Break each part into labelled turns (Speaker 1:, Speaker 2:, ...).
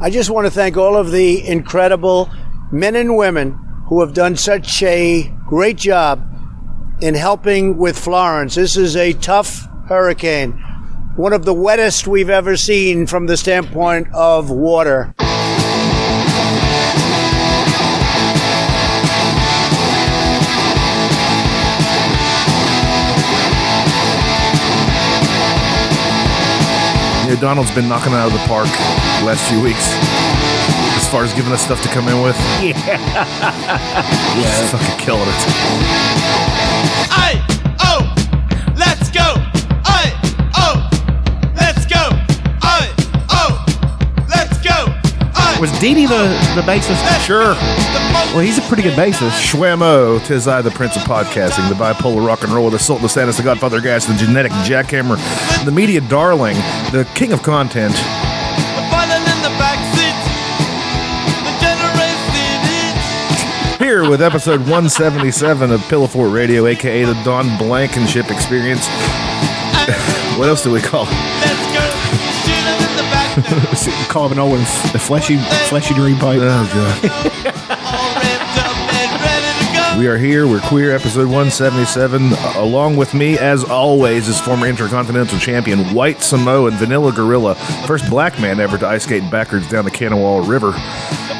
Speaker 1: I just want to thank all of the incredible men and women who have done such a great job in helping with Florence. This is a tough hurricane, one of the wettest we've ever seen from the standpoint of water.
Speaker 2: You know, Donald's been knocking it out of the park the last few weeks. As far as giving us stuff to come in with. Yeah. yeah. Fucking killing it.
Speaker 3: I oh, let's go. I oh, let's go. I oh, let's go. I
Speaker 4: Was Didi the, the bassist?
Speaker 2: Sure.
Speaker 4: Well, he's a pretty good bassist.
Speaker 2: Schwammo, tis I, the prince of podcasting, the bipolar rock and roller, the Sultan of Sanus, the Godfather of Gas, the genetic jackhammer, the media darling, the king of content.
Speaker 3: The violin in the backseat. The generation eats.
Speaker 2: Here with episode 177 of Pillowfort Radio, aka the Don Blankenship Experience. what else do we call it?
Speaker 3: Let's go. Shoot 'em in the back now.
Speaker 4: Call him an old one, the fleshy, fleshy dream pipe.
Speaker 2: Oh, God.
Speaker 3: All ramped up and ready to go.
Speaker 2: We are here. We're queer. Episode 177. Along with me, as always, is former intercontinental champion White Samoan Vanilla Gorilla, first black man ever to ice skate backwards down the Kanawha River.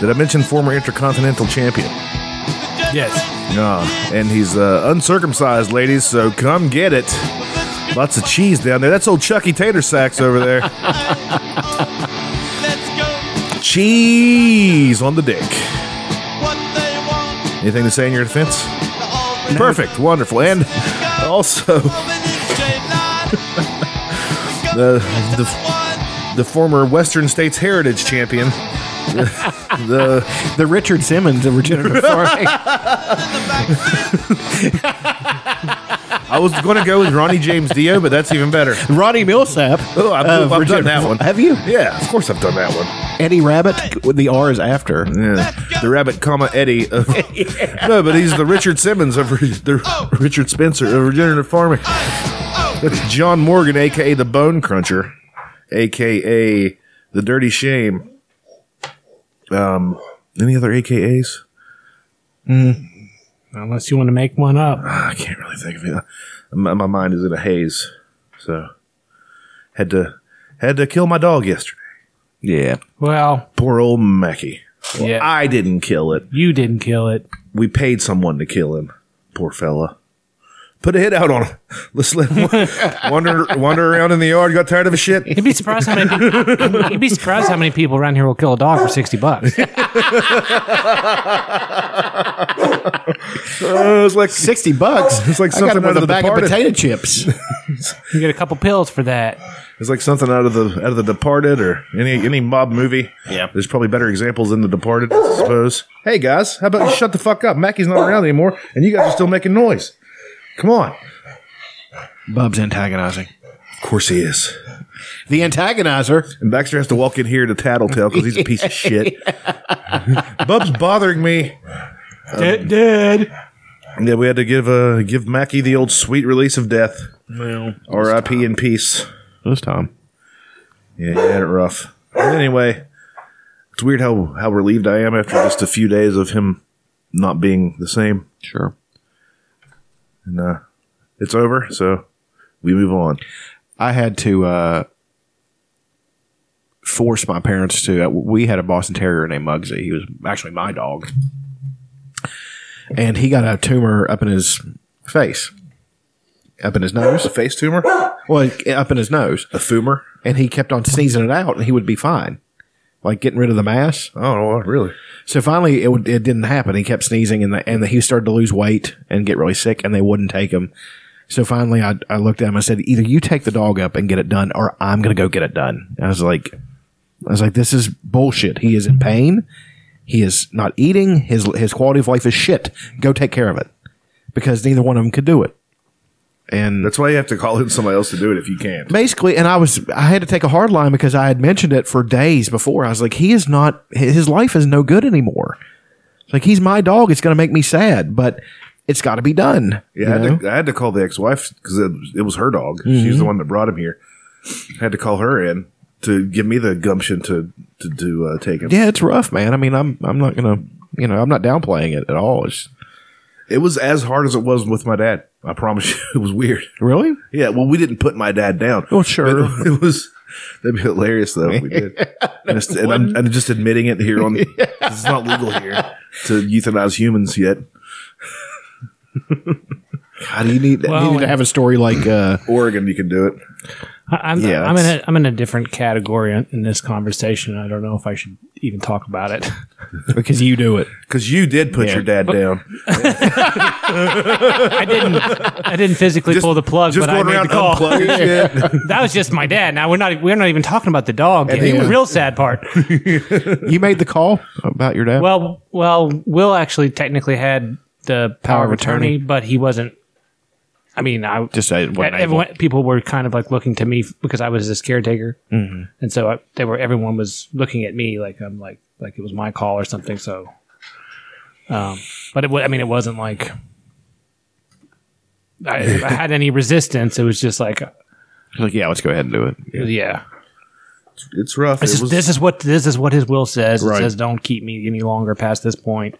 Speaker 2: Did I mention former intercontinental champion?
Speaker 5: Yes.
Speaker 2: Ah, and he's uh, uncircumcised, ladies. So come get it. Lots of cheese down there. That's old Chucky Tater Sacks over there.
Speaker 3: Let's go.
Speaker 2: cheese on the dick.
Speaker 3: What they want.
Speaker 2: Anything to say in your defense?
Speaker 3: The all ramped
Speaker 2: Perfect. Wonderful. And
Speaker 3: up.
Speaker 2: also.
Speaker 3: Moving in straight line.
Speaker 2: The, the,
Speaker 3: One.
Speaker 2: the former Western States Heritage Champion, the,
Speaker 4: The Richard Simmons of regenerative farming.
Speaker 2: I was going to go with Ronnie James Dio, but that's even better.
Speaker 4: Ronnie Millsap.
Speaker 2: Oh, I've,
Speaker 4: of
Speaker 2: I've done
Speaker 4: regenerative-
Speaker 2: that one.
Speaker 4: Have you?
Speaker 2: Yeah, of course I've done that one.
Speaker 4: Eddie Rabbit. The R is after.
Speaker 2: Yeah. The rabbit, comma Eddie. Of, No, but he's the Richard Simmons of re- the Richard Spencer of regenerative farming. That's John Morgan, aka the Bone Cruncher, aka the Dirty Shame. Um, any other AKAs?
Speaker 5: Unless you want to make one up.
Speaker 2: I can't really think of it. My, my mind is in a haze, so had to had to kill my dog yesterday.
Speaker 4: Yeah.
Speaker 5: Well,
Speaker 2: Poor old Mackie. Well,
Speaker 5: Yeah.
Speaker 2: I didn't kill it.
Speaker 5: you didn't kill it.
Speaker 2: We paid someone to kill him. Poor fella. Put a hit out on him. Let's let him wa- wander wander around in the yard. Got tired of his shit.
Speaker 5: You'd be surprised how many people, you'd be surprised how many people around here will kill a dog for sixty bucks.
Speaker 2: Uh, it's like
Speaker 4: 60 bucks.
Speaker 2: It's like
Speaker 4: I got
Speaker 2: something out
Speaker 4: another
Speaker 2: of The
Speaker 4: bag
Speaker 2: Departed.
Speaker 4: of potato chips.
Speaker 5: You get a couple pills for that.
Speaker 2: it's like something out of the out of the Departed or any any mob movie.
Speaker 4: Yeah.
Speaker 2: there's probably better examples than the Departed, I suppose. Hey guys, how about you shut the fuck up? Mackie's not around anymore, and you guys are still making noise. Come on.
Speaker 4: Bub's antagonizing.
Speaker 2: Of course he is.
Speaker 4: The antagonizer.
Speaker 2: And Baxter has to walk in here to tattletale because he's a piece of shit. Bub's bothering me.
Speaker 5: Dead. dead.
Speaker 2: Yeah, we had to give uh, give Mackie the old sweet release of death. R.I.P. in peace.
Speaker 4: This time.
Speaker 2: Yeah, he had it rough. But anyway, it's weird how how relieved I am after just a few days of him not being the same.
Speaker 4: Sure.
Speaker 2: And uh, it's over, so we move on.
Speaker 4: I had to uh, force my parents to. Uh, we had a Boston Terrier named Muggsy. He was actually my dog, and he got a tumor up in his face, up in his nose.
Speaker 2: A face tumor,
Speaker 4: Well, up in his nose,
Speaker 2: a fumer.
Speaker 4: and he kept on sneezing it out, and he would be fine, like getting rid of the mass.
Speaker 2: Oh, no, really?
Speaker 4: So finally, it would, it didn't happen. He kept sneezing, and the, and the, he started to lose weight and get really sick, and they wouldn't take him. So finally, I, I looked at him. I said, "Either you take the dog up and get it done, or I'm gonna go get it done." And I was like, "I was like, this is bullshit. He is in pain. He is not eating. His his quality of life is shit. Go take care of it, because neither one of them could do it." And
Speaker 2: That's why you have to call in somebody else to do it if you can't.
Speaker 4: basically and i was i had to take a hard line because i had mentioned it for days before i was like he is not his life is no good anymore It's like he's my dog it's going to make me sad but it's got to be done
Speaker 2: Yeah, I
Speaker 4: you know? Mm-hmm.
Speaker 2: had, to, I had to call the ex-wife because it, it was her dog. She was the one that brought him here. I had to call her in to give me the gumption to to, to uh, take him.
Speaker 4: Yeah, it's rough, man. I mean, I'm I'm not gonna you know I'm not downplaying it at all. It's
Speaker 2: It was as hard as it was with my dad. I promise you, it was weird.
Speaker 4: really
Speaker 2: Yeah, well, we didn't put my dad down.
Speaker 4: Oh, sure.
Speaker 2: But it was. That'd be hilarious though if we did. and, it's- and I'm, and just admitting it here on 'cause it's not legal here to euthanize humans yet.
Speaker 4: God, you need
Speaker 5: Well,
Speaker 4: you need to
Speaker 5: and-
Speaker 4: have a story like uh,
Speaker 2: Oregon, you can do it.
Speaker 5: I- I'm,
Speaker 4: Yeah,
Speaker 5: I'm in
Speaker 4: that's-
Speaker 5: a I'm in a different category in- in this conversation. I don't know if I should even talk about it.
Speaker 4: because you do it.
Speaker 2: Because you did put
Speaker 4: Yeah.
Speaker 2: your dad down.
Speaker 5: I didn't I didn't physically pull the plug,
Speaker 2: just
Speaker 5: but I
Speaker 2: going
Speaker 5: made
Speaker 2: around
Speaker 5: the call.
Speaker 2: unplugging shit.
Speaker 5: That was just my dad. Now we're not we're not even talking about the dog. yet.
Speaker 2: he was-
Speaker 5: the real sad part.
Speaker 4: You made the call about your dad.
Speaker 5: Well, well, Will actually technically had the power, of attorney, but he wasn't. I mean, I
Speaker 4: Just say it wasn't able.
Speaker 5: everyone, people were kind of like looking to me f- because I was this caretaker, mm-hmm. and so I, they were everyone was looking at me like I'm like like it was my call or something. So, um, but it wa- I mean, it wasn't like I, I had any resistance. It was just like
Speaker 4: like, yeah, let's go ahead and do it.
Speaker 5: yeah.
Speaker 2: It's rough.
Speaker 5: This
Speaker 2: It
Speaker 5: is,
Speaker 2: was-
Speaker 5: this is what this is what his will says.
Speaker 4: Right.
Speaker 5: It says, "Don't keep me any longer past this point."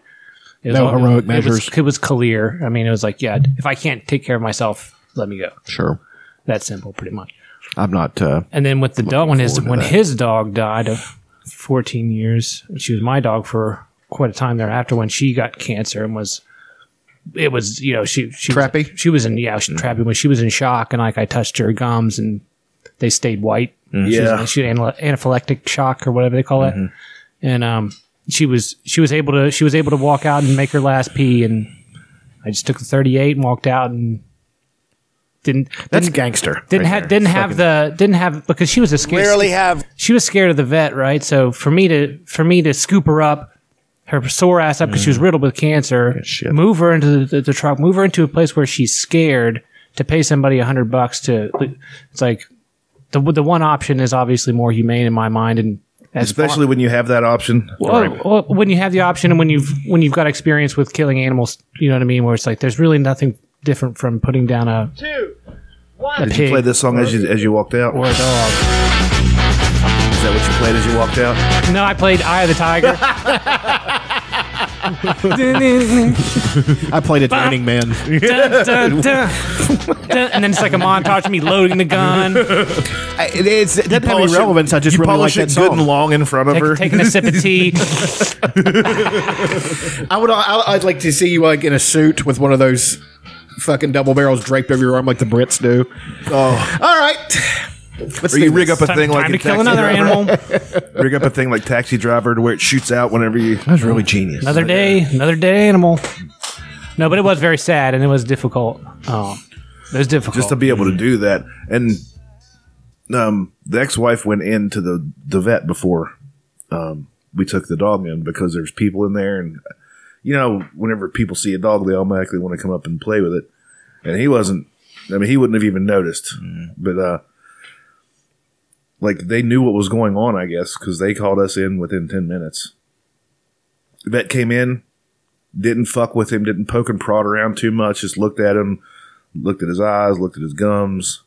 Speaker 5: It was
Speaker 4: No
Speaker 5: all-
Speaker 4: heroic
Speaker 5: it
Speaker 4: measures.
Speaker 5: Was, it was clear. I mean, it was like, yeah, if I can't take care of myself, let me go.
Speaker 4: Sure,
Speaker 5: That simple, pretty much.
Speaker 4: I'm not. Uh,
Speaker 5: And then with the dog, when his
Speaker 4: forward to
Speaker 5: when
Speaker 4: that.
Speaker 5: his dog died of 14 years, and she was my dog for quite a time thereafter. When she got cancer and was, it was you know she she was-
Speaker 4: Trappy?
Speaker 5: she was in yeah she, trappy when she was in shock and like I touched her gums and they stayed white. She was-
Speaker 2: yeah.
Speaker 5: she had anal- anaphylactic shock or whatever they call it.
Speaker 4: Mm-hmm.
Speaker 5: And um, she was she was able to she was able to walk out and make her last pee, and I just took the thirty eight and walked out and didn't
Speaker 4: that's
Speaker 5: didn't,
Speaker 4: gangster.
Speaker 5: didn't
Speaker 4: right
Speaker 5: have
Speaker 4: there.
Speaker 5: didn't have the didn't have because she was a scared
Speaker 1: Rarely have
Speaker 5: she was scared of the vet, right? So for me to for me to scoop her up, her sore ass up because she was riddled with cancer,
Speaker 4: Mm. shit.
Speaker 5: move her into the, the, the truck, move her into a place where she's scared to pay somebody a hundred bucks to. It's like the the one option is obviously more humane in my mind, and as
Speaker 2: Especially when you have that option.
Speaker 5: far- well, well, when you have the option and when you've when you've got experience with killing animals, you know what I mean. Where it's like there's really nothing different from putting down a a
Speaker 2: Did you
Speaker 5: pig
Speaker 2: play this song as you as you walked out?
Speaker 5: or a dog.
Speaker 2: Is that what you played as you walked out?
Speaker 5: No, I played Eye of the Tiger.
Speaker 4: I played a training man.
Speaker 5: Dun, dun, dun. Dun, and then it's like a montage of me loading the gun,
Speaker 4: I, it's, it doesn't have any
Speaker 2: polish it-
Speaker 4: relevance. I just
Speaker 2: you
Speaker 4: really like
Speaker 2: polish
Speaker 4: that
Speaker 2: it good and
Speaker 4: song.
Speaker 2: long in front of her.
Speaker 5: take, taking a sip of tea.
Speaker 4: I would. I, I'd like to see you like in a suit with one of those fucking double barrels draped over your arm like the Brits do.
Speaker 2: oh,
Speaker 4: All right. Let's
Speaker 2: or you rig up a
Speaker 5: Time,
Speaker 2: thing like
Speaker 5: time
Speaker 2: a
Speaker 5: to kill
Speaker 2: taxi
Speaker 5: another
Speaker 2: driver.
Speaker 5: animal.
Speaker 2: Rig up a thing like Taxi Driver to where it shoots out whenever you.
Speaker 4: That was really genius.
Speaker 5: Another day, another day, animal. No, but it was very sad and it was difficult. Oh, it was difficult.
Speaker 2: just to be able to do that. And um, the ex-wife went into the the vet before um, we took the dog in because there's people in there, and you know, whenever people see a dog, they automatically want to come up and play with it. And he wasn't. I mean, he wouldn't have even noticed. But uh, like they knew what was going on, I guess, because they called us in within ten minutes. The vet came in. Didn't fuck with him, didn't poke and prod around too much, just looked at him, looked at his eyes, looked at his gums,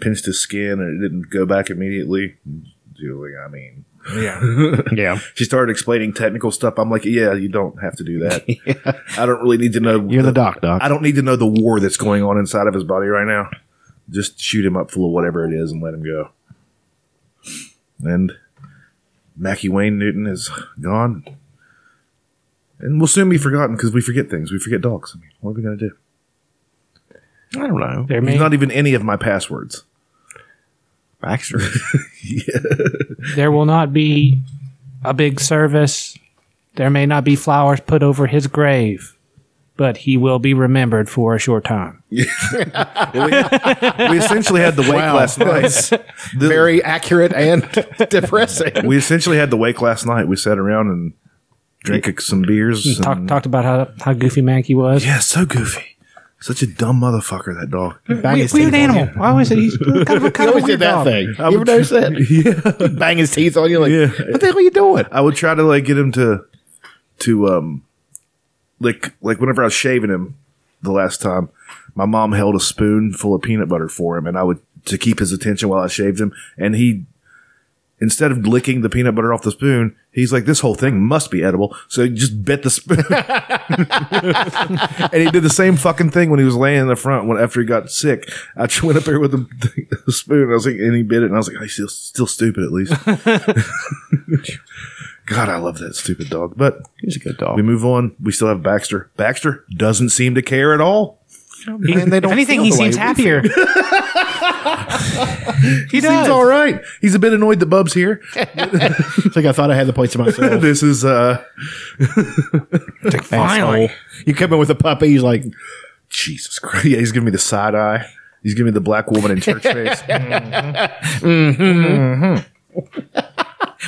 Speaker 2: pinched his skin, and it didn't go back immediately. Julie, I mean,
Speaker 4: Yeah.
Speaker 2: she started explaining technical stuff. I'm like, yeah, you don't have to do that. I don't really need to know.
Speaker 4: You're the doc, doc.
Speaker 2: I don't need to know the war that's going on inside of his body right now. Just shoot him up full of whatever it is and let him go. And Mackie Wayne Newton is gone. And will soon be forgotten because we forget things. We forget dogs. I mean, what are we going to do?
Speaker 4: I don't know.
Speaker 5: There may,
Speaker 2: There's not even any of my passwords.
Speaker 4: Baxter.
Speaker 5: there will not be a big service. There may not be flowers put over his grave, but he will be remembered for a short time.
Speaker 2: we essentially had the wake last night. The-
Speaker 4: Very accurate and depressing.
Speaker 2: we essentially had the wake last night. We sat around and drank some beers.
Speaker 5: Talk,
Speaker 2: and-
Speaker 5: talked about how, how goofy Mankey was.
Speaker 2: Mm-hmm. yeah, so goofy. Such a dumb motherfucker, that dog.
Speaker 4: Bang his
Speaker 5: Weird
Speaker 4: teeth on
Speaker 5: animal. I always said he's kind of
Speaker 4: You.
Speaker 5: a
Speaker 4: He
Speaker 5: kind of a
Speaker 4: always
Speaker 5: weird
Speaker 4: did that
Speaker 5: dog.
Speaker 4: thing. You ever notice that? Yeah. Bang his teeth on you. Like,
Speaker 2: Yeah.
Speaker 4: what the hell are you doing?
Speaker 2: I would try to like get him to, to um, like like whenever I was shaving him the last time, my mom held a spoon full of peanut butter for him, and I would to keep his attention while I shaved him, and he. Instead of licking the peanut butter off the spoon, he's like, "This whole thing must be edible." So he just bit the spoon, and he did the same fucking thing when he was laying in the front. When after he got sick, I just went up there with the, the spoon. And I was like, and he bit it, and I was like, oh, "He's still still stupid at least." God, I love that stupid dog. But
Speaker 4: He's a good
Speaker 2: we
Speaker 4: dog.
Speaker 2: move on. We still have Baxter. Baxter doesn't seem to care at all.
Speaker 5: He, if anything,
Speaker 4: feel
Speaker 5: he
Speaker 4: the way
Speaker 5: seems
Speaker 4: we
Speaker 5: happier. he
Speaker 2: Seems
Speaker 5: does.
Speaker 2: all right. He's a bit annoyed the Bub's here.
Speaker 4: It's like I thought I had the plates to myself.
Speaker 2: this is uh
Speaker 5: Finally.
Speaker 4: Asshole. you come in with a puppy. He's like,
Speaker 2: Jesus Christ. Yeah, he's giving me the side eye. He's giving me the black woman in church face.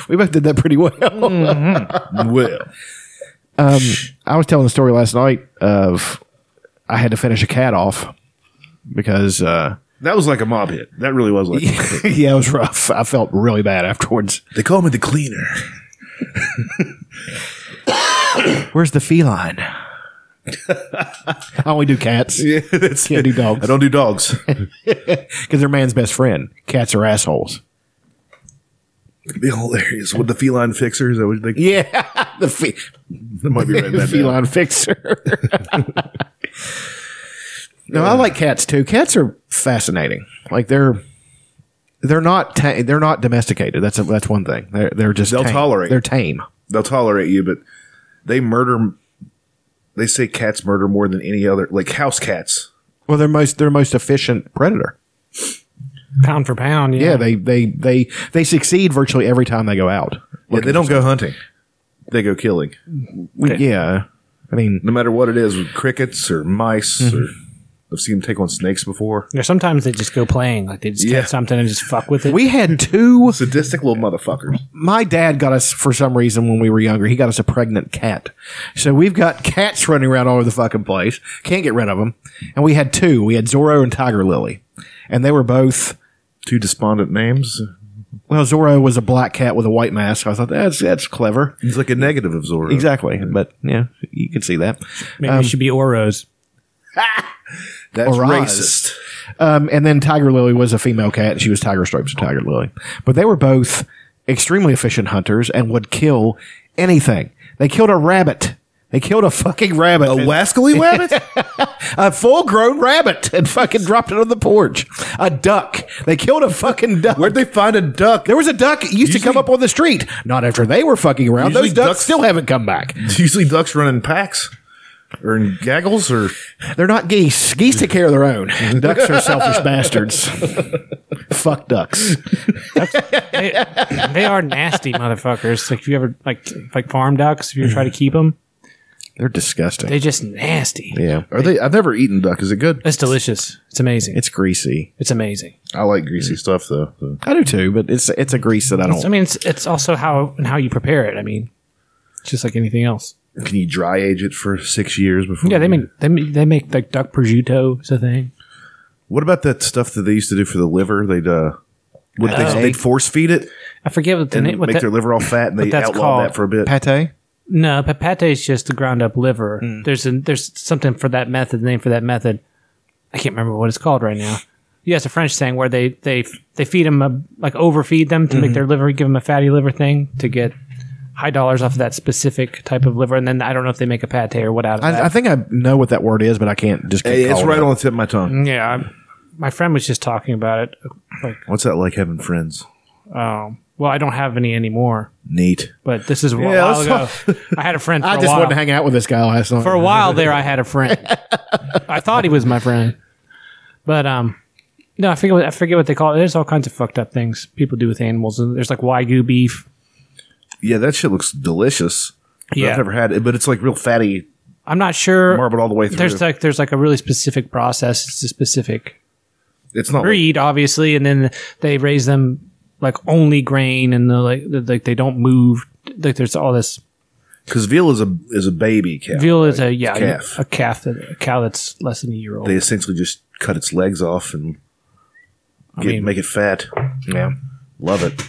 Speaker 4: we both did that pretty well.
Speaker 2: Well,
Speaker 4: I was telling the story last night of I had to finish a cat off because uh,
Speaker 2: that was like a mob hit. That really was like.
Speaker 4: yeah, it was rough. I felt really bad afterwards.
Speaker 2: They call me the cleaner.
Speaker 4: Where's the feline? I only do cats.
Speaker 2: Yeah, that's
Speaker 4: Can't do dogs
Speaker 2: I don't do dogs.
Speaker 4: because they're man's best friend. Cats are assholes.
Speaker 2: It'd be hilarious. With the feline fixer, is that what they
Speaker 4: Yeah, the fe-
Speaker 2: that might be right
Speaker 4: the
Speaker 2: that down.
Speaker 4: feline fixer. no, I like cats too. Cats are fascinating. Like they're they're not ta- they're not domesticated. That's a, that's one thing. They're they're just
Speaker 2: They'll
Speaker 4: tame.
Speaker 2: tolerate.
Speaker 4: They're tame.
Speaker 2: They'll tolerate you, but they murder. They say cats murder more than any other, like house cats.
Speaker 4: Well, they're most they're most efficient predator.
Speaker 5: Pound for pound.
Speaker 4: Yeah,
Speaker 5: Yeah.
Speaker 4: they they they they succeed virtually every time they go out.
Speaker 2: Yeah, they don't go hunting. They go killing.
Speaker 4: We- yeah, I mean,
Speaker 2: no matter what it is, crickets or mice
Speaker 4: Mm-hmm.
Speaker 2: or I've seen them take on snakes before.
Speaker 5: Or sometimes they just go playing. Like they just
Speaker 2: Yeah.
Speaker 5: get something and just fuck with it.
Speaker 4: we had two
Speaker 2: Sadistic little motherfuckers.
Speaker 4: my dad got us for some reason when we were younger. He got us a pregnant cat, so we've got cats running around all over the fucking place. Can't get rid of them. And we had two. We had Zorro and Tiger Lily, and they were both.
Speaker 2: Two despondent names.
Speaker 4: Well, Zorro was a black cat with a white mask. I thought that's that's clever.
Speaker 2: It's like a negative of Zorro.
Speaker 4: Exactly, but yeah, you can see that.
Speaker 5: Maybe
Speaker 2: um,
Speaker 5: it should be Oros.
Speaker 2: That's
Speaker 4: Arise.
Speaker 2: racist.
Speaker 4: Um, and then Tiger Lily was a female cat, and she was Tiger Stripes and Tiger Lily. But they were both extremely efficient hunters and would kill anything. They killed a rabbit. They killed a fucking rabbit.
Speaker 2: A wascally rabbit?
Speaker 4: a full grown rabbit and fucking dropped it on the porch. A duck. They killed a fucking duck.
Speaker 2: Where'd they find a duck?
Speaker 4: there was a duck that used to come
Speaker 2: Usually-
Speaker 4: up on the street. Not after they were fucking around.
Speaker 2: Usually
Speaker 4: Those ducks,
Speaker 2: ducks-
Speaker 4: still haven't come back.
Speaker 2: Usually ducks run in packs or in gaggles or
Speaker 4: They're not geese. Geese take care of their own. Ducks are selfish bastards. Fuck ducks.
Speaker 5: They, they are nasty motherfuckers. Like if you ever like like farm ducks, if you try to keep them,
Speaker 4: They're disgusting.
Speaker 5: they're just nasty.
Speaker 4: yeah.
Speaker 2: are they? I've never eaten duck. Is it good?
Speaker 5: It's delicious. It's amazing. It's
Speaker 4: It's greasy.
Speaker 5: it's amazing.
Speaker 2: I like greasy stuff though. so.
Speaker 4: I do too, but Mm. it's it's a grease that I don't.
Speaker 5: I mean, it's it's also how and how you prepare it. I mean, it's just like anything else.
Speaker 2: Can you dry age it for six years before?
Speaker 5: Yeah, they
Speaker 2: you-
Speaker 5: make they make, they make like duck prosciutto is a thing.
Speaker 2: What about that stuff that they used to do for the liver? They'd uh, would
Speaker 4: Oh.
Speaker 2: they, they'd force feed it
Speaker 5: I forget what the
Speaker 2: and
Speaker 5: name. What
Speaker 2: make
Speaker 5: that,
Speaker 2: their liver all fat, and they
Speaker 5: that's
Speaker 2: outlawed
Speaker 5: called.
Speaker 2: that for a bit.
Speaker 4: pate.
Speaker 5: no, pa- pate is just the ground up liver.
Speaker 4: Mm.
Speaker 5: There's a, there's something for that method. The name for that method. I can't remember what it's called right now. Yeah, it's a French thing where they they they feed them a, like overfeed them to
Speaker 4: Mm-hmm.
Speaker 5: make their liver, give them a fatty liver thing to get high dollars off of that specific type of liver. And then I don't know if they make a pate or what out of that.
Speaker 4: I, I think I know what that word is, but I can't just. Can't
Speaker 2: Hey, it's
Speaker 4: call it
Speaker 2: right
Speaker 4: it.
Speaker 2: on the tip of my tongue.
Speaker 5: yeah, I'm- my friend was just talking about it. Like,
Speaker 2: What's that like having friends?
Speaker 5: um, well, I don't have any anymore.
Speaker 2: Neat.
Speaker 5: but this is a
Speaker 2: Yeah,
Speaker 5: while ago.
Speaker 2: that's
Speaker 5: I had a friend for
Speaker 4: I
Speaker 5: a
Speaker 4: just
Speaker 5: while.
Speaker 4: wanted to hang out with this guy last night.
Speaker 5: for a while there, I had a friend. I thought he was my friend, but um, no, I forget. What, I forget what they call it. There's all kinds of fucked up things people do with animals. And There's like wagyu beef.
Speaker 2: Yeah, that shit looks delicious. I've never had it, but it's like real fatty,
Speaker 5: I'm not sure.
Speaker 2: marbled all the way through.
Speaker 5: There's like there's like a really specific process. It's a specific
Speaker 2: it's not. Like,
Speaker 5: breed, obviously, and then they raise them like only grain, and the like the- like they don't move. Like there's all this
Speaker 2: Because veal is a is a baby cow.
Speaker 5: veal is a yeah
Speaker 2: calf.
Speaker 5: a calf that, a cow that's less than a year old.
Speaker 2: They essentially just cut its legs off and get,
Speaker 5: mean-
Speaker 2: make it fat.
Speaker 4: Yeah.
Speaker 2: Love it.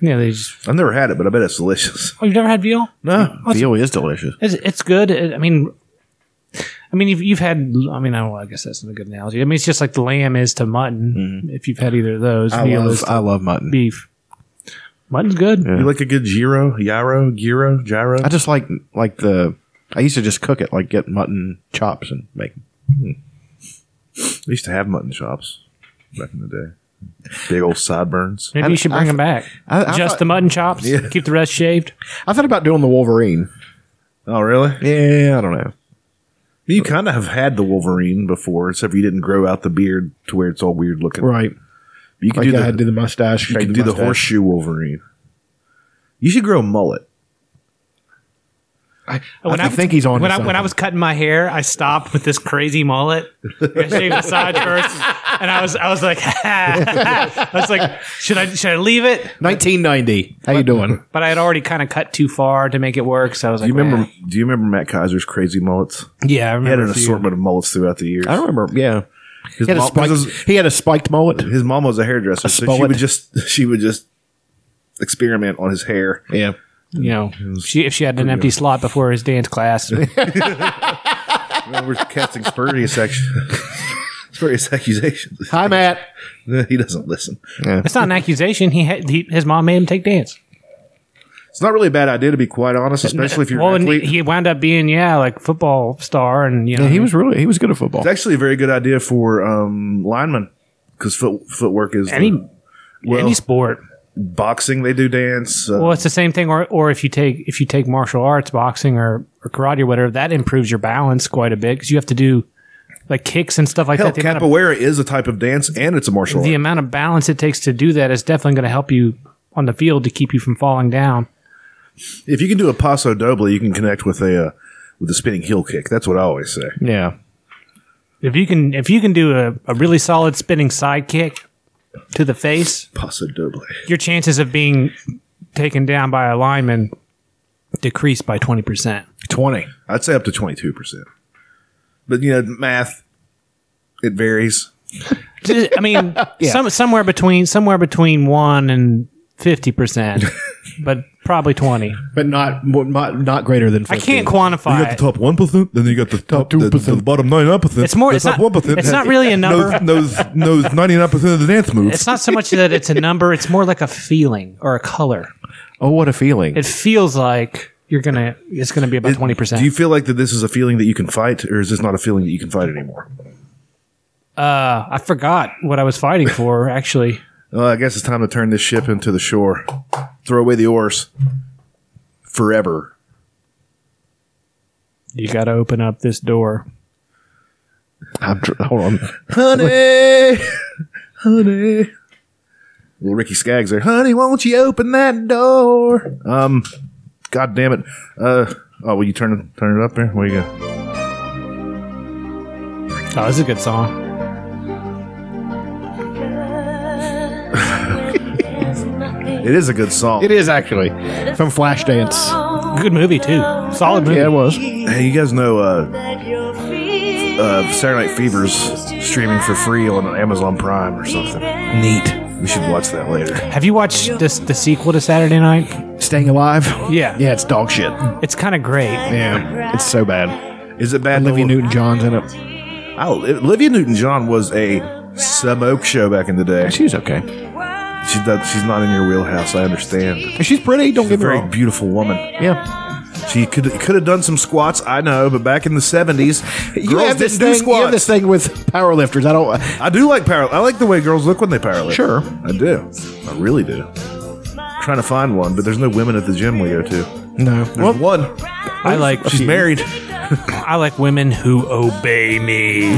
Speaker 5: yeah, they just
Speaker 2: I've never had it, but I bet it's delicious.
Speaker 5: oh you've never had veal.
Speaker 2: No,
Speaker 4: Veal is delicious.
Speaker 5: It's, it's good. It- I mean, I mean, if you've had, I mean, I don't. I guess that's not a good analogy. I mean, it's just like the lamb is to mutton. If you've had either of those,
Speaker 4: Mm-hmm. I
Speaker 5: veal
Speaker 4: love,
Speaker 5: is to
Speaker 4: I love mutton.
Speaker 5: beef. Mutton's good.
Speaker 2: You like a good gyro, gyro, gyro, gyro.
Speaker 4: I just like like the. I used to just cook it, like get mutton chops and make. 'em.
Speaker 2: I used to have mutton chops back in the day. Big old sideburns.
Speaker 5: Maybe
Speaker 4: I-
Speaker 5: you should bring
Speaker 4: I-
Speaker 5: them back.
Speaker 4: I- I
Speaker 5: Just
Speaker 4: thought-
Speaker 5: the mutton chops. Keep the rest shaved.
Speaker 4: I thought about doing the Wolverine.
Speaker 2: Oh, really?
Speaker 4: Yeah, I don't know.
Speaker 2: You kind of have had the Wolverine before, except you didn't grow out the beard to where it's all weird looking.
Speaker 4: Right,
Speaker 2: You can
Speaker 4: like
Speaker 2: do
Speaker 4: I
Speaker 2: the,
Speaker 4: did the mustache.
Speaker 2: you
Speaker 4: shaved
Speaker 2: can do the
Speaker 4: mustache.
Speaker 2: horseshoe Wolverine. You should grow a mullet.
Speaker 5: When
Speaker 4: I think he's on
Speaker 5: When
Speaker 4: to
Speaker 5: I, when
Speaker 4: something.
Speaker 5: I was cutting my hair, I stopped with this crazy mullet. I shaved the sides first, and I was I was like, I was like, should I should I leave it?
Speaker 4: 1990. How you doing?
Speaker 5: But I had already kind of cut too far to make it work, so I was like,
Speaker 2: Do you remember?
Speaker 5: "Eh."
Speaker 2: Do you remember Matt Kaiser's crazy mullets?
Speaker 5: Yeah, I
Speaker 2: He had
Speaker 5: remember.
Speaker 2: an
Speaker 5: a few.
Speaker 2: assortment of mullets throughout the years.
Speaker 4: I remember. Yeah,
Speaker 2: His,
Speaker 4: he had a
Speaker 2: mom,
Speaker 4: spiked,
Speaker 2: his,
Speaker 4: he had a spiked mullet.
Speaker 2: his mom was a hairdresser, so she
Speaker 4: spullet.
Speaker 2: would just she would just experiment on his hair.
Speaker 4: Yeah,
Speaker 5: You know, she if she had an empty slot before his dance class,
Speaker 2: We're casting spurious action. Spurious accusations.
Speaker 4: hi Matt.
Speaker 2: He doesn't listen.
Speaker 5: it's not an accusation. He, had, he his mom made him take dance.
Speaker 2: It's not really a bad idea to be quite honest, especially if you're
Speaker 5: Well,
Speaker 2: an
Speaker 5: and
Speaker 2: athlete.
Speaker 5: he wound up being yeah, like football star, and you know,
Speaker 4: Yeah, he was really he was good at football.
Speaker 2: It's actually a very good idea for um, linemen because foot, footwork is the-
Speaker 5: any
Speaker 2: well,
Speaker 5: any sport.
Speaker 2: boxing. They do dance. Uh,
Speaker 5: Well, it's the same thing, or or if you take if you take martial arts, boxing, or, or karate or whatever, that improves your balance quite a bit because you have to do like kicks and stuff like
Speaker 2: hell,
Speaker 5: that. The amount, of,
Speaker 2: capoeira is a type of dance and it's a martial
Speaker 5: the
Speaker 2: art.
Speaker 5: amount of balance it takes to do that is definitely going to help you on the field to keep you from falling down.
Speaker 2: If you can do a paso doble, you can connect with a uh, with a spinning heel kick. That's what I always say.
Speaker 4: Yeah,
Speaker 5: If you can if you can do a, a really solid spinning side kick to the face,
Speaker 2: Paso doble.
Speaker 5: your chances of being taken down by a lineman decrease by twenty percent.
Speaker 4: twenty.
Speaker 2: I'd say up to twenty two percent. But you know, math it varies.
Speaker 5: I mean, some, somewhere between somewhere between one and fifty percent, but probably twenty.
Speaker 4: but not mo- not not greater than. 15.
Speaker 5: I can't quantify it.
Speaker 2: top one percent, then you got the top
Speaker 4: the- the
Speaker 2: bottom nine percent.
Speaker 5: It's more- the it's top not- 1%. it's not really a number.
Speaker 2: Knows knows ninety nine percent of the dance moves.
Speaker 5: It's not so much that it's a number; it's more like a feeling or a color.
Speaker 4: Oh, what a feeling!
Speaker 5: It feels like you're gonna. It's gonna be about
Speaker 2: It-
Speaker 5: twenty
Speaker 2: Do you
Speaker 5: percent.
Speaker 2: feel like that this is a feeling that you can fight, or is this not a feeling that you can fight anymore?
Speaker 5: Uh, I forgot what I was fighting for. Actually,
Speaker 2: Well, I guess it's time to turn this ship into the shore. Throw away the oars. Forever.
Speaker 5: you got to open up this door.
Speaker 4: I'm dr-
Speaker 2: Oh,
Speaker 4: hold on.
Speaker 2: Honey! honey. Little Ricky Skaggs there. Honey, won't you open that door? Um, God damn it. Uh, oh, will you turn it, turn it up there? Where you go?
Speaker 5: Oh, this is a good song.
Speaker 2: It is a good song.
Speaker 4: It is actually from Flashdance.
Speaker 5: Good movie too. Solid movie.
Speaker 4: Yeah, it was.
Speaker 2: Hey, you guys know uh, uh, Saturday Night Fever's streaming for free on Amazon Prime or something.
Speaker 4: Neat.
Speaker 2: We should watch that later.
Speaker 5: Have you watched this the sequel to Saturday Night?
Speaker 4: Staying alive.
Speaker 5: Yeah.
Speaker 4: Yeah, it's dog shit.
Speaker 5: It's kind of great.
Speaker 4: Yeah, it's so bad.
Speaker 2: Is it bad?
Speaker 4: Olivia
Speaker 2: that-
Speaker 4: Newton John's in it.
Speaker 2: I, Olivia Newton-John was a smoke show back in the day. She,
Speaker 4: She's okay.
Speaker 2: does, she's not in your wheelhouse. I understand.
Speaker 4: She's pretty. Don't
Speaker 2: A
Speaker 4: give her.
Speaker 2: very beautiful woman.
Speaker 4: Yeah.
Speaker 2: She could could have done some squats. I know, but back in the seventies, girls
Speaker 4: You have
Speaker 2: didn't
Speaker 4: this
Speaker 2: do
Speaker 4: thing. You
Speaker 2: squats.
Speaker 4: have this thing with power lifters. I don't.
Speaker 2: I do like power. I like the way girls look when they power lift.
Speaker 4: Sure.
Speaker 2: I do. I really do. trying to find one, but there's no women at the gym we go to.
Speaker 4: No.
Speaker 2: There's one.
Speaker 5: I like
Speaker 2: She's married.
Speaker 5: I like women who obey me.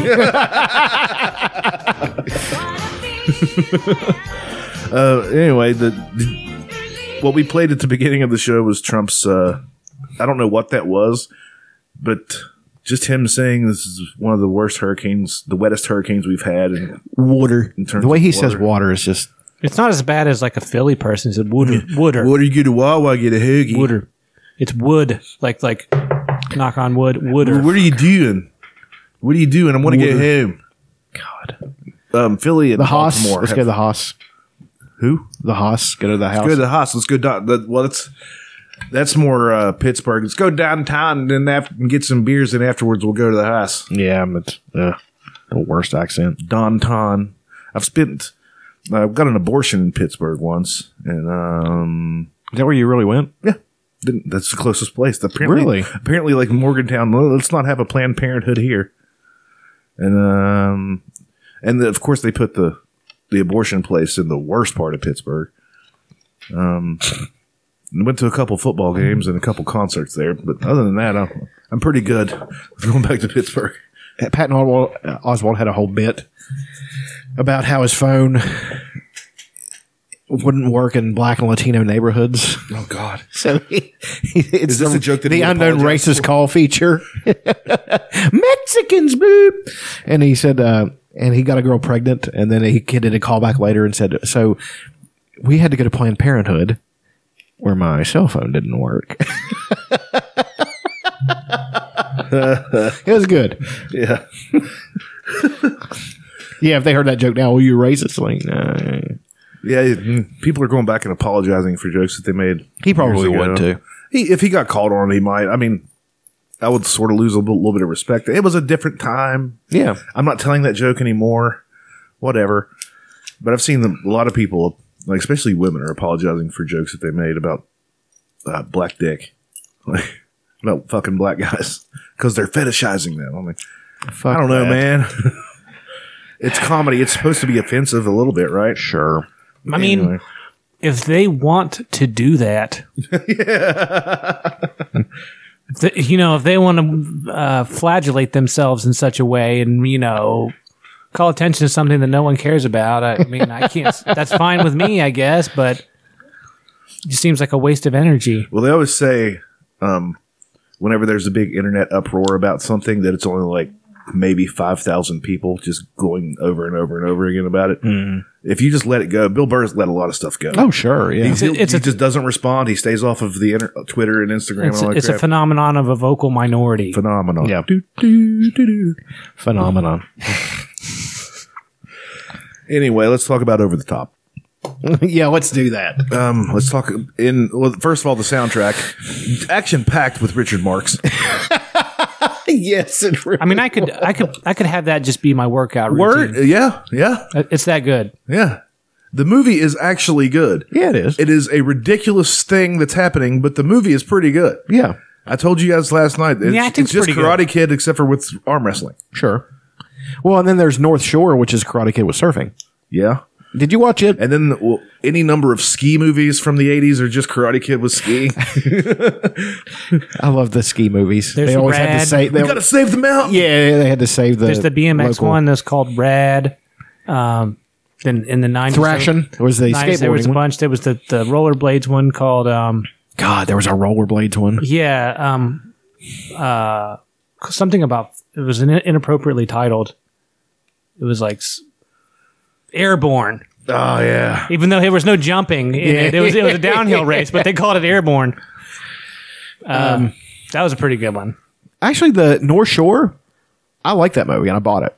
Speaker 2: Uh, anyway, the, the what we played at the beginning of the show was Trump's. Uh, I don't know what that was, but just him saying this is one of the worst hurricanes, the wettest hurricanes we've had. And
Speaker 4: water.
Speaker 2: terms
Speaker 4: The way
Speaker 2: of
Speaker 4: he
Speaker 2: water.
Speaker 4: says water is just.
Speaker 5: It's not as bad as like a Philly person. It's a wooder. Wooder.
Speaker 2: do you get a Wawa? Get a hoagie.
Speaker 5: Wooder. It's wood. Like like knock on wood. Wooder.
Speaker 2: What are you doing? What are you doing? I want to get home.
Speaker 4: God.
Speaker 2: Um, Philly and
Speaker 4: The Haas.
Speaker 2: Baltimore
Speaker 4: Let's
Speaker 2: have-
Speaker 4: go to the Haas.
Speaker 2: who?
Speaker 4: The Haas. Go to the house.
Speaker 2: Go to the Haas. Let's go down. that- Well, that's that's more uh, Pittsburgh. Let's go downtown and then after, and get some beers, and afterwards we'll go to the Haas.
Speaker 4: yeah, but uh, the worst accent.
Speaker 2: Don Ton. I've spent I got an abortion in Pittsburgh once, and um,
Speaker 4: Is that where you really went?
Speaker 2: yeah, didn't, that's the closest place. Apparently,
Speaker 4: Really?
Speaker 2: apparently, like Morgantown, well, let's not have a Planned Parenthood here. And um, and the, of course they put the the abortion place in the worst part of Pittsburgh. Um, went to a couple football games and a couple concerts there, but other than that, I'm I'm pretty good with going back to Pittsburgh.
Speaker 4: Uh, Patton Oswald, uh, Oswald had a whole bit about how his phone wouldn't work in black and Latino neighborhoods.
Speaker 2: Oh God.
Speaker 4: So he, he- it's
Speaker 2: Is this
Speaker 4: the,
Speaker 2: a joke that
Speaker 4: the
Speaker 2: he
Speaker 4: unknown
Speaker 2: apologized
Speaker 4: racist
Speaker 2: for?
Speaker 4: call feature. Mexicans, boop. And he said, uh, and he got a girl pregnant, and then he did a call back later and said, so we had to go to Planned Parenthood where my cell phone didn't work. it was good.
Speaker 2: Yeah.
Speaker 4: Yeah, if they heard that joke now, well, you're racist. Like, nah.
Speaker 2: Yeah, mm, people are going back and apologizing for jokes that they made.
Speaker 4: He probably
Speaker 2: years ago.
Speaker 4: would, too.
Speaker 2: He, if he got called on, he might. I mean, I would sort of lose a little, little bit of respect. It was a different time.
Speaker 4: Yeah.
Speaker 2: I'm not telling that joke anymore. Whatever. But I've seen them, a lot of people, like especially women, are apologizing for jokes that they made about uh, black dick, like about fucking black guys because they're fetishizing them. I'm like,
Speaker 4: Fuck
Speaker 2: I don't know,
Speaker 4: that.
Speaker 2: man. it's comedy. It's supposed to be offensive a little bit, right?
Speaker 4: Sure.
Speaker 5: I mean,
Speaker 2: Anyway.
Speaker 5: if they want to do that, If they- you know, if they want to uh, flagellate themselves in such a way and, you know, call attention to something that no one cares about, I mean, I can't, that's fine with me, I guess, but it just seems like a waste of energy.
Speaker 2: Well, they always say, um, whenever there's a big internet uproar about something, that it's only like maybe 5,000 people just going over and over and over again about it.
Speaker 5: Mm-hmm.
Speaker 2: If you just let it go, Bill Burr's let a lot of stuff go.
Speaker 4: Oh, sure. Yeah.
Speaker 2: He's- he'll-
Speaker 5: It's a-
Speaker 2: he just doesn't respond. He stays off of the inter- Twitter and Instagram.
Speaker 5: It's,
Speaker 2: and all that
Speaker 5: it's a
Speaker 2: crap.
Speaker 5: phenomenon of a vocal minority.
Speaker 2: phenomenon.
Speaker 4: Yeah.
Speaker 2: Do, do, do, do.
Speaker 4: Phenomenon.
Speaker 2: Anyway, let's talk about over the top.
Speaker 4: yeah, let's do that.
Speaker 2: Um, let's talk in. Well, first of all, the soundtrack, action packed with Richard Marks.
Speaker 4: yes, it really
Speaker 5: I mean, I could, I could, I could have that just be my workout
Speaker 2: Word,
Speaker 5: routine. Uh,
Speaker 2: yeah, yeah,
Speaker 5: It's that good.
Speaker 2: yeah. The movie is actually good.
Speaker 4: Yeah, it is.
Speaker 2: It is a ridiculous thing that's happening, but the movie is pretty good.
Speaker 4: yeah,
Speaker 2: I told you guys last night. It's,
Speaker 5: acting's
Speaker 2: it's just
Speaker 5: pretty
Speaker 2: Karate Kid, except for with arm wrestling.
Speaker 4: sure. Well, and then there's North Shore, which is Karate Kid with surfing.
Speaker 2: Yeah,
Speaker 4: Did you watch it?
Speaker 2: and then well, any number of ski movies from the '80s are just Karate Kid with skiing.
Speaker 4: I love the ski movies.
Speaker 5: There's
Speaker 4: they always had
Speaker 5: Rad.
Speaker 4: to say they
Speaker 2: Gotta save the mountain.
Speaker 4: Yeah, they had to save the
Speaker 5: There's the BMX
Speaker 4: local-
Speaker 5: one that's called Rad. Um, then in the 90s.
Speaker 4: Thrashing was the
Speaker 5: 90s, there was
Speaker 4: skateboarding
Speaker 5: a
Speaker 4: one.
Speaker 5: bunch. There was the, the rollerblades one called, um,
Speaker 4: God, there was a rollerblades one.
Speaker 5: yeah, um, uh, something about, it was an inappropriately titled. It was like s- Airborne,
Speaker 2: Oh yeah,
Speaker 5: even though there was no jumping in it. It was, it was a downhill race, but they called it Airborne. um, that was a pretty good one.
Speaker 4: Actually, the North Shore. I like that movie, and I bought it,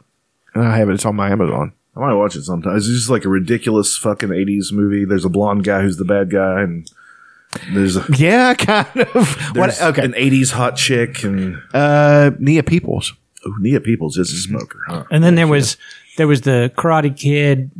Speaker 4: and I have it. It's on my Amazon.
Speaker 2: I might watch it sometimes. It's just like a ridiculous fucking '80s movie. There's a blonde guy who's the bad guy, and there's a
Speaker 4: Yeah, kind of. What?
Speaker 2: there's
Speaker 4: Okay.
Speaker 2: an '80s hot chick and
Speaker 4: uh, Nia Peoples.
Speaker 2: oh, Nia Peoples is a smoker. Huh?
Speaker 5: And then there was there was the Karate Kid,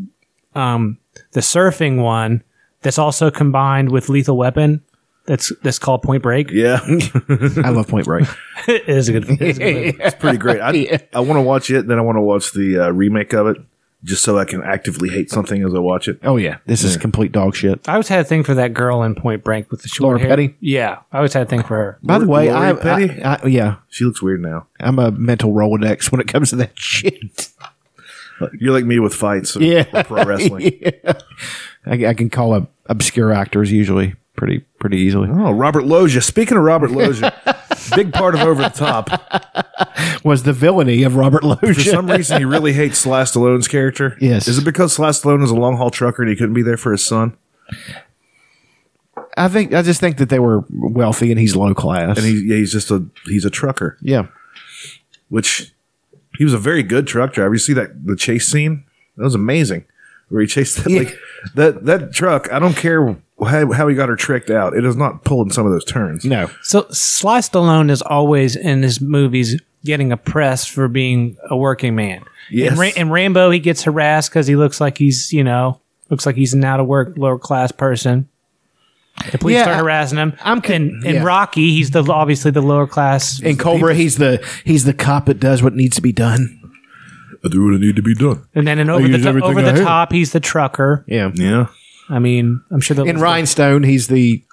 Speaker 5: um, the surfing one that's also combined with Lethal Weapon. That's that's called Point Break.
Speaker 2: Yeah,
Speaker 4: I love Point Break.
Speaker 5: it is a good. It is a good movie.
Speaker 2: It's pretty great. I, I want to watch it, then I want to watch the uh, remake of it, just so I can actively hate something as I watch it.
Speaker 4: Oh yeah, this is complete dog shit.
Speaker 5: I always had a thing for that girl in Point Break with the short
Speaker 4: Laura
Speaker 5: hair.
Speaker 4: Petty?
Speaker 5: Yeah, I always had a thing for her.
Speaker 4: By the way,
Speaker 2: Lori
Speaker 4: I,
Speaker 2: Petty?
Speaker 4: I, I yeah,
Speaker 2: She looks weird now.
Speaker 4: I'm a mental Rolodex when it comes to that shit.
Speaker 2: Uh, You're like me with fights, or,
Speaker 4: Yeah.
Speaker 2: or pro wrestling.
Speaker 4: I, I can call up obscure actors usually pretty pretty easily.
Speaker 2: Oh, Robert Loggia. Speaking of Robert Loggia, big part of Over the Top.
Speaker 4: Was the villainy of Robert
Speaker 2: For
Speaker 4: Loja?
Speaker 2: some reason, he really hates Sly Stallone's character.
Speaker 4: Yes.
Speaker 2: Is it because Sly Stallone is a long haul trucker and he couldn't be there for his son?
Speaker 4: I think I just think that they were wealthy and he's low class.
Speaker 2: And he, yeah, he's just a he's a trucker,
Speaker 4: yeah,
Speaker 2: which he was a very good truck driver. You see that the chase scene? That was amazing. Where he chased that
Speaker 4: Yeah.
Speaker 2: like that that truck. I don't care how, how he got her tricked out. It is not pulling some of those turns.
Speaker 4: no,
Speaker 5: So Sly Stallone is always in his movies getting a press for being a working man.
Speaker 2: Yes.
Speaker 5: In, Ra- in Rambo, he gets harassed because he looks like he's you know Looks like he's an out of work, lower class person. The police
Speaker 4: Yeah,
Speaker 5: start
Speaker 4: I-
Speaker 5: harassing him.
Speaker 4: I'm con-
Speaker 5: and, and
Speaker 4: yeah.
Speaker 5: Rocky, he's the obviously the lower class.
Speaker 4: In Cobra, he's the he's the cop that does what needs to be done.
Speaker 2: I do what I need to be done.
Speaker 5: And then in
Speaker 4: Oh,
Speaker 5: over the
Speaker 2: use
Speaker 5: to-
Speaker 2: everything
Speaker 5: over
Speaker 2: I
Speaker 5: the
Speaker 2: have.
Speaker 5: top, he's the trucker.
Speaker 4: Yeah.
Speaker 2: Yeah.
Speaker 5: I mean, I'm sure the
Speaker 4: In Rhinestone, he's the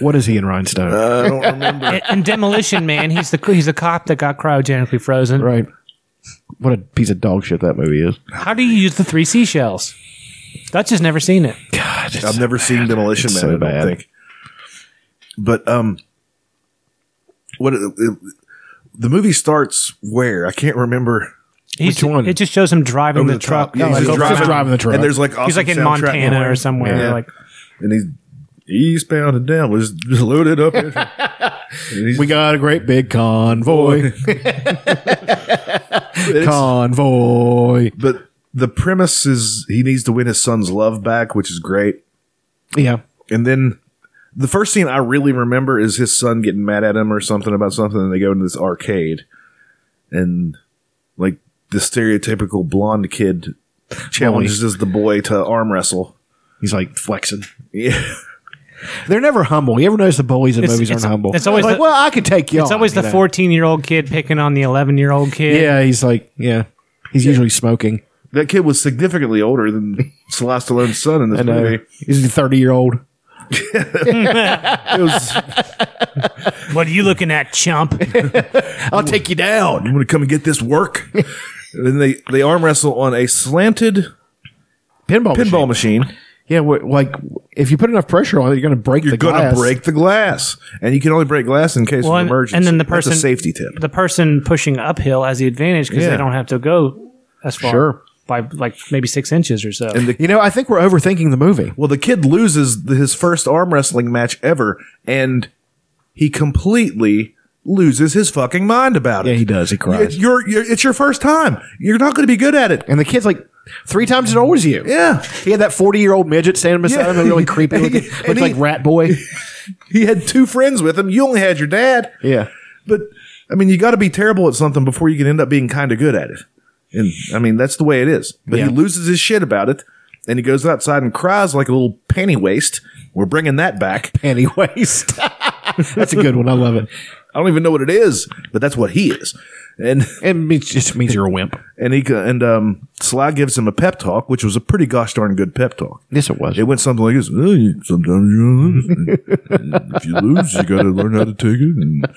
Speaker 4: what is he in Rhinestone?
Speaker 2: Uh,
Speaker 5: in, in Demolition Man, he's the he's the cop that got cryogenically frozen.
Speaker 4: right. What a piece of dog shit that movie is.
Speaker 5: How do you use the three seashells? Dutch has never seen it.
Speaker 4: God, it's-
Speaker 2: I've never seen Demolition
Speaker 4: It's
Speaker 2: Man.
Speaker 4: so
Speaker 2: I don't
Speaker 4: bad.
Speaker 2: think. But um, what the movie starts where I can't remember.
Speaker 5: He's,
Speaker 4: Which one?
Speaker 5: It just shows him driving
Speaker 2: Over
Speaker 5: the, truck.
Speaker 2: top. Yeah,
Speaker 4: No,
Speaker 2: he's
Speaker 4: like,
Speaker 2: just
Speaker 4: just driving the truck.
Speaker 2: And there's like awesome
Speaker 5: He's like in
Speaker 2: soundtrack
Speaker 5: Montana
Speaker 2: going.
Speaker 5: or somewhere.
Speaker 2: Yeah.
Speaker 5: Like
Speaker 2: and he's eastbound and down was just loaded up. and he's,
Speaker 4: we got a great big convoy.
Speaker 2: it's-
Speaker 4: convoy.
Speaker 2: but the premise is he needs to win his son's love back, which is great.
Speaker 4: Yeah.
Speaker 2: And then the first scene I really remember is his son getting mad at him or something about something, and they go into this arcade, and like the stereotypical blonde kid challenges the boy to arm wrestle.
Speaker 4: He's like flexing.
Speaker 2: Yeah,
Speaker 4: They're never humble. You ever notice the bullies in
Speaker 5: It's-
Speaker 4: movies
Speaker 5: it's-
Speaker 4: aren't humble?
Speaker 5: it's always
Speaker 4: like,
Speaker 5: the-
Speaker 4: well, I could take y'all.
Speaker 2: Oh,
Speaker 5: it's always
Speaker 4: you
Speaker 5: the
Speaker 4: know?
Speaker 5: 14 year old kid picking on the 11 year old kid.
Speaker 4: Yeah, he's like, yeah. He's usually smoking.
Speaker 2: that kid was significantly older than Celeste Stallone's son in this
Speaker 4: I know.
Speaker 2: movie.
Speaker 4: He's a 30 year old.
Speaker 2: It was,
Speaker 5: What are you looking at, chump?
Speaker 4: I'll take you down.
Speaker 2: I'm going to come and get this work. and then they they arm wrestle on a slanted
Speaker 4: Pinball.
Speaker 2: pinball machine.
Speaker 4: Yeah, wh- like if you put enough pressure on it, you're going to break
Speaker 2: You're
Speaker 4: the
Speaker 2: going
Speaker 4: glass.
Speaker 2: to break the glass, and you can only break glass in case
Speaker 5: Well,
Speaker 2: of
Speaker 5: and-
Speaker 2: emergency.
Speaker 5: and then the person-
Speaker 2: That's a safety tip.
Speaker 5: the person pushing uphill has the advantage because
Speaker 2: Yeah.
Speaker 5: they don't have to go as far
Speaker 4: Sure.
Speaker 5: by like maybe six inches or so.
Speaker 2: And the
Speaker 4: You know, I think we're overthinking the movie.
Speaker 2: Well, the kid loses the, his first arm wrestling match ever, and he completely loses his fucking mind about it.
Speaker 4: does. He
Speaker 2: It's your, your- it's your first time. You're not going to be good at it.
Speaker 4: And the kid's like three times as old as you.
Speaker 2: Yeah,
Speaker 4: He had that 40 year old midget standing beside
Speaker 2: Yeah.
Speaker 4: him, really creepy looking.
Speaker 2: And
Speaker 4: Looked
Speaker 2: he-
Speaker 4: like Rat Boy.
Speaker 2: he had two friends with him. You only had your dad,
Speaker 4: Yeah.
Speaker 2: but I mean, you got to be terrible at something before you can end up being kind of good at it. And I mean, that's the way it is. But
Speaker 4: Yeah.
Speaker 2: he loses his shit about it, and he goes outside and cries like a little panty waste. We're bringing that back.
Speaker 4: Panty waist. That's a good one. I love it.
Speaker 2: I don't even know what it is, but that's what he is. And
Speaker 4: It means, just means you're a wimp.
Speaker 2: and he and um, Sly gives him a pep talk, which was a pretty gosh darn good pep talk.
Speaker 4: Yes, it was.
Speaker 2: It went something like this: "Oh, you- Sometimes you lose. And if you lose, you got to learn how to take it, and,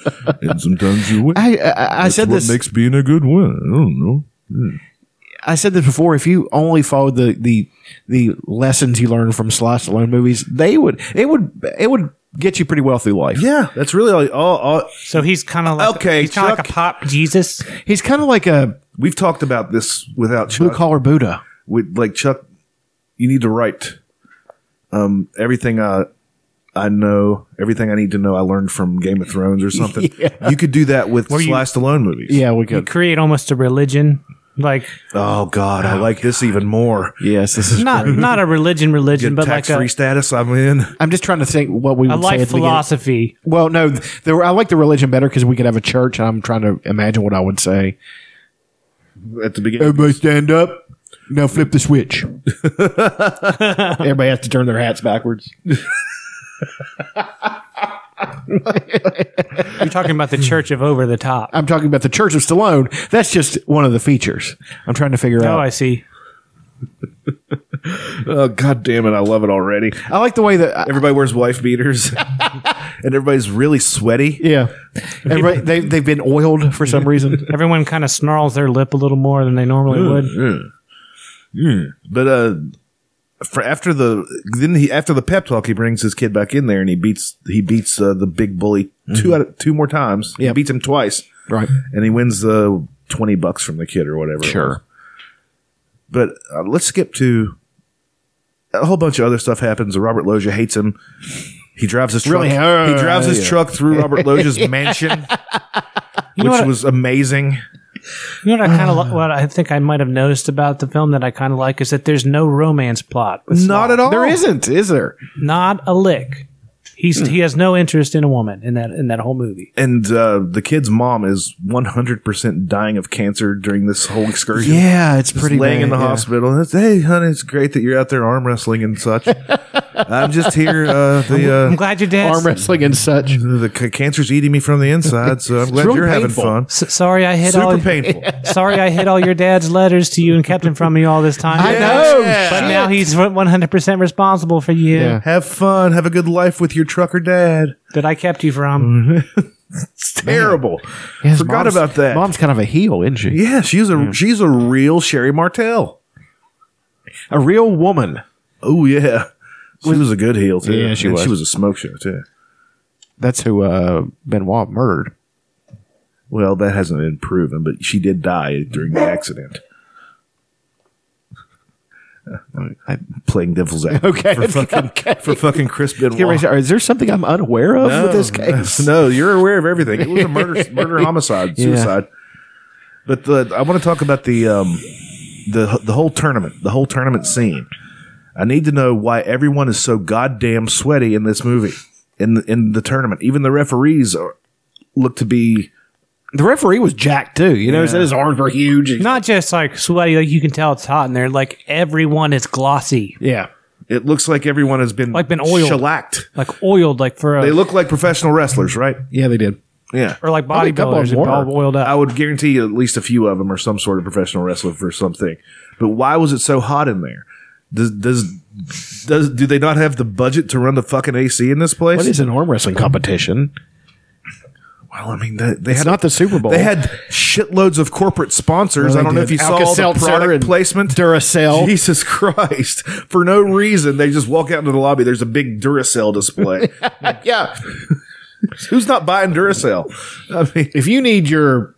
Speaker 2: and sometimes you win.
Speaker 4: I, I, I
Speaker 2: That's
Speaker 4: said
Speaker 2: what
Speaker 4: this.
Speaker 2: makes being a good win. I don't know.
Speaker 4: I said this before. If you only followed the the the lessons you learned from Sly Stallone movies, they would it would it would get you pretty well through life.
Speaker 2: Yeah, that's really all. all, all
Speaker 5: so he's kind of like
Speaker 2: Okay,
Speaker 5: he's kind of like a
Speaker 2: Chuck.
Speaker 5: pop Jesus.
Speaker 4: He's kind of like a
Speaker 2: we've talked about this without
Speaker 4: blue
Speaker 2: Chuck.
Speaker 4: collar Buddha.
Speaker 2: With like Chuck, you need to write um, everything I I know, everything I need to know. I learned from Game of Thrones or something. You could do that with
Speaker 5: you-
Speaker 2: Sly Stallone movies.
Speaker 4: Yeah, we
Speaker 5: You
Speaker 4: could.
Speaker 5: create almost a religion, like
Speaker 2: Oh God, I like this even more.
Speaker 4: Yes, this is.
Speaker 5: not not a religion, religion,
Speaker 2: Good
Speaker 5: but like
Speaker 2: tax-free
Speaker 5: a,
Speaker 2: status I'm in.
Speaker 4: I'm just trying to think what we would
Speaker 5: a
Speaker 4: say
Speaker 5: life
Speaker 4: at the beginning.
Speaker 5: philosophy.
Speaker 4: Well, no, the, I like the religion better because we could have a church. And I'm trying to imagine what I would say.
Speaker 2: At the beginning,
Speaker 4: Everybody stand up. Now flip the switch. Everybody has to turn their hats backwards.
Speaker 5: You're talking about the Church of Over the Top.
Speaker 4: I'm talking about the Church of Stallone. That's just one of the features. I'm trying to figure
Speaker 5: Oh,
Speaker 4: out.
Speaker 5: I see.
Speaker 2: oh God damn it, I love it already.
Speaker 4: I like the way that. uh,
Speaker 2: Everybody wears wife beaters, and everybody's really sweaty.
Speaker 4: yeah, Everybody, they they've been oiled for some reason.
Speaker 5: Everyone kind of snarls their lip a little more than they normally would.
Speaker 2: But uh, for after the then he after the pep talk, he brings his kid back in there and he beats he beats uh, the big bully two out of, two more times. He
Speaker 4: Yeah.
Speaker 2: beats him twice,
Speaker 4: right.
Speaker 2: and he wins the twenty bucks from the kid or whatever. it was. But uh, let's skip to a whole bunch of other stuff happens. Robert Loggia hates him. He drives his truck.
Speaker 4: Really? Uh,
Speaker 2: he drives his
Speaker 4: yeah.
Speaker 2: truck through Robert Loggia's mansion,
Speaker 5: know
Speaker 2: which
Speaker 5: what?
Speaker 2: was amazing.
Speaker 5: You know what I kind of what I think I might have noticed about the film that I kind of like is that there's no romance plot. It's
Speaker 2: Oh. Not at all.
Speaker 4: There isn't, is there?
Speaker 5: not a lick. He's he has no interest in a woman in that in that whole movie.
Speaker 2: And uh, the kid's mom is 100% dying of cancer during this whole excursion.
Speaker 4: Yeah, it's pretty
Speaker 2: laying in the
Speaker 4: bad, yeah.
Speaker 2: hospital. And it's, hey, honey, it's great that you're out there arm wrestling and such. I'm just here. Uh,
Speaker 5: I'm
Speaker 2: the uh,
Speaker 5: glad your dad.
Speaker 4: arm wrestling and such.
Speaker 2: the c- cancer's eating me from the inside, so I'm glad
Speaker 4: really
Speaker 2: you're having
Speaker 4: painful.
Speaker 2: fun.
Speaker 5: S- sorry, I hid all.
Speaker 2: Super painful.
Speaker 5: Sorry, I hid all your dad's letters to you and kept them from you all this time.
Speaker 4: I know.
Speaker 5: But now he's 100% responsible for you
Speaker 4: Yeah.
Speaker 2: Have fun. Have a good life with your trucker dad.
Speaker 5: that I kept you from.
Speaker 2: It's terrible.
Speaker 4: Yeah, his
Speaker 2: Forgot
Speaker 4: mom's-
Speaker 2: about that.
Speaker 4: Mom's kind of a heel, isn't she?
Speaker 2: Yeah, she's a she's a real Sherry Martell.
Speaker 4: A real woman.
Speaker 2: Oh yeah, she was a good heel too.
Speaker 4: Yeah, she
Speaker 2: And
Speaker 4: was.
Speaker 2: She was a smoke show too.
Speaker 4: That's who uh, Benoit murdered.
Speaker 2: Well, that hasn't been proven, but she did die during the accident. I'm playing devil's advocate
Speaker 4: Okay,
Speaker 2: for fucking
Speaker 4: okay.
Speaker 2: for fucking Chris Benoit.
Speaker 4: Get ready to- Is there something I'm unaware of with this case?
Speaker 2: No, you're aware of everything. It was a murder, murder, homicide, suicide. But the, I want to talk about the um, the the whole tournament, the whole tournament scene. I need to know why everyone is so goddamn sweaty in this movie, in the, in the tournament. Even the referees are, look to be
Speaker 4: The referee was jacked too. You know, he said his arms were huge.
Speaker 5: Not just like sweaty, like you can tell it's hot in there. Like everyone is glossy,
Speaker 4: yeah.
Speaker 2: It looks like everyone has been
Speaker 5: Like been oiled.
Speaker 2: shellacked.
Speaker 5: like oiled, like for
Speaker 2: They
Speaker 5: a,
Speaker 2: look like professional wrestlers, right?
Speaker 4: Yeah, they did.
Speaker 2: Yeah.
Speaker 5: or like
Speaker 4: I think a couple
Speaker 5: bodybuilders,
Speaker 4: of more.
Speaker 5: all oiled
Speaker 2: I
Speaker 5: up.
Speaker 2: would guarantee you at least a few of them are some sort of professional wrestler for something. But why was it so hot in there? Does does does do they not have the budget to run the fucking AC in this place?
Speaker 4: What is an arm wrestling competition?
Speaker 2: well, I mean, they, they
Speaker 4: It's
Speaker 2: had
Speaker 4: not the Super Bowl.
Speaker 2: they had shitloads of corporate sponsors. I
Speaker 4: Well, they
Speaker 2: don't know if
Speaker 4: did.
Speaker 2: you saw the
Speaker 4: Alka-Seltzer
Speaker 2: product
Speaker 4: and
Speaker 2: placement.
Speaker 4: Duracell.
Speaker 2: Jesus Christ! For no reason, they just walk out into the lobby. There's a big Duracell display.
Speaker 4: yeah.
Speaker 2: Who's not buying Duracell? I mean,
Speaker 4: If you need your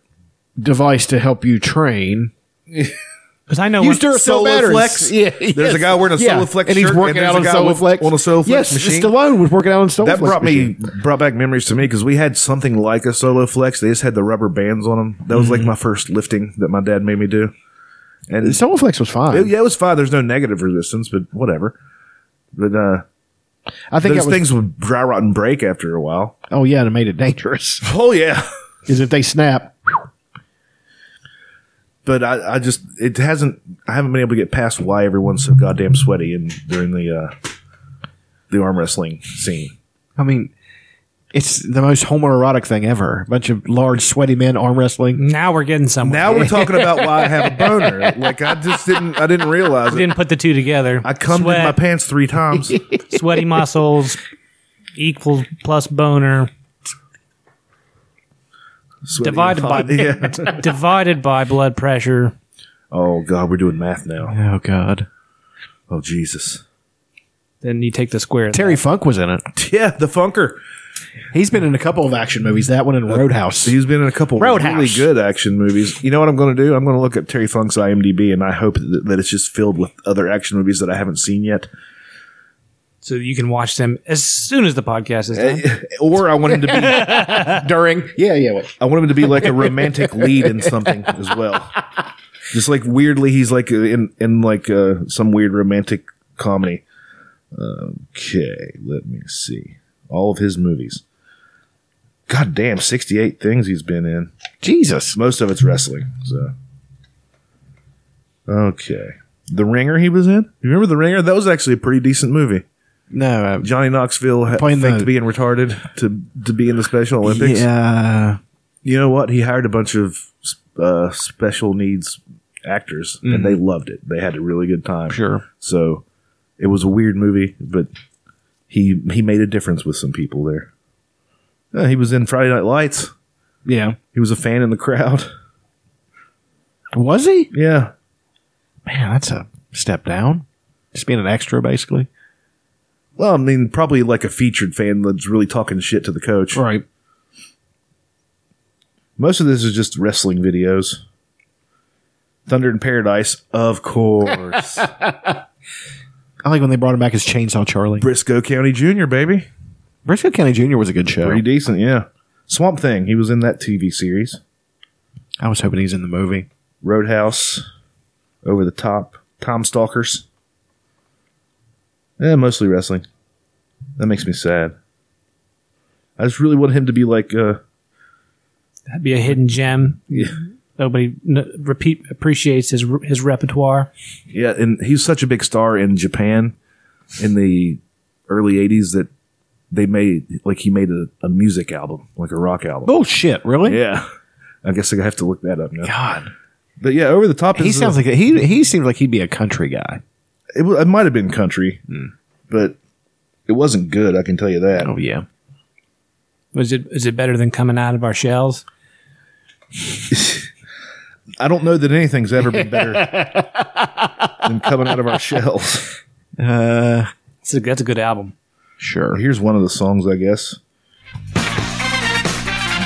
Speaker 4: device to help you train,
Speaker 5: Because I know
Speaker 4: use
Speaker 5: when-
Speaker 4: Duracell batteries.
Speaker 2: Solaflex.
Speaker 4: Yeah,
Speaker 2: There's a guy wearing a Solaflex
Speaker 4: and he's
Speaker 2: shirt,
Speaker 4: working
Speaker 2: and
Speaker 4: out on
Speaker 2: there's
Speaker 4: a
Speaker 2: a guy with-
Speaker 4: Solaflex
Speaker 2: on a Solaflex
Speaker 4: Yes,
Speaker 2: machine.
Speaker 4: Stallone was working out on a Solaflex.
Speaker 2: that brought
Speaker 4: machine.
Speaker 2: me brought back memories to me because we had something like a solo flex. They just had the rubber bands on them. That was like my first lifting that my dad made me do. And
Speaker 4: The Solaflex was fine.
Speaker 2: it, yeah, it was fine. There's no negative resistance, but whatever. But uh,
Speaker 4: I think
Speaker 2: those
Speaker 4: that was,
Speaker 2: things would dry rot and break after a while.
Speaker 4: Oh yeah, and it made it dangerous
Speaker 2: Oh yeah,
Speaker 4: because if they snap,
Speaker 2: but I, I just it hasn't. I haven't been able to get past why everyone's so goddamn sweaty and during the uh, the arm wrestling scene.
Speaker 4: I mean, it's the most homoerotic thing ever. A bunch of large, sweaty men arm wrestling.
Speaker 5: now we're getting somewhere.
Speaker 2: Now we're talking about why I have a boner. Like I just didn't. I didn't realize it.
Speaker 5: didn't put the two together.
Speaker 2: I cummed in my
Speaker 5: Sweat,
Speaker 2: pants three times.
Speaker 5: sweaty muscles equals plus boner
Speaker 2: Sweaty
Speaker 5: Divided
Speaker 2: and hot.
Speaker 5: by-
Speaker 2: yeah.
Speaker 5: divided by blood pressure.
Speaker 2: Oh God, we're doing math now.
Speaker 4: Oh god,
Speaker 2: Oh Jesus.
Speaker 5: Then you take the square.
Speaker 4: Terry Funk was in it.
Speaker 2: Yeah, the Funker.
Speaker 4: He's been in a couple of action movies. That one in Roadhouse.
Speaker 2: He's been in a couple
Speaker 4: Roadhouse.
Speaker 2: really good action movies. You know what I'm going to do? I'm going to look up Terry Funk's IMDb, and I hope that, that it's just filled with other action movies that I haven't seen yet.
Speaker 5: so you can watch them as soon as the podcast is done.
Speaker 2: Or I want him to be,
Speaker 4: During, yeah, yeah. Wait.
Speaker 2: I want him to be like a romantic lead in something as well. Just like weirdly, he's like in in like uh, some weird romantic comedy. Okay, let me see all of his movies. God damn, 68 things he's been in.
Speaker 4: Jesus.
Speaker 2: Most of it's wrestling. So, okay, The Ringer he was in. You remember The Ringer? That was actually a pretty decent movie.
Speaker 4: No. Uh,
Speaker 2: Johnny Knoxville had
Speaker 4: Playing
Speaker 2: faked
Speaker 4: the-
Speaker 2: being retarded to to be in the Special Olympics.
Speaker 4: yeah.
Speaker 2: You know what? He hired a bunch of uh, special needs actors, and they loved it. They had a really good time.
Speaker 4: Mm-hmm. Sure.
Speaker 2: So, it was a weird movie, but he he made a difference with some people there. Uh, he was in Friday Night Lights.
Speaker 4: Yeah.
Speaker 2: He was a fan in the crowd.
Speaker 4: Was he?
Speaker 2: Yeah,
Speaker 4: Man, that's a step down. Just being an extra, basically.
Speaker 2: Well, I mean, probably like a featured fan that's really talking shit to the coach.
Speaker 4: Right.
Speaker 2: Most of this is just wrestling videos. Thunder in Paradise, of course.
Speaker 4: I like when they brought him back as Chainsaw Charlie.
Speaker 2: Briscoe County Jr., baby.
Speaker 4: Briscoe County Jr. was a good show.
Speaker 2: Pretty decent, yeah. Swamp Thing, he was in that TV series.
Speaker 4: I was hoping he's in the movie.
Speaker 2: Roadhouse, Over the Top, Tom Eh, Stalkers. Yeah, mostly wrestling. That makes me sad. I just really want him to be like, uh,
Speaker 5: That'd be a hidden gem.
Speaker 2: yeah,
Speaker 5: Nobody n- repeat appreciates his re- his repertoire.
Speaker 2: yeah. And he's such a big star in Japan in the early '80s that they made like he made a, a music album, like a rock album.
Speaker 4: Oh shit! Really?
Speaker 2: Yeah, I guess I have to look that up now.
Speaker 4: God,
Speaker 2: But yeah, over the top.
Speaker 4: he
Speaker 2: is a-
Speaker 4: sounds like a, he he seems like he'd be a country guy.
Speaker 2: it, wa- it might have been country, but it wasn't good. Hmm. I can tell you that.
Speaker 4: Oh yeah.
Speaker 5: Was it is it better than coming out of our shells?
Speaker 2: I don't know that anything's ever been better than coming out of our shells.
Speaker 4: Uh,
Speaker 5: That's a, that's a good album.
Speaker 4: sure.
Speaker 2: Here's one of the songs, I guess.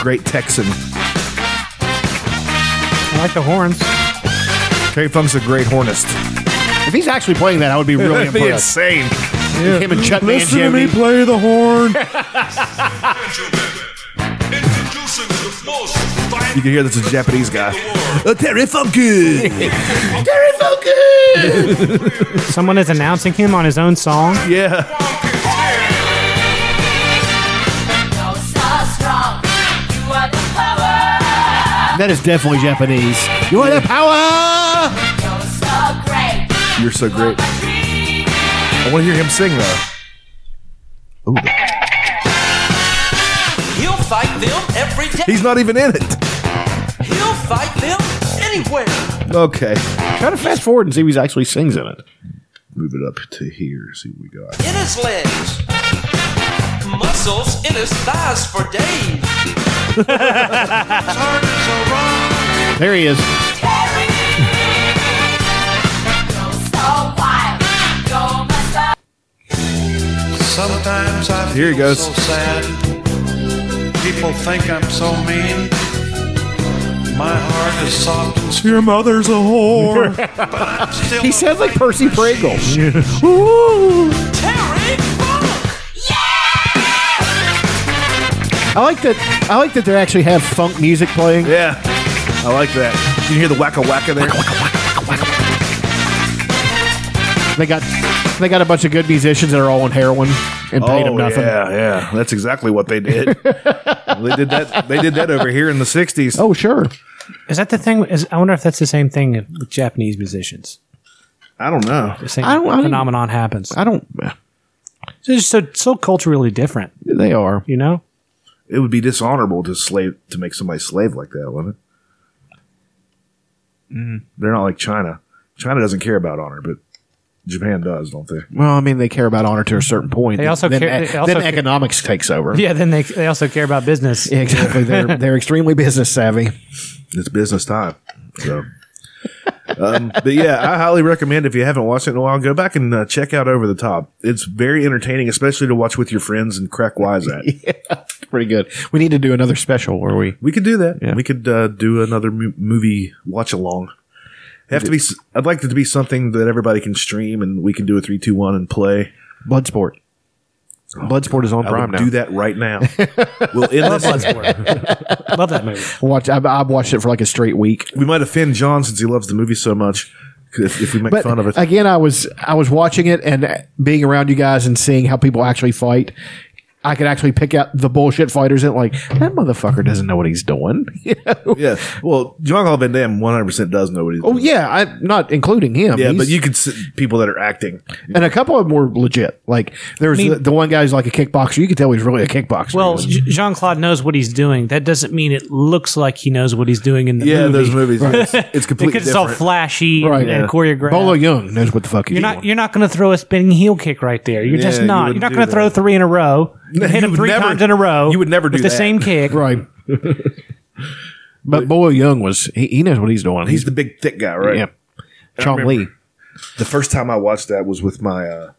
Speaker 2: Great Texan.
Speaker 5: I like the horns.
Speaker 2: Terry Funk's a great hornist.
Speaker 4: If he's actually playing that, I would be really
Speaker 2: That'd be
Speaker 4: impressed.
Speaker 2: insane.
Speaker 4: Him and Chuck
Speaker 2: Listen to me
Speaker 4: Mangione.
Speaker 2: play the horn.
Speaker 6: Introducing the most
Speaker 2: You
Speaker 6: fine
Speaker 2: can hear this is a Japanese guy.
Speaker 6: world.
Speaker 2: Oh, Terry Funk. Terry Funk.
Speaker 5: Someone is announcing him on his own song.
Speaker 2: Yeah.
Speaker 7: So strong, you are the power.
Speaker 4: That is definitely Japanese. You are the power.
Speaker 7: You're
Speaker 2: You're so
Speaker 7: so great.
Speaker 2: great.
Speaker 7: My dream.
Speaker 2: I want to hear him sing, though.
Speaker 3: He'll fight them every day.
Speaker 2: He's not even in it.
Speaker 3: He'll fight them anywhere.
Speaker 2: Okay.
Speaker 4: Try to fast forward and see if he actually sings in it.
Speaker 2: Move it up to here. See what we got.
Speaker 3: In his legs. Muscles in his thighs for days. Turns around.
Speaker 4: There he is.
Speaker 7: Carry me. You're so wild. You're my star.
Speaker 6: Sometimes I
Speaker 2: Here he
Speaker 6: feel
Speaker 2: goes.
Speaker 6: so sad. People think I'm so mean. My heart is soft and sweet.
Speaker 2: Your mother's a whore.
Speaker 6: Still
Speaker 4: He sounds like Percy Pringle.
Speaker 3: Terry Funk.
Speaker 4: I like that. I like that they actually have funk music playing.
Speaker 2: yeah. I like that. You hear the wacka wacka there?
Speaker 4: They got they got a bunch of good musicians that are all on heroin and paid them nothing.
Speaker 2: Oh, yeah, yeah. That's exactly what they did. they did that. They did that over here in the '60s.
Speaker 4: Oh sure.
Speaker 5: Is that the thing? Is, I wonder if that's the same thing with Japanese musicians.
Speaker 2: I don't know.
Speaker 5: The same
Speaker 4: I don't- I don't-
Speaker 5: phenomenon happens.
Speaker 4: I don't.
Speaker 5: They're just so so culturally different.
Speaker 4: They are.
Speaker 5: You know,
Speaker 2: It would be dishonorable to slave to make somebody slave like that, wouldn't it? They're not like China. China doesn't care about honor, but Japan does, don't they?
Speaker 4: Well, I mean, they care about honor to a certain point.
Speaker 5: They also
Speaker 4: then,
Speaker 5: care-
Speaker 4: e-
Speaker 5: they also
Speaker 4: then
Speaker 5: care-
Speaker 4: economics takes over.
Speaker 5: yeah. Then they they also care about business.
Speaker 4: Yeah, exactly. They're they're extremely business savvy.
Speaker 2: It's business time. So. um, but yeah, I highly recommend if you haven't watched it in a while, go back and uh, check out Over the Top. It's very entertaining, especially to watch with your friends and crack wise at.
Speaker 4: Pretty good. We need to do another special where we
Speaker 2: We could do that.
Speaker 4: Yeah.
Speaker 2: We could uh, do another mo- movie watch along. It Have to be. s- I'd like it to be something that everybody can stream, and we can do a three, two, one, and play.
Speaker 4: Bloodsport. Bloodsport is on
Speaker 2: I
Speaker 4: Prime
Speaker 2: would
Speaker 4: now.
Speaker 2: do that right now. we'll end this.
Speaker 5: Bloodsport. Love that movie.
Speaker 4: Watch. I've, I've watched it for like a straight week.
Speaker 2: We might offend John since he loves the movie so much. If, if we make
Speaker 4: But
Speaker 2: fun of it,
Speaker 4: again, I was I was watching it and uh, being around you guys and seeing how people actually fight. I could actually pick out the bullshit fighters and like that motherfucker doesn't know what he's doing. You know?
Speaker 2: yeah. Well, John Claude Van Damme one hundred percent does know what he's.
Speaker 4: Oh
Speaker 2: doing.
Speaker 4: yeah, I'm not including him.
Speaker 2: yeah.
Speaker 4: He's-
Speaker 2: But you could see people that are acting.
Speaker 4: and a couple of them were legit. Like there was
Speaker 5: mean-
Speaker 4: the, the one guy who's like a kickboxer. You could tell he's really a kickboxer.
Speaker 5: Well,
Speaker 4: He was-
Speaker 5: Jean Claude knows what he's doing. That doesn't mean it looks like he knows what he's doing in the
Speaker 2: Yeah,
Speaker 5: movie.
Speaker 2: those movies. It's, it's completely
Speaker 5: because it's all
Speaker 2: different.
Speaker 5: flashy
Speaker 4: Right,
Speaker 5: and, and
Speaker 4: yeah.
Speaker 5: choreographed.
Speaker 4: Bolo Young knows what the fuck he's
Speaker 5: you're not
Speaker 4: doing.
Speaker 5: you're not going to throw a spinning heel kick right there. You're just
Speaker 2: Yeah, you
Speaker 5: not.
Speaker 2: wouldn't
Speaker 5: you're not
Speaker 2: do
Speaker 5: going to throw
Speaker 2: that.
Speaker 5: three in a row. You hit
Speaker 2: you
Speaker 5: him
Speaker 2: would
Speaker 5: three
Speaker 2: never-
Speaker 5: times in a row.
Speaker 2: you would never do
Speaker 5: with
Speaker 2: that.
Speaker 5: the same kick.
Speaker 4: right. but Bolo Young was he, he knows what he's doing.
Speaker 2: He's the big thick guy, right?
Speaker 4: yeah. Chong Lee.
Speaker 2: The first time I watched that was with my uh,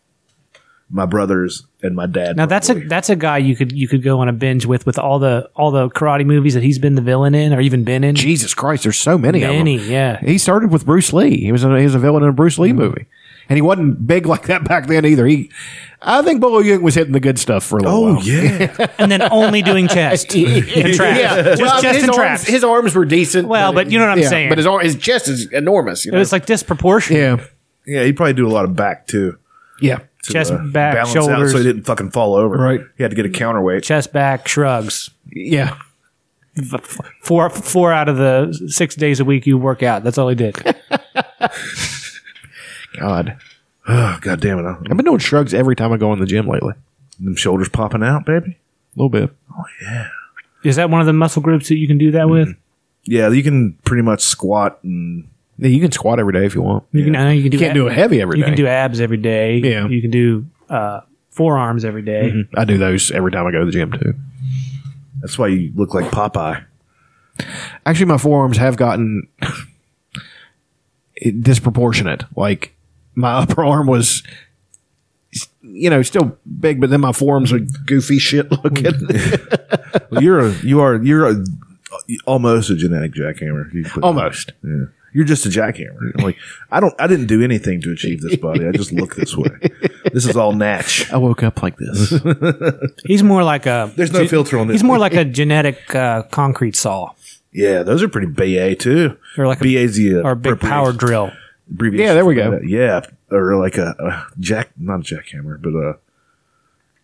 Speaker 2: my brothers and my dad.
Speaker 5: Now that's a
Speaker 2: probably.
Speaker 5: that's a guy you could you could go on a binge with with all the all the karate movies that he's been the villain in or even been in.
Speaker 4: Jesus Christ, there's so many,
Speaker 5: Many,
Speaker 4: of them.
Speaker 5: yeah.
Speaker 4: He started with Bruce Lee. He was a, he was a villain in a Bruce Lee movie, and he wasn't big like that back then either. He, I think Bolo Young was hitting the good stuff for a little
Speaker 2: Oh
Speaker 4: while.
Speaker 2: yeah,
Speaker 5: and then only doing chest and traps. Just
Speaker 4: Well, I mean,
Speaker 5: chest
Speaker 4: his,
Speaker 5: and
Speaker 4: arms,
Speaker 5: traps.
Speaker 4: his arms were decent.
Speaker 5: Well, but you know what I'm
Speaker 4: yeah,
Speaker 5: saying.
Speaker 4: But his, arm, his chest is enormous. You
Speaker 5: it
Speaker 4: know?
Speaker 5: was like disproportionate.
Speaker 4: yeah,
Speaker 2: yeah. He probably do a lot of back too.
Speaker 4: yeah.
Speaker 2: to, uh,
Speaker 5: Chest, back,
Speaker 2: balance out
Speaker 5: shoulders.
Speaker 2: so he didn't fucking fall over.
Speaker 4: Right.
Speaker 2: He had to get a counterweight.
Speaker 5: Chest back shrugs.
Speaker 4: Yeah.
Speaker 5: Four four out of the six days a week you work out. That's all he did.
Speaker 4: God.
Speaker 2: Oh, God damn it. I-
Speaker 4: I've been doing shrugs every time I go in the gym lately. A
Speaker 2: Them shoulders popping out, baby.
Speaker 4: little bit.
Speaker 5: Is that one of the muscle groups that you can do that
Speaker 2: Mm-hmm.
Speaker 5: with?
Speaker 2: Yeah, you can pretty much squat and
Speaker 4: Yeah, you can squat every day if you want.
Speaker 5: You can, I know you can do
Speaker 4: You can't do it heavy every
Speaker 5: You can
Speaker 4: day.
Speaker 5: do abs every day.
Speaker 4: Yeah.
Speaker 5: You can do uh, forearms every day.
Speaker 4: I do those every time I go to the gym too.
Speaker 2: that's why you look like Popeye.
Speaker 4: Actually, my forearms have gotten disproportionate. Like my upper arm was, you know, still big, but then my forearms are goofy shit looking.
Speaker 2: Well, you're a, you are you're a, almost a genetic jackhammer. You put-
Speaker 4: Almost.
Speaker 2: Yeah. You're just a jackhammer. Like I don't I didn't do anything to achieve this body. I just look this way. This is all natch.
Speaker 4: I woke up like this.
Speaker 5: He's more like a.
Speaker 2: There's no filter on this.
Speaker 5: He's more like a genetic uh, concrete saw
Speaker 2: Yeah, those are pretty BA too.
Speaker 5: They're like a-
Speaker 2: BA's the uh,
Speaker 5: or a big power drill.
Speaker 2: abbreviation
Speaker 4: Yeah, there we
Speaker 2: for
Speaker 4: go.
Speaker 2: that. Yeah, or like a, a jack, not a jackhammer, but uh,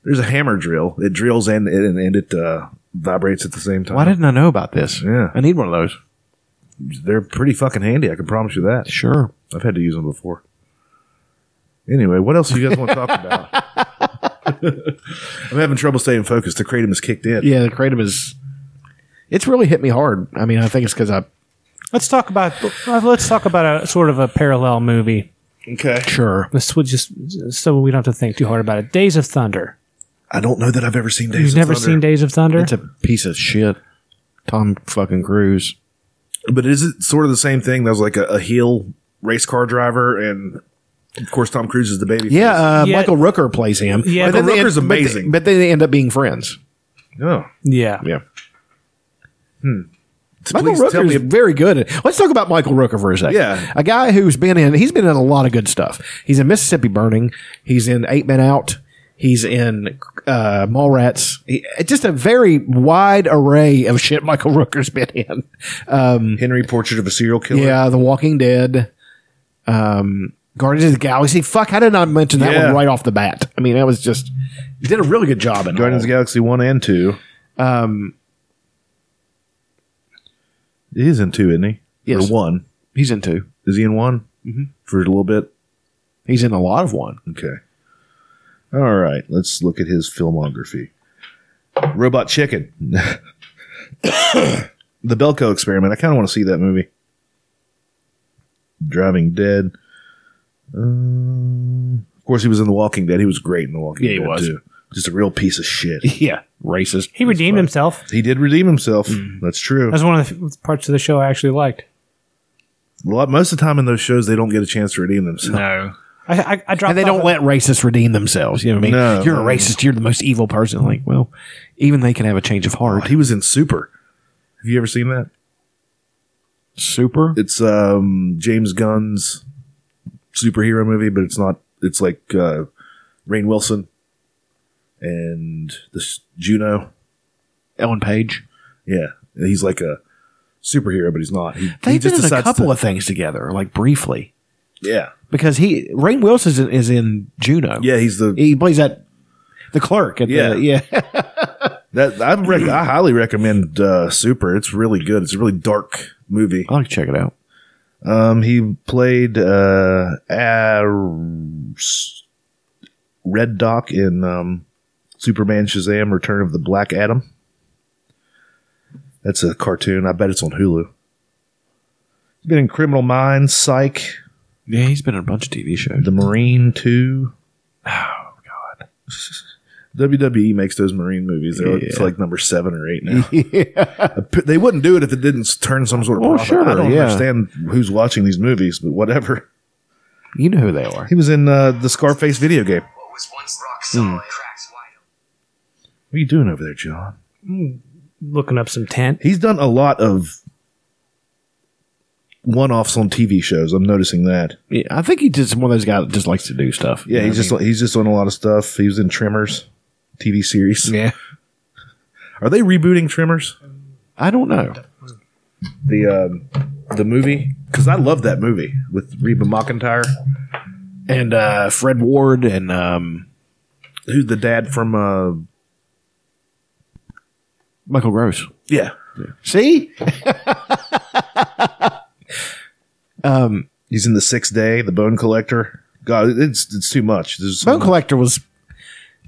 Speaker 2: there's a hammer drill. It drills and and, and it uh, vibrates at the same time.
Speaker 4: Why didn't I know about this?
Speaker 2: Yeah.
Speaker 4: I need one of those.
Speaker 2: They're pretty fucking handy. I can promise you that.
Speaker 4: Sure.
Speaker 2: I've had to use them before. Anyway, what else do you guys want to talk about? I'm having trouble staying focused. The kratom is kicked in.
Speaker 4: Yeah, the kratom is. It's really hit me hard. I mean, I think it's because I
Speaker 5: Let's talk about. uh, Let's talk about a sort of a parallel movie.
Speaker 2: Okay.
Speaker 4: sure
Speaker 5: This would just so we don't have to think too hard about it. Days of Thunder.
Speaker 2: I don't know that I've ever seen Days
Speaker 5: You've
Speaker 2: of
Speaker 5: never
Speaker 2: Thunder.
Speaker 5: seen Days of Thunder?
Speaker 4: it's a piece of shit. Tom fucking Cruise.
Speaker 2: But is it sort of the same thing? That was like a, a heel race car driver, and of course Tom Cruise is the baby.
Speaker 4: Yeah, uh,
Speaker 5: Yeah.
Speaker 4: Michael Rooker plays him.
Speaker 5: Yeah,
Speaker 4: But then
Speaker 2: Michael
Speaker 4: they end-
Speaker 2: Rooker's
Speaker 4: but they-
Speaker 2: amazing.
Speaker 4: But then they end up being friends. uh,
Speaker 2: no.
Speaker 5: yeah.
Speaker 4: Yeah. Michael
Speaker 2: Please tell
Speaker 4: Rooker
Speaker 2: me.
Speaker 4: is very good. at- Let's talk about Michael Rooker for a second.
Speaker 2: Yeah.
Speaker 4: a guy who's been in. He's been in a lot of good stuff. He's in Mississippi Burning. He's in Eight Men Out. He's in uh, Mallrats. He, just a very wide array of shit Michael Rooker's been in.
Speaker 2: Henry Portrait of a Serial Killer.
Speaker 4: Yeah, The Walking Dead, um, Guardians of the Galaxy. Fuck, how did I not mention that
Speaker 2: Yeah.
Speaker 4: one right off the bat? I mean, that was just he did a really good job in
Speaker 2: Guardians of the
Speaker 4: all.
Speaker 2: Galaxy one and two. Um, he's in two, isn't he?
Speaker 4: Yes. Mm-hmm.
Speaker 2: Or one?
Speaker 4: He's in two.
Speaker 2: Is he in one for a little bit?
Speaker 4: He's in a lot of one.
Speaker 2: Okay. All right. Let's look at his filmography. Robot Chicken. the Belko Experiment. I kind of want to see that movie. Driving Dead. Um, of course, he was in The Walking Dead. He was great in The Walking
Speaker 4: Yeah, he
Speaker 2: Dead
Speaker 4: was.
Speaker 2: too. Just a real piece of shit.
Speaker 4: Yeah, racist.
Speaker 5: He redeemed himself.
Speaker 2: he did redeem himself.
Speaker 4: Mm-hmm.
Speaker 2: That's true.
Speaker 5: That's one of the parts of the show I actually liked.
Speaker 2: A lot, most of the time in those shows, they don't get a chance to redeem themselves.
Speaker 4: No,
Speaker 5: I, I, I dropped
Speaker 4: and they
Speaker 5: off
Speaker 4: don't let racists redeem themselves. You know what I
Speaker 2: No.
Speaker 4: mean? you're a racist. You're the most evil person. Like, well, even they can have a change of heart.
Speaker 2: He was in Super. Have you ever seen that?
Speaker 4: Super.
Speaker 2: it's um James Gunn's superhero movie, but it's not. It's like uh, Rain Wilson and this Juno.
Speaker 4: Ellen Page.
Speaker 2: Yeah, And he's like a superhero, but he's not. He, he
Speaker 4: They've
Speaker 2: just
Speaker 4: been in a
Speaker 2: decides
Speaker 4: couple
Speaker 2: to,
Speaker 4: of things together, like briefly,
Speaker 2: yeah,
Speaker 4: because he Rain Wilson is in, is in Juno.
Speaker 2: yeah. He's the
Speaker 4: he plays that the clerk. At
Speaker 2: Yeah.
Speaker 4: the, yeah.
Speaker 2: that I rec- I highly recommend uh, Super. It's really good. It's a really dark movie.
Speaker 4: I'll check it out.
Speaker 2: Um, he played uh, Ar- Red Doc in um, Superman Shazam: Return of the Black Adam. That's a cartoon. I bet it's on Hulu. He's been in Criminal Minds, Psych,
Speaker 4: Yeah, he's been in a bunch of TV shows.
Speaker 2: The Marine Two. Oh God. WWE makes those Marine movies. They're It's
Speaker 4: Yeah.
Speaker 2: like number seven or eight now. They wouldn't do it if it didn't turn some sort of
Speaker 4: Well,
Speaker 2: profit. I
Speaker 4: Oh, sure,
Speaker 2: don't
Speaker 4: yeah.
Speaker 2: understand who's watching these movies, but whatever.
Speaker 4: You know who they are.
Speaker 2: He was in uh, the Scarface video game. What are you doing over there, John?
Speaker 5: looking up some tent.
Speaker 2: He's done a lot of one-offs on TV shows. I'm noticing that.
Speaker 4: Yeah, I think he's just one of those guys that just likes to do stuff.
Speaker 2: Yeah,
Speaker 4: You know
Speaker 2: he's just
Speaker 4: what
Speaker 2: he's just on a lot of stuff. He was in Tremors TV series.
Speaker 4: I mean? yeah.
Speaker 2: Are they rebooting Tremors?
Speaker 4: I don't know.
Speaker 2: The um, the movie because I love that movie with Reba McIntyre
Speaker 4: and uh, Fred Ward and um,
Speaker 2: Who's the dad from? Uh,
Speaker 4: Michael Gross.
Speaker 2: yeah,
Speaker 4: See,
Speaker 2: he's in the Sixth Day, the Bone Collector. God, it's it's too much. There's
Speaker 4: Bone Collector was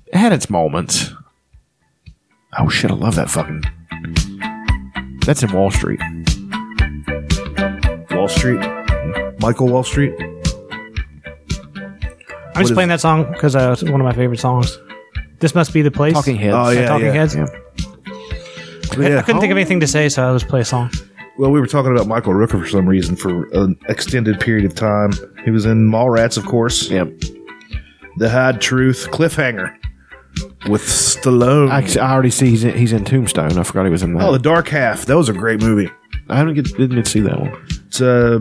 Speaker 4: it had its moments. Oh shit! I love that fucking. That's in Wall Street.
Speaker 2: Wall Street, Michael Wall Street.
Speaker 5: I'm
Speaker 2: is-
Speaker 5: just playing that song because uh, it's one of my favorite songs. This must be the place.
Speaker 4: Talking Heads.
Speaker 2: Oh yeah,
Speaker 5: Talking
Speaker 2: yeah,
Speaker 5: Heads.
Speaker 4: yeah.
Speaker 2: But yeah.
Speaker 5: I couldn't think of anything to say, so I just play a song.
Speaker 2: Well, we were talking about Michael Rooker for some reason for an extended period of time. He was in Mallrats, of course.
Speaker 4: Yep.
Speaker 2: The Hard Truth, Cliffhanger with Stallone.
Speaker 4: I, I already see he's in, he's in Tombstone. I forgot he was in that.
Speaker 2: oh, The Dark Half. That was a great movie.
Speaker 4: I haven't get, didn't get to see that one.
Speaker 2: It's uh,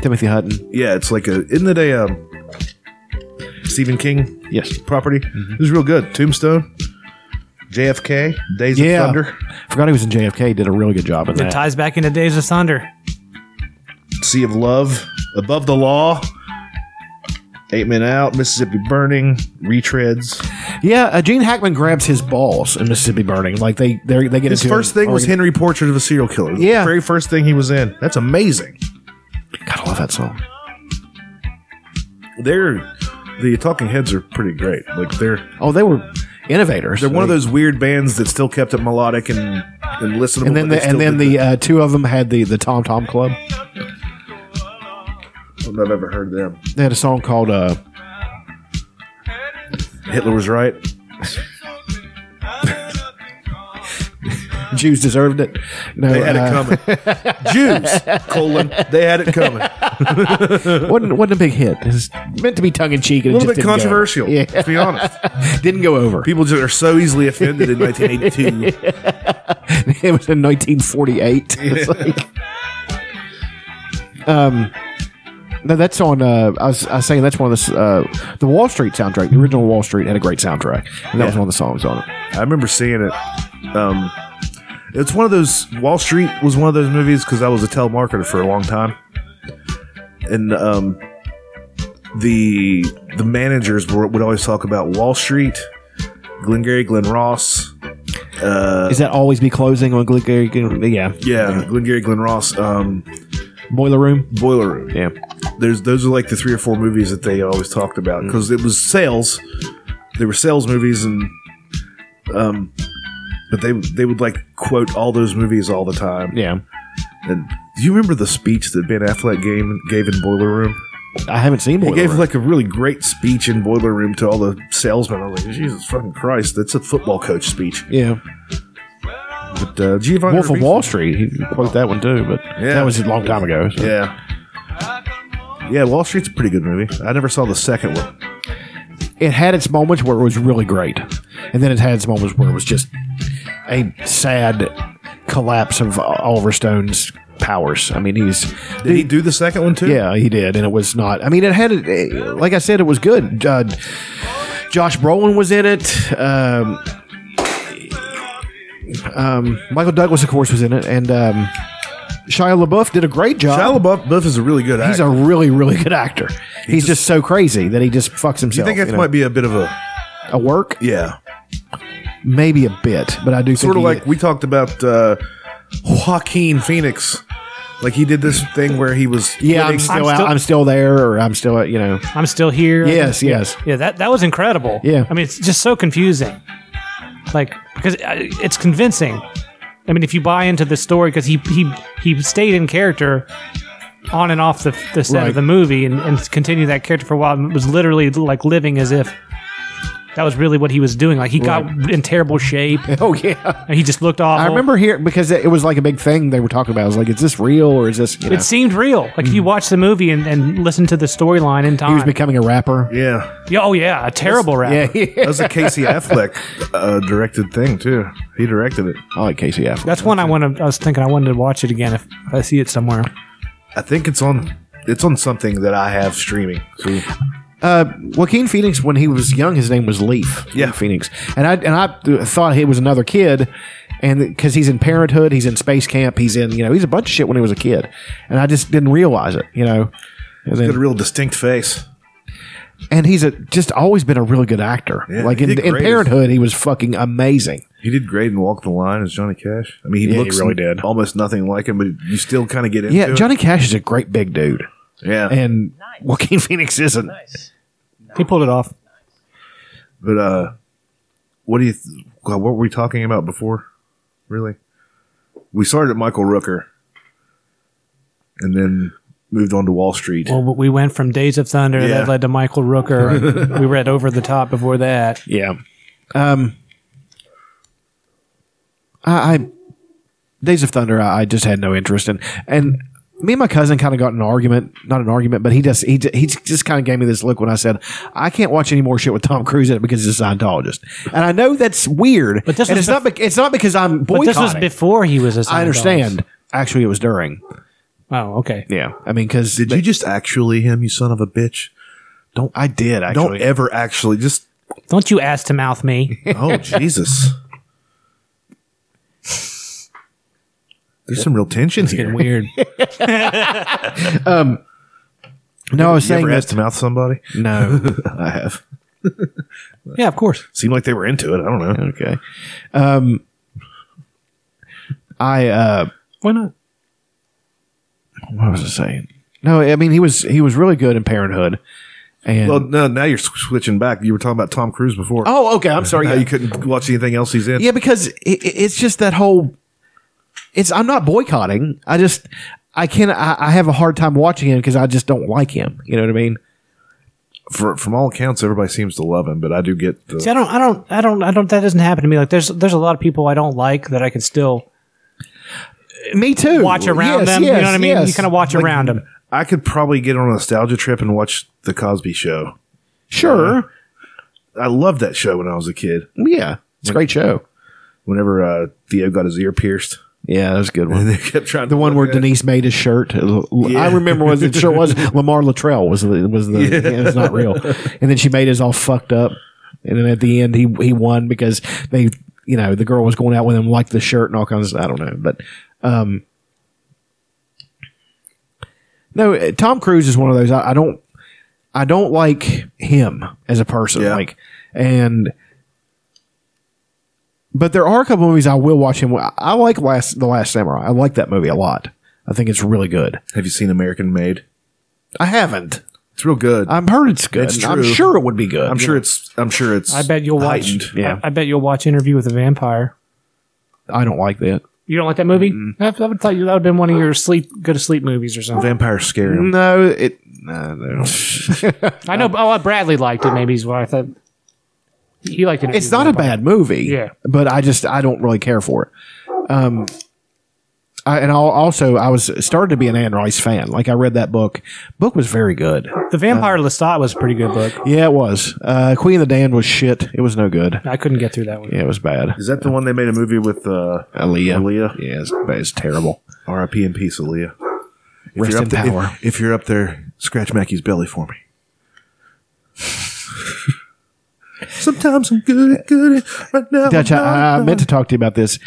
Speaker 4: Timothy Hutton.
Speaker 2: yeah, it's like a isn't it a um, Stephen King
Speaker 4: Yes.
Speaker 2: property?
Speaker 4: Mm-hmm.
Speaker 2: It was real good. Tombstone, JFK, Days
Speaker 4: Yeah.
Speaker 2: of Thunder,
Speaker 4: Forgot he was in JFK. Did a really good job in
Speaker 5: It
Speaker 4: that.
Speaker 5: ties back into Days of Thunder.
Speaker 2: Sea of Love, Above the Law, Eight Men Out, Mississippi Burning, retreads.
Speaker 4: yeah, uh, Gene Hackman grabs his balls in Mississippi Burning. Like they they they get
Speaker 2: His
Speaker 4: into
Speaker 2: first
Speaker 4: an
Speaker 2: thing was
Speaker 4: argument.
Speaker 2: Henry Portrait of a Serial Killer. The
Speaker 4: Yeah.
Speaker 2: very first thing he was in. That's amazing.
Speaker 4: God, I love that song.
Speaker 2: They're the Talking Heads are pretty great. Like they're
Speaker 4: Oh, they were innovators.
Speaker 2: they're one of
Speaker 4: They-
Speaker 2: those weird bands that still kept it melodic and and listenable.
Speaker 4: And then
Speaker 2: but they
Speaker 4: the,
Speaker 2: still
Speaker 4: and then
Speaker 2: did
Speaker 4: the uh, two of them had the the Tom Tom Club.
Speaker 2: the- I've ever heard them.
Speaker 4: They had a song called uh,
Speaker 2: Hitler was right.
Speaker 4: "Jews Deserved It." No,
Speaker 2: They had
Speaker 4: uh,
Speaker 2: it coming. Jews, colon. They had it coming. A
Speaker 4: wasn't wasn't a big hit. It was meant to be tongue in cheek. A
Speaker 2: little bit controversial. To be honest,
Speaker 4: Yeah, didn't go over.
Speaker 2: people just are so easily offended in 1982.
Speaker 4: it was in 1948. It's like, um, no, that's on. Uh, I, was, I was saying that's one of the s- uh, the Wall Street soundtrack. The original Wall Street had a great soundtrack, and that was one of the songs on it.
Speaker 2: I remember seeing it. Um, it's one of those. Wall Street was one of those movies because I was a telemarketer for a long time, and um, the the managers were, would always talk about Wall Street, Glengarry Glen Ross. Uh,
Speaker 4: Is that always be closing on Glengarry? Yeah,
Speaker 2: Yeah, Glengarry Glen Ross. Um,
Speaker 4: Boiler Room.
Speaker 2: Boiler Room.
Speaker 4: Yeah,
Speaker 2: There's those are like the three or four movies that they always talked about because it was sales. They were sales movies and. Um, but they they would like quote all those movies all the time.
Speaker 4: yeah.
Speaker 2: And do you remember the speech that Ben Affleck gave, gave in Boiler Room?
Speaker 4: I haven't seen Boiler
Speaker 2: he gave
Speaker 4: Room.
Speaker 2: like a really great speech in Boiler Room to all the salesmen. I was like, Jesus fucking Christ, that's a football coach speech.
Speaker 4: yeah,
Speaker 2: But uh, Giovanni
Speaker 4: Wolf of
Speaker 2: Ribisi-
Speaker 4: Wall Street. He quote that one too, but
Speaker 2: Yeah.
Speaker 4: that was a long time ago. so.
Speaker 2: Yeah. Yeah, Wall Street's a pretty good movie. I never saw the second one.
Speaker 4: It had its moments where it was really great, and then it had its moments where it was just a sad collapse of Oliver Stone's powers. I mean, he's
Speaker 2: Did he do the second one too?
Speaker 4: yeah, he did, and it was not. I mean, it had it. Like I said, it was good. Uh, Josh Brolin was in it. Um, um, Michael Douglas, of course, was in it, and um, Shia LaBeouf did a great job.
Speaker 2: Shia LaBeouf Buff is a really good actor.
Speaker 4: He's a really, really good actor. He's just, so crazy that he just fucks
Speaker 2: you
Speaker 4: himself.
Speaker 2: think that
Speaker 4: know.
Speaker 2: might be a bit of a
Speaker 4: a work?
Speaker 2: yeah,
Speaker 4: Maybe a bit, but I do
Speaker 2: sort of
Speaker 4: think he-
Speaker 2: like we talked about uh, Joaquin Phoenix. Like he did this thing where he was
Speaker 4: yeah, I'm
Speaker 2: quitting-
Speaker 4: still,
Speaker 5: I'm
Speaker 4: out,
Speaker 5: still-
Speaker 4: I'm still there, or I'm still, uh, you know,
Speaker 5: I'm still here.
Speaker 4: yes, yes,
Speaker 5: Yeah, that, that was incredible.
Speaker 4: Yeah.
Speaker 5: I mean, it's just so confusing. Like, because uh, it's convincing. I mean, if you buy into the story, because he, he, he stayed in character on and off the, the set
Speaker 4: Right.
Speaker 5: of the movie and, and continued that character for a while and was literally like living as if that was really what he was doing. Like, he got in terrible shape
Speaker 4: oh yeah.
Speaker 5: and he just looked awful.
Speaker 4: I remember here because it was like a big thing they were talking about. I was like, is this real or is this? You know,
Speaker 5: It seemed real. Like, if you watch the movie and, and listen to the storyline in
Speaker 4: Mm-hmm. he
Speaker 5: time.
Speaker 4: was becoming a rapper.
Speaker 2: yeah.
Speaker 5: Yeah, oh, yeah, a terrible rap.
Speaker 4: Yeah,
Speaker 2: That was a Casey Affleck uh, directed thing too. He directed it.
Speaker 4: I like Casey Affleck.
Speaker 5: That's one I want to. I was thinking I wanted to watch it again if, if I see it somewhere.
Speaker 2: I think it's on. It's on something that I have streaming. So
Speaker 4: Joaquin Phoenix when he was young, his name was Leaf.
Speaker 2: Yeah.
Speaker 4: Phoenix, and I and I th- thought he was another kid, and because he's in Parenthood, he's in Space Camp, he's in you know he's a bunch of shit when he was a kid, and I just didn't realize it, you know. And
Speaker 2: got a
Speaker 4: then,
Speaker 2: real distinct face.
Speaker 4: and he's a, just always been a really good actor.
Speaker 2: Yeah,
Speaker 4: like
Speaker 2: he
Speaker 4: in,
Speaker 2: did
Speaker 4: in
Speaker 2: great
Speaker 4: Parenthood, he was fucking amazing.
Speaker 2: He did great and walked the line as Johnny Cash. I mean, he
Speaker 4: Yeah, he
Speaker 2: looks
Speaker 4: really did.
Speaker 2: almost nothing like him, but you still kind of get into
Speaker 4: Yeah,
Speaker 2: it.
Speaker 4: Johnny Cash is a great big dude,
Speaker 2: Yeah,
Speaker 4: and Joaquin Phoenix isn't.
Speaker 5: He pulled it off.
Speaker 2: but uh, what do you? Th- God, what were we talking about before? Really, we started at Michael Rooker, and then moved on to Wall Street.
Speaker 5: Well, we went from Days of Thunder
Speaker 2: Yeah.
Speaker 5: that led to Michael Rooker. we were at Over the Top before that.
Speaker 4: Yeah. Um, I, I Days of Thunder, I, I just had no interest in, and me and my cousin kind of got in an argument, not an argument, but he just he, j- he just kind of gave me this look when I said I can't watch any more shit with Tom Cruise in it because he's a Scientologist, and I know that's weird,
Speaker 5: But this
Speaker 4: and it's
Speaker 5: was
Speaker 4: not bec- it's not because I'm
Speaker 5: But
Speaker 4: boycotting.
Speaker 5: this was before he was a
Speaker 4: I understand. Actually, it was during.
Speaker 5: Oh, okay.
Speaker 4: Yeah, I mean, because
Speaker 2: did you just actually him? You son of a bitch!
Speaker 4: Don't I did actually?
Speaker 2: Don't ever actually just.
Speaker 5: Don't you ask to mouth me.
Speaker 2: Oh Jesus! There's some real tension here.
Speaker 5: Getting weird.
Speaker 4: no, I was
Speaker 2: You
Speaker 4: saying
Speaker 2: ever
Speaker 4: that,
Speaker 2: asked to mouth somebody?
Speaker 4: no.
Speaker 2: I have.
Speaker 5: yeah, of course.
Speaker 2: Seemed like they were into it. I don't know.
Speaker 4: Okay. Um, I uh,
Speaker 5: Why not?
Speaker 4: what was I saying? No, I mean he was he was really good in Parenthood, and
Speaker 2: Well, no. Now you're sw- switching back. You were talking about Tom Cruise before.
Speaker 4: oh, okay, I'm sorry.
Speaker 2: How
Speaker 4: Yeah,
Speaker 2: you couldn't watch anything else he's in.
Speaker 4: Yeah, because i i- it's just that whole. It's I'm not boycotting. I just I can't. I, I have a hard time watching him because I just don't like him. You know what I mean?
Speaker 2: For, from all accounts, everybody seems to love him, but I do get the.
Speaker 5: See, I don't, I don't, I don't, I don't. That doesn't happen to me. Like, there's, there's a lot of people I don't like that I can still
Speaker 4: Me too.
Speaker 5: watch around
Speaker 4: Yes,
Speaker 5: them. you
Speaker 4: yes,
Speaker 5: know what I mean?
Speaker 4: yes.
Speaker 5: You kind of watch around them.
Speaker 2: I could probably get on a nostalgia trip and watch The Cosby Show.
Speaker 4: sure.
Speaker 2: I loved that show when I was a kid.
Speaker 4: Yeah, it's a great show.
Speaker 2: Whenever uh, Theo got his ear pierced,
Speaker 4: Yeah, that was a good
Speaker 2: and
Speaker 4: one.
Speaker 2: they kept trying.
Speaker 4: The
Speaker 2: to
Speaker 4: one
Speaker 2: look
Speaker 4: where
Speaker 2: at it.
Speaker 4: Denise made his shirt. I remember what the show was. Lamar Luttrell was the, was the it was not real. And then she made his all fucked up. And then at the end, he he won because they you know the girl was going out with him like the shirt and all kinds. of I don't know, but um, no. eh, Tom Cruise is one of those. I, I don't I don't like him as a person.
Speaker 2: Yeah.
Speaker 4: Like and. But there are a couple movies I will watch him. I- I like Last The Last Samurai. I like that movie a lot. I think it's really good.
Speaker 2: Have you seen American Made?
Speaker 4: I haven't.
Speaker 2: It's real good. I'm,
Speaker 4: I've heard it's good.
Speaker 2: It's
Speaker 4: I'm
Speaker 2: true.
Speaker 4: sure it would be good.
Speaker 2: sure it's. I'm sure it's.
Speaker 5: I bet you'll watch.
Speaker 2: heightened.
Speaker 4: Yeah.
Speaker 5: I, I bet you'll watch Interview with a Vampire.
Speaker 4: I don't like that.
Speaker 5: You don't like that movie? I, I would thought you that would have been one of your sleep go to sleep movies or something.
Speaker 2: Vampires scare
Speaker 5: Mm.
Speaker 2: him.
Speaker 4: No, it. No, no.
Speaker 5: I
Speaker 4: Um,
Speaker 5: know. Oh, Bradley liked it. Maybe is what I thought. He liked it.
Speaker 4: it's not a bad movie.
Speaker 5: Yeah.
Speaker 4: But I just I don't really care for it. Um, I, and I'll, also I was started to be an Anne Rice fan. Like I read that book. Book was very good.
Speaker 5: The Vampire
Speaker 4: Uh,
Speaker 5: Lestat was a pretty good book.
Speaker 4: Yeah, it was. Uh, Queen of the Damned was shit. It was no good.
Speaker 5: I couldn't get through that one.
Speaker 4: Yeah, it was bad.
Speaker 2: Is that the one they made a movie with uh,
Speaker 4: Aaliyah.
Speaker 2: Aaliyah?
Speaker 4: Yeah, it's, it's terrible.
Speaker 2: R.I.P. in peace, Aaliyah. If
Speaker 4: Rest
Speaker 2: you're up
Speaker 4: in
Speaker 2: there,
Speaker 4: power.
Speaker 2: If, if you're up there, scratch Mackey's belly for me. Sometimes I'm good at good at right now.
Speaker 4: Dutch,
Speaker 2: I'm not.
Speaker 4: I, I meant to talk to you about this.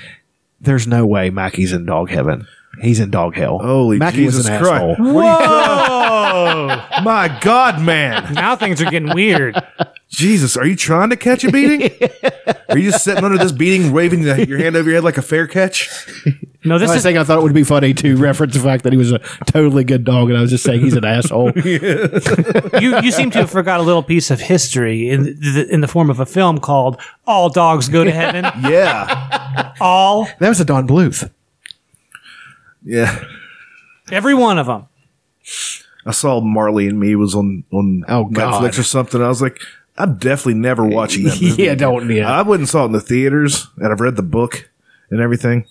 Speaker 4: There's no way Mackey's in dog heaven. He's in dog hell.
Speaker 2: Holy
Speaker 4: Mackey was
Speaker 2: Jesus
Speaker 4: an
Speaker 2: Christ.
Speaker 4: asshole.
Speaker 5: Whoa!
Speaker 2: My God, man.
Speaker 5: now things are getting weird.
Speaker 2: Jesus, are you trying to catch a beating? are you just sitting under this beating, waving the, your hand over your head like a fair catch?
Speaker 5: No, this
Speaker 4: Oh, I
Speaker 5: is
Speaker 4: was saying I thought it would be funny to reference the fact that he was a totally good dog, and I was just saying he's an asshole.
Speaker 5: you, you seem to have forgot a little piece of history in the, in the form of a film called All Dogs Go to Heaven.
Speaker 2: Yeah.
Speaker 5: All,
Speaker 4: That was a Don Bluth.
Speaker 2: Yeah.
Speaker 5: every one of them.
Speaker 2: I saw Marley and Me was on, on
Speaker 4: Oh, God.
Speaker 2: Netflix or something. I was like, I'm definitely never watching that movie.
Speaker 4: Yeah, don't yeah.
Speaker 2: I went and saw it in the theaters, and I've read the book and everything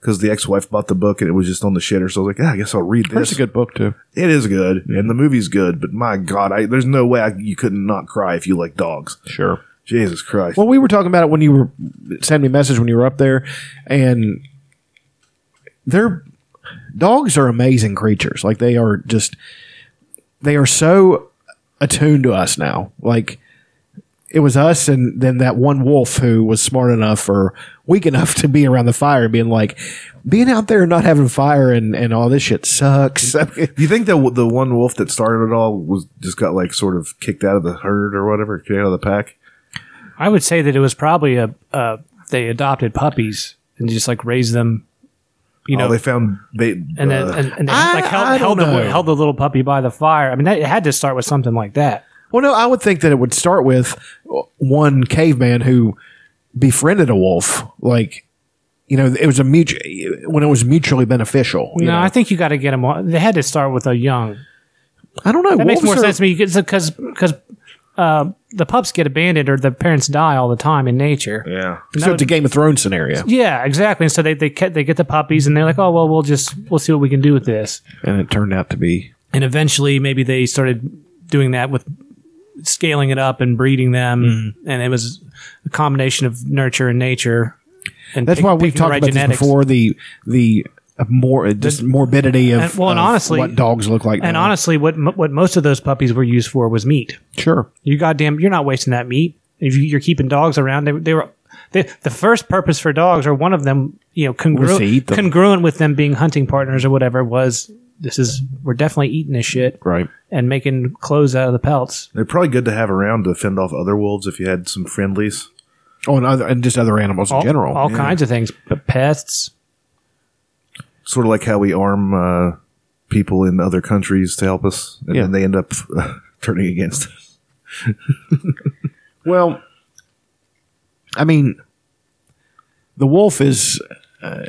Speaker 2: because the ex-wife bought the book and it was just on the shitter. So I was like, ah, I guess I'll read
Speaker 4: That's
Speaker 2: this.
Speaker 4: a good book too.
Speaker 2: It is good, and the movie's good. But my God, I, there's no way I, you couldn't not cry if you like dogs.
Speaker 4: Sure.
Speaker 2: Jesus Christ!
Speaker 4: Well, we were talking about it when you were sending me a message when you were up there, and they're dogs are amazing creatures. Like they are just they are so attuned to us now. Like it was us and then that one wolf who was smart enough or weak enough to be around the fire, being like, being out there and not having fire and, and all this shit sucks. I mean,
Speaker 2: Do you think that the one wolf that started it all was just got like sort of kicked out of the herd or whatever, kicked out of the pack?
Speaker 5: I would say that it was probably a, a they adopted puppies and just like raised them, you know,
Speaker 2: oh, they found they
Speaker 5: and
Speaker 2: uh,
Speaker 5: then and, and they
Speaker 4: I-
Speaker 5: like held,
Speaker 4: I
Speaker 5: held,
Speaker 4: don't
Speaker 5: the,
Speaker 4: know.
Speaker 5: held the little puppy by the fire. I mean, that, it had to start with something like that.
Speaker 4: Well, no, I would think that it would start with one caveman who befriended a wolf. Like, you know, it was a mutual when it was mutually beneficial. you
Speaker 5: No,
Speaker 4: know?
Speaker 5: I think you got to get them. All, they had to start with a young.
Speaker 4: I don't know.
Speaker 5: That makes
Speaker 4: wolves
Speaker 5: more
Speaker 4: are-
Speaker 5: sense to me because because uh, the pups get abandoned or the parents die all the time in nature.
Speaker 2: yeah,
Speaker 4: So it's a Game of Thrones scenario,
Speaker 5: Yeah, exactly. And so they they get, they get the puppies and they're like, oh well, we'll just we'll see what we can do with this.
Speaker 4: and it turned out to be
Speaker 5: And eventually, maybe they started doing that with scaling it up and breeding them,
Speaker 4: Mm-hmm.
Speaker 5: and it was a combination of nurture and nature. And
Speaker 4: That's
Speaker 5: pick-
Speaker 4: why we've
Speaker 5: picking the
Speaker 4: talked
Speaker 5: right
Speaker 4: about
Speaker 5: genetics.
Speaker 4: this before. The the uh, more just morbidity of,
Speaker 5: and- well, and
Speaker 4: of
Speaker 5: honestly-
Speaker 4: what dogs look like.
Speaker 5: And
Speaker 4: now.
Speaker 5: honestly, what m- what most of those puppies were used for was meat.
Speaker 4: sure,
Speaker 5: You goddamn, you're not wasting that meat. If you- you're keeping dogs around, they, they were they, the first purpose for dogs, or one of them, you know,
Speaker 4: Was to
Speaker 5: congru-
Speaker 4: eat them.
Speaker 5: congruent with them being hunting partners or whatever, was this is we're definitely eating this shit
Speaker 4: right.
Speaker 5: and making clothes out of the pelts.
Speaker 2: they're probably good to have around to fend off other wolves if you had some friendlies.
Speaker 4: Oh, and other and just other animals
Speaker 5: All,
Speaker 4: in general.
Speaker 5: all kinds of things, but pests.
Speaker 2: Sort of like how we arm uh, people in other countries to help us, and
Speaker 4: Yeah.
Speaker 2: then they end up turning against. us.
Speaker 4: Well, I mean, the wolf is uh,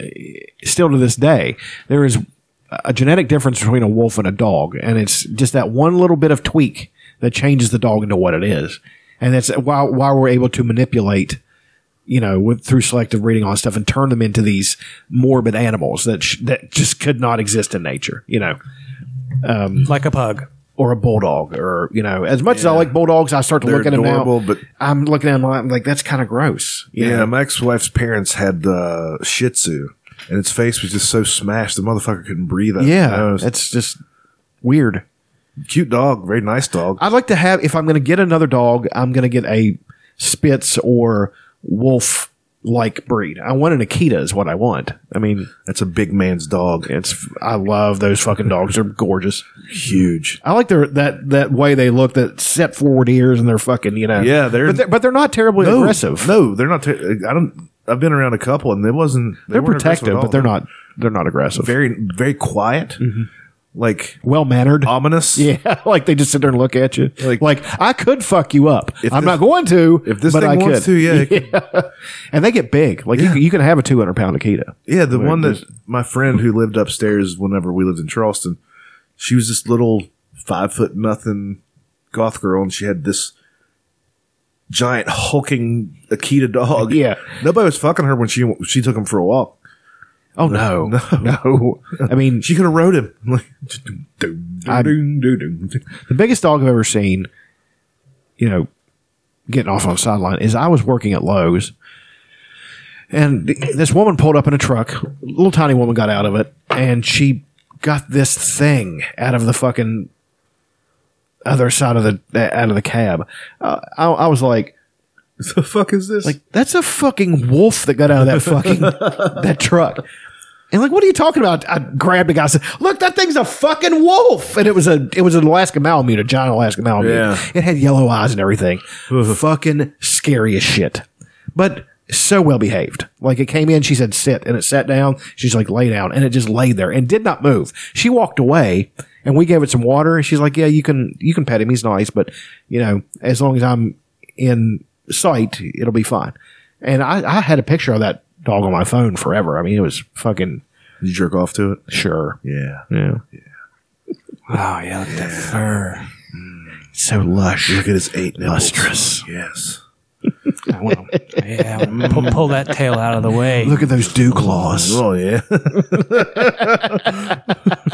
Speaker 4: still to this day there is a genetic difference between a wolf and a dog, and it's just that one little bit of tweak that changes the dog into what it is, and that's why why we're able to manipulate. You know, with through selective breeding, all that stuff, and turn them into these morbid animals that sh- that just could not exist in nature. You know,
Speaker 5: like a pug.
Speaker 4: or a bulldog, or you know, as much as I like bulldogs, I start to
Speaker 2: They're
Speaker 4: look at
Speaker 2: adorable,
Speaker 4: them now.
Speaker 2: but-
Speaker 4: I'm looking at them, I'm like that's kind of gross. you
Speaker 2: Yeah,
Speaker 4: know?
Speaker 2: my ex-wife's parents had uh, Shih Tzu, and its face was just so smashed the motherfucker couldn't breathe. out of
Speaker 4: yeah,
Speaker 2: its nose.
Speaker 4: that's just weird.
Speaker 2: cute dog, very nice dog.
Speaker 4: I'd like to have if I'm going to get another dog, I'm going to get a Spitz or Wolf like breed. I want an Akita is what I want. I mean,
Speaker 2: That's a big man's dog.
Speaker 4: it's I love those fucking dogs. They're gorgeous.
Speaker 2: Huge.
Speaker 4: I like their that that way they look. That set forward ears and they're fucking you know.
Speaker 2: Yeah, they're-
Speaker 4: but they're, but they're not terribly aggressive.
Speaker 2: No, they're not. Ter- I don't. I've been around a couple, and they wasn't. They
Speaker 4: they're
Speaker 2: weren't aggressive
Speaker 4: protective,
Speaker 2: at all.
Speaker 4: but they're not they're not aggressive.
Speaker 2: Very, very quiet. Like
Speaker 4: well mannered.
Speaker 2: ominous.
Speaker 4: Yeah, like they just sit there and look at you.
Speaker 2: Um, Like-
Speaker 4: Like, I could fuck you up.
Speaker 2: If
Speaker 4: I'm
Speaker 2: this-
Speaker 4: not going to.
Speaker 2: if this
Speaker 4: but
Speaker 2: thing
Speaker 4: I
Speaker 2: wants to,
Speaker 4: could.
Speaker 2: yeah, it
Speaker 4: and they get big. Like you
Speaker 2: Yeah.
Speaker 4: you, you can have a 200 pound Akita.
Speaker 2: Yeah, the
Speaker 4: Where
Speaker 2: one
Speaker 4: it
Speaker 2: that
Speaker 4: is.
Speaker 2: my friend who lived upstairs whenever we lived in Charleston, she was this little five foot nothing goth girl, and she had this giant hulking Akita dog.
Speaker 4: Yeah.
Speaker 2: nobody was fucking her when she she took him for a walk.
Speaker 4: Oh no, no, I mean,
Speaker 2: She could have rode him. Like,
Speaker 4: I- the biggest dog I've ever seen. You know, getting off on a sideline is I was working at Lowe's, and th- this woman pulled up in a truck. Little tiny woman got out of it, and she got this thing out of the fucking other side of the uh, out of the cab. Uh, I, I was like,
Speaker 2: the fuck is this?
Speaker 4: like that's a fucking wolf that got out of that fucking that truck. And like, what are you talking about? I grabbed a guy. and said, "Look, that thing's a fucking wolf!" And it was a it was an Alaska Malamute, a giant Alaska Malamute.
Speaker 2: Yeah.
Speaker 4: It had yellow eyes and everything. fucking scary as shit. But so well behaved. Like it came in, she said sit, and it sat down. She's like lay down, and it just lay there and did not move. She walked away, and we gave it some water. And she's like, "Yeah, you can you can pet him. He's nice, but you know, as long as I'm in sight, it'll be fine." And I, I had a picture of that dog on my phone forever. I mean, it was fucking
Speaker 2: Did you jerk off to it?
Speaker 4: sure.
Speaker 2: Yeah.
Speaker 4: Yeah.
Speaker 5: Oh yeah, look at that fur.
Speaker 4: So lush.
Speaker 2: Mm. Look at his eight nipples.
Speaker 4: Lustrous.
Speaker 2: Yes.
Speaker 5: Yeah, pull, pull that tail out of the way.
Speaker 4: Look at those dew claws.
Speaker 2: Oh yeah.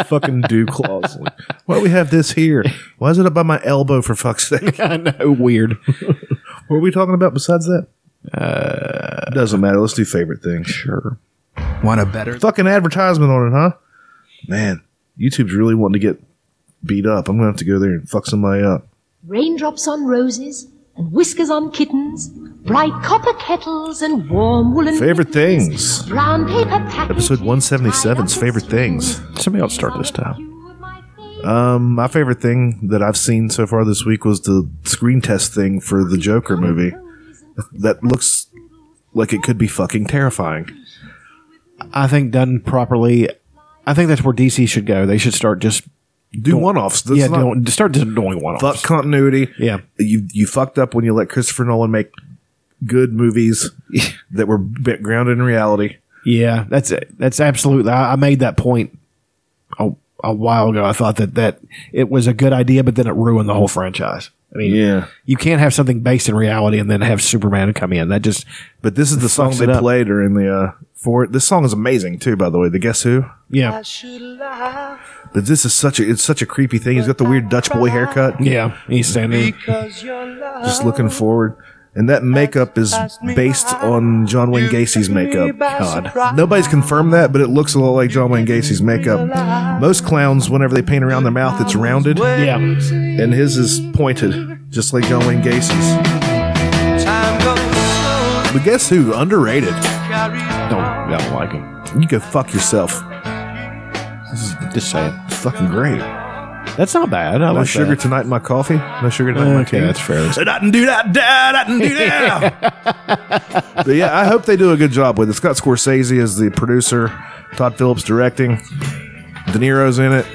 Speaker 2: Fucking dew claws. Like, Why do we have this here? Why is it up by my elbow for fuck's sake?
Speaker 4: I know, weird.
Speaker 2: What were we talking about besides that? Uh, Doesn't matter. Let's do favorite things.
Speaker 4: Sure.
Speaker 8: Want a better?
Speaker 2: Fucking advertisement on it, huh? Man, YouTube's really wanting to get beat up. I'm gonna have to go there and fuck somebody up.
Speaker 9: Raindrops on roses,
Speaker 8: and whiskers on kittens, bright copper kettles and warm woolen
Speaker 2: Favorite
Speaker 8: mittens,
Speaker 2: things.
Speaker 8: Brown paper packages.
Speaker 2: Episode 177's Favorite Things.
Speaker 4: Somebody else start this time.
Speaker 2: Um, my favorite thing that I've seen so far this week was the screen test thing for the Joker movie. That looks like it could be fucking terrifying.
Speaker 4: I think done properly. I think that's where DC should go. They should start just
Speaker 2: Do one offs.
Speaker 4: yeah, don't, start just doing one
Speaker 2: fuck
Speaker 4: offs.
Speaker 2: continuity.
Speaker 4: Yeah.
Speaker 2: you you fucked up when you let Christopher Nolan make good movies that were bit grounded in reality.
Speaker 4: Yeah, that's it. That's absolutely. I, I made that point a, a while ago. I thought that that it was a good idea, but then it ruined the whole franchise. I mean,
Speaker 2: Yeah.
Speaker 4: you can't have something based in reality and then have Superman come in. That just
Speaker 2: But this is the song
Speaker 4: Fucks
Speaker 2: they
Speaker 4: it up.
Speaker 2: played during the uh, for this song is amazing too. By the way, the Guess Who.
Speaker 4: yeah,
Speaker 2: But this is such a it's such a creepy thing. He's got the weird Dutch boy haircut.
Speaker 4: yeah. He's standing.
Speaker 2: Just looking forward. And that makeup is based on John Wayne Gacy's makeup. God. Nobody's confirmed that, but it looks a lot like John Wayne Gacy's makeup. Most clowns, whenever they paint around their mouth, it's rounded.
Speaker 4: Yeah,
Speaker 2: and his is pointed, just like John Wayne Gacy's. But guess who? Underrated.
Speaker 4: don't I don't like him.
Speaker 2: You go fuck yourself.
Speaker 4: Just saying.
Speaker 2: It's fucking great.
Speaker 4: That's not bad. I
Speaker 2: No
Speaker 4: like
Speaker 2: sugar
Speaker 4: that.
Speaker 2: tonight in my coffee. No sugar tonight in my tea.
Speaker 4: Okay, that's fair.
Speaker 2: So I can do that, dad. I can do that. but yeah, I hope they do a good job with it. Scott Scorsese is the producer. Todd Phillips directing. De Niro's in it.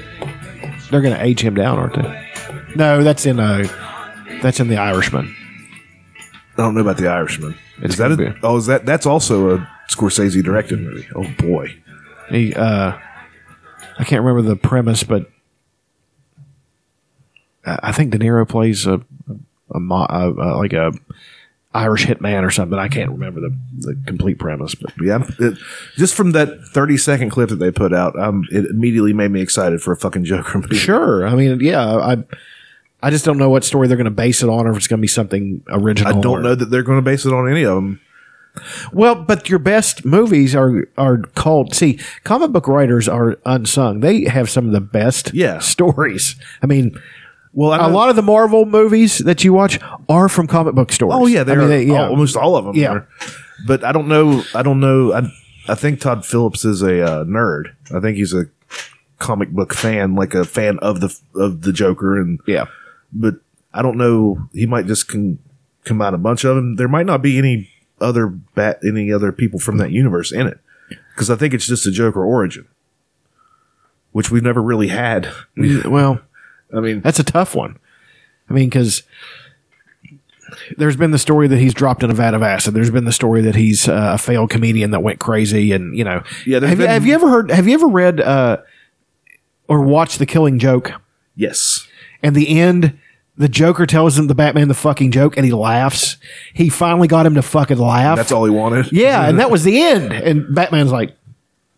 Speaker 4: They're going to age him down, aren't they? No, that's in uh, that's in The Irishman.
Speaker 2: I don't know about The Irishman.
Speaker 4: It's
Speaker 2: is that
Speaker 4: gonna
Speaker 2: a,
Speaker 4: be.
Speaker 2: oh is that that's also a Scorsese directed movie. Oh boy.
Speaker 4: He, uh, I can't remember the premise, but I I think De Niro plays a, a, mo- uh uh like a Irish hitman or something. I can't remember the, the complete premise, but
Speaker 2: Yeah, I'm- it, just from that thirty second clip that they put out, um, it immediately made me excited for a fucking Joker movie.
Speaker 4: sure. I mean, yeah, I, I just don't know what story they're going to base it on, or if it's going to be something
Speaker 2: I
Speaker 4: original.
Speaker 2: don't
Speaker 4: or-
Speaker 2: know that they're going to base it on any of them.
Speaker 4: Well, but your best movies are are called. See, comic book writers are unsung. They have some of the best
Speaker 2: Yeah.
Speaker 4: stories. I mean,
Speaker 2: Well, I
Speaker 4: a
Speaker 2: know-
Speaker 4: lot of the Marvel movies that you watch are from comic book stores.
Speaker 2: Oh yeah, they
Speaker 4: I mean,
Speaker 2: are,
Speaker 4: they- yeah.
Speaker 2: almost all of them.
Speaker 4: Yeah.
Speaker 2: are. but I don't know. I don't know. I, I think Todd Phillips is a uh, nerd. I think he's a comic book fan, like a fan of the of the Joker, and
Speaker 4: yeah.
Speaker 2: but I don't know. He might just con- combine a bunch of them. There might not be any other bat, any other people from that universe in it, because I think it's just a Joker origin, which we've never really had.
Speaker 4: Well,
Speaker 2: I mean,
Speaker 4: that's a tough one. I mean, because there's been the story that he's dropped in a vat of acid. There's been the story that he's uh, a failed comedian that went crazy, and you know,
Speaker 2: Yeah, there's
Speaker 4: Have, you,
Speaker 2: been-
Speaker 4: have you ever heard? Have you ever read uh, or watched The Killing Joke?
Speaker 2: yes,
Speaker 4: and the end the joker tells him the batman the fucking joke and he laughs he finally got him to fucking laugh
Speaker 2: that's all he wanted.
Speaker 4: yeah and that was the end and batman's like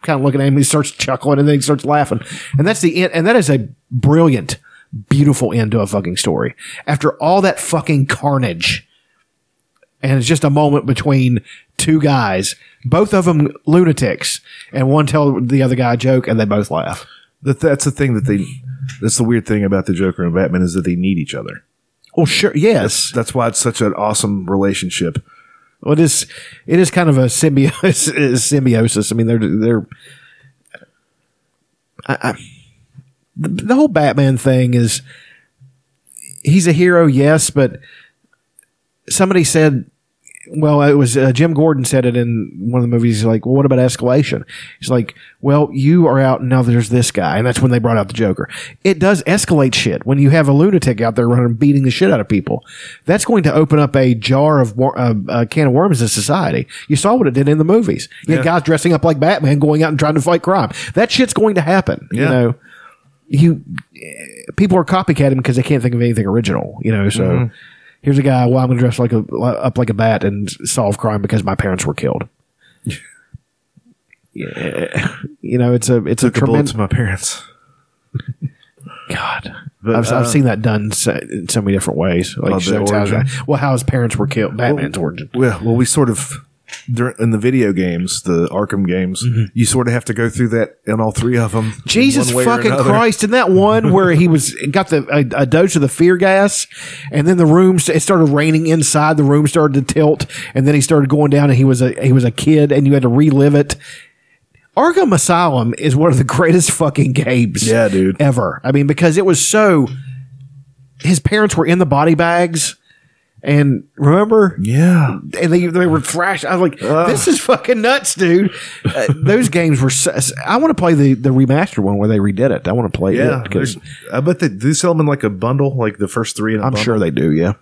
Speaker 4: kind of looking at him he starts chuckling and then he starts laughing and that's the end and that is a brilliant beautiful end to a fucking story after all that fucking carnage and it's just a moment between two guys both of them lunatics and one tell the other guy a joke and they both laugh
Speaker 2: That, that's the thing that they. That's the weird thing about the Joker and Batman is that they need each other.
Speaker 4: well sure yes
Speaker 2: That's why it's such an awesome relationship.
Speaker 4: Well, it is it is kind of a symbiosis. symbiosis. I mean, they're they're. I, I, the, the whole Batman thing is. He's a hero, yes, but somebody said, well, it was uh, Jim Gordon said it in one of the movies. He's like, well, what about escalation? He's like, well, you are out, and now there's this guy, and that's when they brought out the Joker. It does escalate shit when you have a lunatic out there running, beating the shit out of people. That's going to open up a jar of wor- uh, a can of worms in society. You saw what it did in the movies. You had guys dressing up like Batman, going out and trying to fight crime. That shit's going to happen. You
Speaker 2: Yeah.
Speaker 4: know, you eh, people are copycatting because they can't think of anything original. You know, so
Speaker 2: Mm-hmm.
Speaker 4: here's a guy. Well, I'm gonna dress like a li- up like a bat and solve crime because my parents were killed. yeah, you know it's a it's a
Speaker 2: Took a bullet
Speaker 4: tremendous
Speaker 2: to my parents.
Speaker 4: God.
Speaker 2: But,
Speaker 4: I've,
Speaker 2: uh,
Speaker 4: I've seen that done so, in so many different ways. Like
Speaker 2: Oh, the
Speaker 4: shows how,
Speaker 2: origin.
Speaker 4: well, how his parents were killed, Batman's origin.
Speaker 2: Well, well, we sort of dur- in the video games, the Arkham games, you sort of have to go through that in all three of them.
Speaker 4: Mm-hmm. Jesus
Speaker 2: one way or
Speaker 4: fucking
Speaker 2: another.
Speaker 4: Christ! In that one where he was got the a, a dose of the fear gas, and then the room st- it started raining inside. The room started to tilt, and then he started going down. And he was a he was a kid, and you had to relive it. Arkham Asylum is one of the greatest fucking games,
Speaker 2: Yeah, dude.
Speaker 4: ever. I mean, because it was so. His parents were in the body bags, and remember,
Speaker 2: Yeah.
Speaker 4: and they, they were thrashed. I was like, this is fucking nuts, dude. Uh, those games were. So, I want to play the the remastered one where they redid it. I want to play
Speaker 2: Yeah.
Speaker 4: it because
Speaker 2: there's- I bet they do sell them in like a bundle, like the first three. In a
Speaker 4: I'm
Speaker 2: bundle.
Speaker 4: sure they do. Yeah,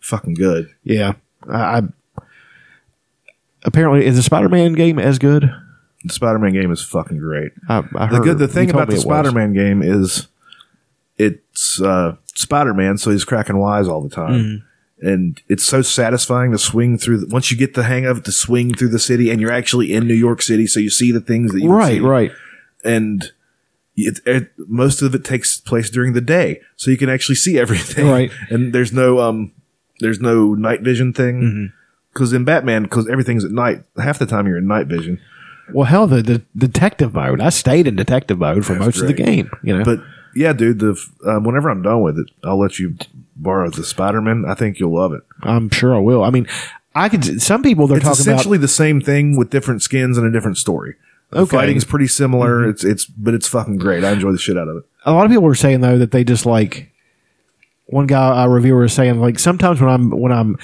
Speaker 2: Fucking good.
Speaker 4: yeah. I, I apparently is the Spider Man game as good.
Speaker 2: The Spider Man game is fucking great.
Speaker 4: I, I
Speaker 2: The
Speaker 4: heard
Speaker 2: good the
Speaker 4: you
Speaker 2: thing
Speaker 4: told
Speaker 2: about
Speaker 4: me
Speaker 2: the
Speaker 4: it was.
Speaker 2: Spider Man game is it's uh, Spider Man, so he's cracking wise all the time.
Speaker 4: Mm-hmm.
Speaker 2: And it's so satisfying to swing through. The, once you get the hang of it, to swing through the city, and you're actually in New York City, so you see the things that you
Speaker 4: Right,
Speaker 2: see.
Speaker 4: right.
Speaker 2: and it, it, most of it takes place during the day, so you can actually see everything.
Speaker 4: Right.
Speaker 2: and there's no um, there's no night vision thing
Speaker 4: Mm-hmm.
Speaker 2: because in Batman, because everything's at night, half the time you're in night vision.
Speaker 4: Well, hell, the, the detective mode. I stayed in detective mode for most of the
Speaker 2: great.
Speaker 4: game. You know,
Speaker 2: But yeah, dude, the f- um, whenever I'm done with it, I'll let you borrow the Spider Man. I think you'll love it.
Speaker 4: I'm sure I will. I mean, I could. Some people they're
Speaker 2: It's
Speaker 4: talking about.
Speaker 2: essentially the same thing with different skins and a different story. The
Speaker 4: Okay. Mm-hmm.
Speaker 2: fighting's pretty similar. It's it's but it's fucking great. I enjoy the shit out of it.
Speaker 4: a lot of people were saying though that they just like one guy a reviewer was saying like sometimes when I'm when I'm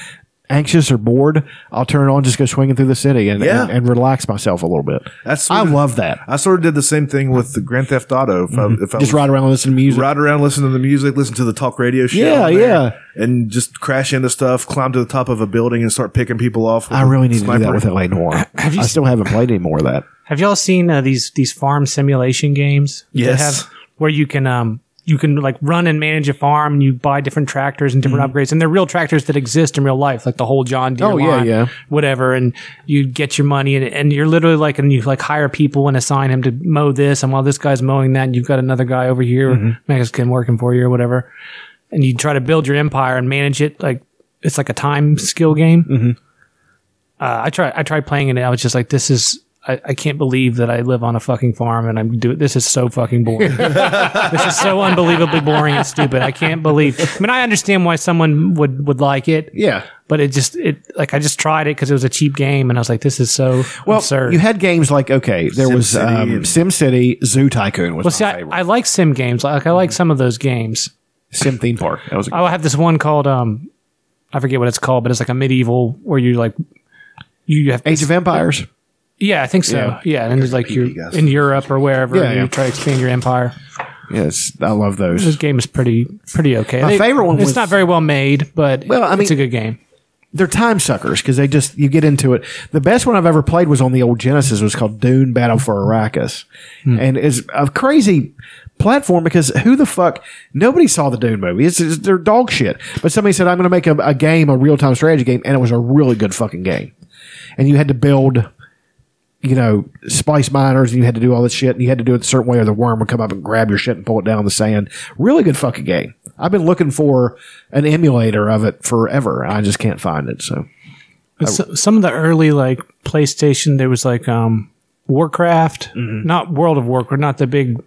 Speaker 4: anxious or bored I'll turn it on just go swinging through the city and
Speaker 2: Yeah.
Speaker 4: and, and relax myself a little bit.
Speaker 2: That's
Speaker 4: I
Speaker 2: sort of-
Speaker 4: love that. Mm-hmm.
Speaker 2: I sort of did the same thing with the Grand Theft Auto. If I, if I
Speaker 4: Just
Speaker 2: was-
Speaker 4: ride around listening to music.
Speaker 2: ride around, listen to the music, listen to the talk radio show.
Speaker 4: Yeah,
Speaker 2: on there,
Speaker 4: yeah.
Speaker 2: And just crash into stuff, climb to the top of a building and start picking people off. with
Speaker 4: I
Speaker 2: a
Speaker 4: really need to do
Speaker 2: sniper.
Speaker 4: that with LA Noir. I
Speaker 5: you
Speaker 4: still haven't played any more of that.
Speaker 5: Have y'all seen uh, these these farm simulation games? that
Speaker 2: Yes.
Speaker 5: have- where you can um you can like run and manage a farm, and you buy different tractors and different upgrades, and they're real tractors that exist in real life, like the whole John Deere,
Speaker 4: Mm-hmm. Oh, yeah,
Speaker 5: line,
Speaker 4: yeah.
Speaker 5: whatever. And you get your money, and, and you're literally like, and you like hire people and assign him to mow this, and while this guy's mowing that, and you've got another guy over here,
Speaker 4: Mm-hmm.
Speaker 5: Mexican working for you or whatever, and you try to build your empire and manage it like it's like a time skill
Speaker 4: Mm-hmm.
Speaker 5: game uh, I tried I tried playing it and I was just like, this is I, I can't believe that I live on a fucking farm and I'm doing this is so fucking boring. this is so unbelievably boring and stupid. I can't believe. I mean, I understand why someone would would like it.
Speaker 4: Yeah.
Speaker 5: But it just it like I just tried it because it was a cheap game and I was like, this is so
Speaker 4: Well,
Speaker 5: absurd.
Speaker 4: you had games like okay, there was
Speaker 2: SimCity
Speaker 4: um,
Speaker 2: and-
Speaker 4: SimCity, Zoo Tycoon was
Speaker 5: well,
Speaker 4: my
Speaker 5: see, I,
Speaker 4: favorite.
Speaker 5: I like sim games. Like I like some of those games. Oh,
Speaker 4: Sim Theme Park. That was a-
Speaker 5: I have this one called um, I forget what it's called, but it's like a medieval where you like you you have
Speaker 4: Age of Empires.
Speaker 5: Yeah, I think so.
Speaker 4: Yeah.
Speaker 5: Yeah, and it's like you're
Speaker 2: guys.
Speaker 5: in Europe or wherever,
Speaker 4: Yeah,
Speaker 5: and
Speaker 4: yeah.
Speaker 5: you try to expand your empire.
Speaker 4: Yes, I love those.
Speaker 5: This game is pretty pretty okay.
Speaker 4: My favorite one
Speaker 5: It's
Speaker 4: was-
Speaker 5: not very well made, but
Speaker 4: Well, I mean-
Speaker 5: it's a good game.
Speaker 4: they're time suckers because they just you get into it. The best one I've ever played was on the old Genesis. It was called Dune: Battle for Arrakis, and it's a crazy platform because who the fuck nobody saw the Dune movie. It's, it's they're dog shit. But somebody said I'm going to make a, a game, a real time strategy game, and it was a really good fucking game. And you had to build, you know, spice miners, and you had to do all this shit, and you had to do it a certain way, or the worm would come up and grab your shit and pull it down in the sand. Really good fucking game. I've been looking for an emulator of it forever. I just can't find it. So.
Speaker 5: So, some of the early like PlayStation, there was like um, Warcraft,
Speaker 4: Mm-hmm.
Speaker 5: not World of Warcraft, not the big,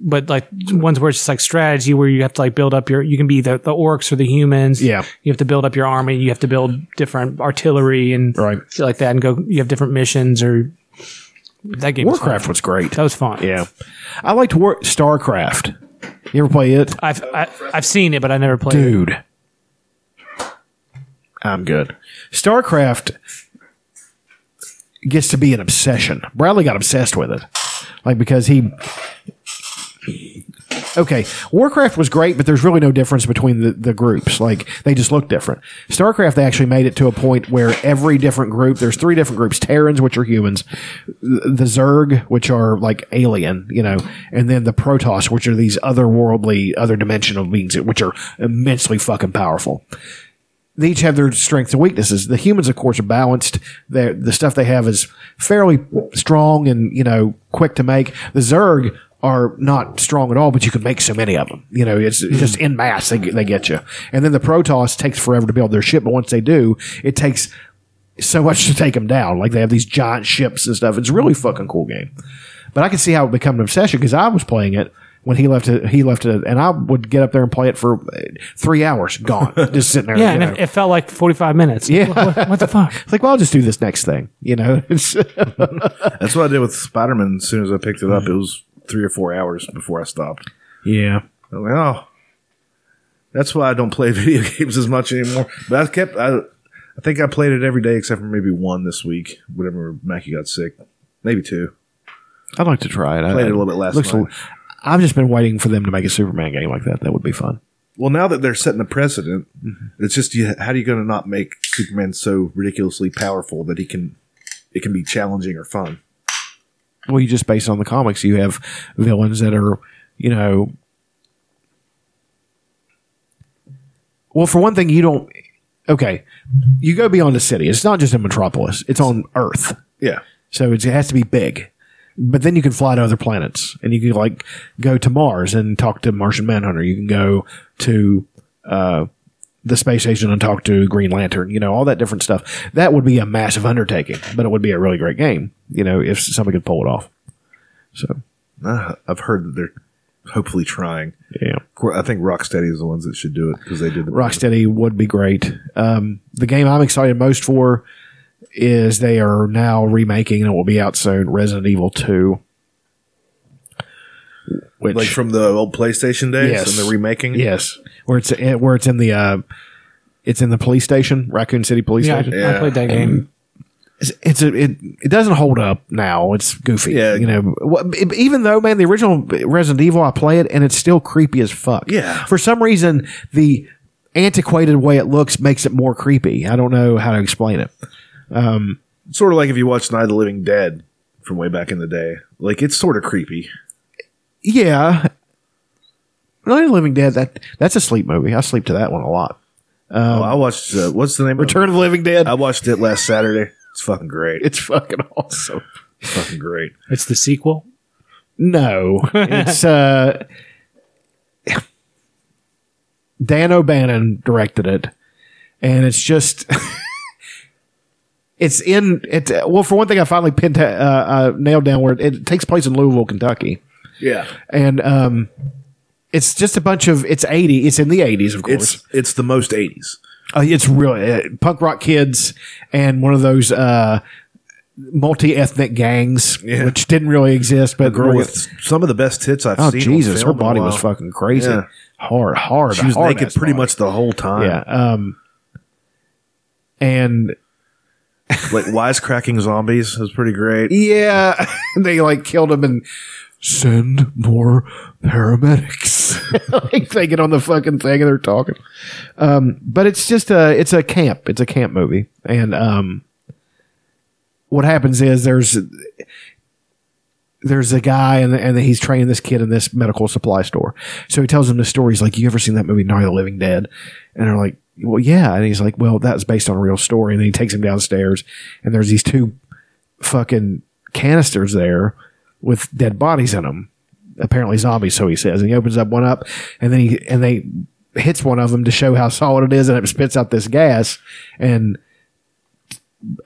Speaker 5: but like ones where it's just like strategy where you have to like build up your. You can be the, the orcs or the humans.
Speaker 4: Yeah.
Speaker 5: you have to build up your army. You have to build different artillery and
Speaker 4: Right.
Speaker 5: shit like that, and go. You have different missions or that game. was fun.
Speaker 4: Warcraft was great.
Speaker 5: That was fun.
Speaker 4: Yeah, I liked War Starcraft. You ever play it,
Speaker 5: I've I, I've seen it, but I never played it.
Speaker 4: dude? I'm good. Starcraft gets to be an obsession. Bradley got obsessed with it, like because he. Okay, Warcraft was great, but there's really no difference between the, the groups. Like they just look different. Starcraft they actually made it to a point where every different group, there's three different groups: Terrans, which are humans, the Zerg, which are like alien, you know, and then the Protoss, which are these otherworldly, other dimensional beings, which are immensely fucking powerful. They each have their strengths and weaknesses. The humans, of course, are balanced. They're, the stuff they have is fairly strong and, you know, quick to make. The Zerg are not strong at all, but you can make so many of them. You know, it's
Speaker 5: Hmm.
Speaker 4: just in mass, they, get- they get you. And then the Protoss takes forever to build their ship, but once they do, it takes so much to take them down. Like they have these giant ships and stuff. It's a really fucking cool game. But I can see how it would become an obsession because I was playing it when he left. It, he left it, and I would get up there and play it for uh, three hours, gone, just sitting there.
Speaker 5: Yeah,
Speaker 4: you
Speaker 5: and
Speaker 4: know.
Speaker 5: it, it felt like 45 minutes.
Speaker 4: Yeah.
Speaker 5: What, what the fuck?
Speaker 4: it's like, well, I'll just do this next thing. You know, it's,
Speaker 2: That's what I did with Spider Man. As soon as I picked it up, it was three or four hours before I stopped.
Speaker 4: yeah.
Speaker 2: I was like, oh, that's why I don't play video games as much anymore. But I kept, I, I think I played it every day except for maybe one this week, whenever Mackie got sick. Maybe two.
Speaker 4: I'd like to try it. I
Speaker 2: Played it a little bit last
Speaker 4: looks a-
Speaker 2: night.
Speaker 4: I've just been waiting for them to make a Superman game like that. That would be fun.
Speaker 2: Well, now that they're setting a precedent, it's just you, how are you going to not make Superman so ridiculously powerful that he can it can be challenging or fun?
Speaker 4: Well, you just based on the comics, you have villains that are, you know. Well, for one thing, you don't. Okay, you go beyond the city. It's not just in Metropolis. It's on Earth,
Speaker 2: Yeah,
Speaker 4: so it's, it has to be big. But then you can fly to other planets, and you can like go to Mars and talk to Martian Manhunter. You can go to uh, the space station and talk to Green Lantern. You know all that different stuff. That would be a massive undertaking, but it would be a really great game. You know if somebody could pull it off. So
Speaker 2: Uh, I've heard that they're hopefully trying.
Speaker 4: yeah,
Speaker 2: Of course, I think Rocksteady is the ones that should do it because they did the
Speaker 4: Rocksteady would be great. Um, the game I'm excited most for is they are now remaking and it will be out soon. Resident Evil Two, which
Speaker 2: like from the old PlayStation days
Speaker 4: Yes.
Speaker 2: and the remaking.
Speaker 4: yes, where it's where it's in the uh, it's in the police station, Raccoon City Police
Speaker 5: Yeah, Mm-hmm. I,
Speaker 4: Station.
Speaker 5: I played that game.
Speaker 4: It's, it's a, it it doesn't hold up now. It's goofy.
Speaker 2: Yeah.
Speaker 4: you know. Wha- Even though, man, the original Resident Evil, I play it and it's still creepy as fuck.
Speaker 2: Yeah.
Speaker 4: For some reason, the antiquated way it looks makes it more creepy. I don't know how to explain it.
Speaker 2: sort of like if you watch Night of the Living Dead from way back in the day. Like it's sort of creepy.
Speaker 4: Yeah. Night of the Living Dead. That that's a sleep movie. I sleep to that one a lot.
Speaker 2: oh, I watched uh, what's the name?
Speaker 4: Return of the Living Dead.
Speaker 2: Of it? I watched it last Saturday. It's fucking great.
Speaker 4: it's fucking awesome.
Speaker 2: It's fucking great.
Speaker 5: It's the sequel.
Speaker 4: No, it's uh, Dan O'Bannon directed it, and it's just it's in it. Well, for one thing, I finally pinned uh, uh, nailed down where it, it takes place in Louisville, Kentucky,
Speaker 2: Yeah,
Speaker 4: and um, it's just a bunch of it's eighty. It's in the eighties, of course.
Speaker 2: it's it's the most eighties.
Speaker 4: Uh, it's really uh, punk rock kids and one of those uh, multi ethnic gangs,
Speaker 2: Yeah.
Speaker 4: which didn't really exist. But
Speaker 2: Girl
Speaker 4: really-
Speaker 2: with some of the best tits I've
Speaker 4: oh
Speaker 2: seen. on
Speaker 4: Jesus, her
Speaker 2: film in a
Speaker 4: body was
Speaker 2: while.
Speaker 4: fucking crazy,
Speaker 2: Yeah.
Speaker 4: hard, hard.
Speaker 2: She was
Speaker 4: hard
Speaker 2: naked
Speaker 4: ass
Speaker 2: pretty
Speaker 4: body.
Speaker 2: much the whole time.
Speaker 4: Yeah, um, and
Speaker 2: like wisecracking zombies was pretty great.
Speaker 4: yeah, they like killed him and send more paramedics. like they get on the fucking thing and they're talking. Um, but it's just a it's a camp. It's a camp movie, and um, what happens is there's there's a guy and, and he's training this kid in this medical supply store. So he tells him the story. He's like, "You ever seen that movie Night of the Living Dead?" And they're like, "Well, yeah." And he's like, "Well, that's based on a real story." And then he takes him downstairs, and there's these two fucking canisters there with dead bodies in them. Apparently zombies, so he says. And he opens up one up, and then he and they hits one of them to show how solid it is, and it spits out this gas, and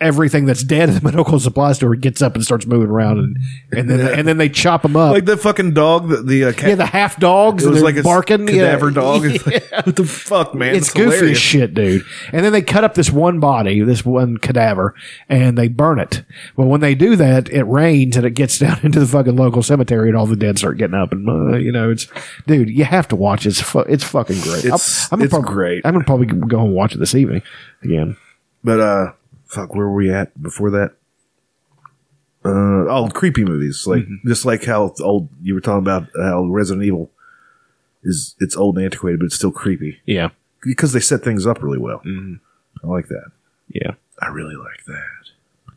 Speaker 4: everything that's dead in the medical supply store gets up and starts moving around, and and then and then they chop them up.
Speaker 2: Like the fucking dog, the, the uh, cat.
Speaker 4: yeah, the half dogs.
Speaker 2: it was like a
Speaker 4: barking yeah.
Speaker 2: cadaver dog.
Speaker 4: Yeah
Speaker 2: It's like, what the fuck, man?
Speaker 4: it's goofy
Speaker 2: hilarious.
Speaker 4: as shit, dude. And then they cut up this one body, this one cadaver, and they burn it. Well, when they do that, it rains and it gets down into the fucking local cemetery, and all the dead start getting up. And uh, you know, it's dude, you have to watch. it. It's fu- it's fucking great.
Speaker 2: It's-
Speaker 4: gonna
Speaker 2: it's
Speaker 4: probably,
Speaker 2: great.
Speaker 4: I'm gonna probably go and watch it this evening again.
Speaker 2: But uh, fuck, where were we at before that? Uh, oh, creepy movies, like
Speaker 4: Mm-hmm.
Speaker 2: just like how old you were talking about how Resident Evil is it's old and antiquated, but it's still creepy
Speaker 4: Yeah,
Speaker 2: because they set things up really well. I like that.
Speaker 4: Mm-hmm. yeah.
Speaker 2: I really like that.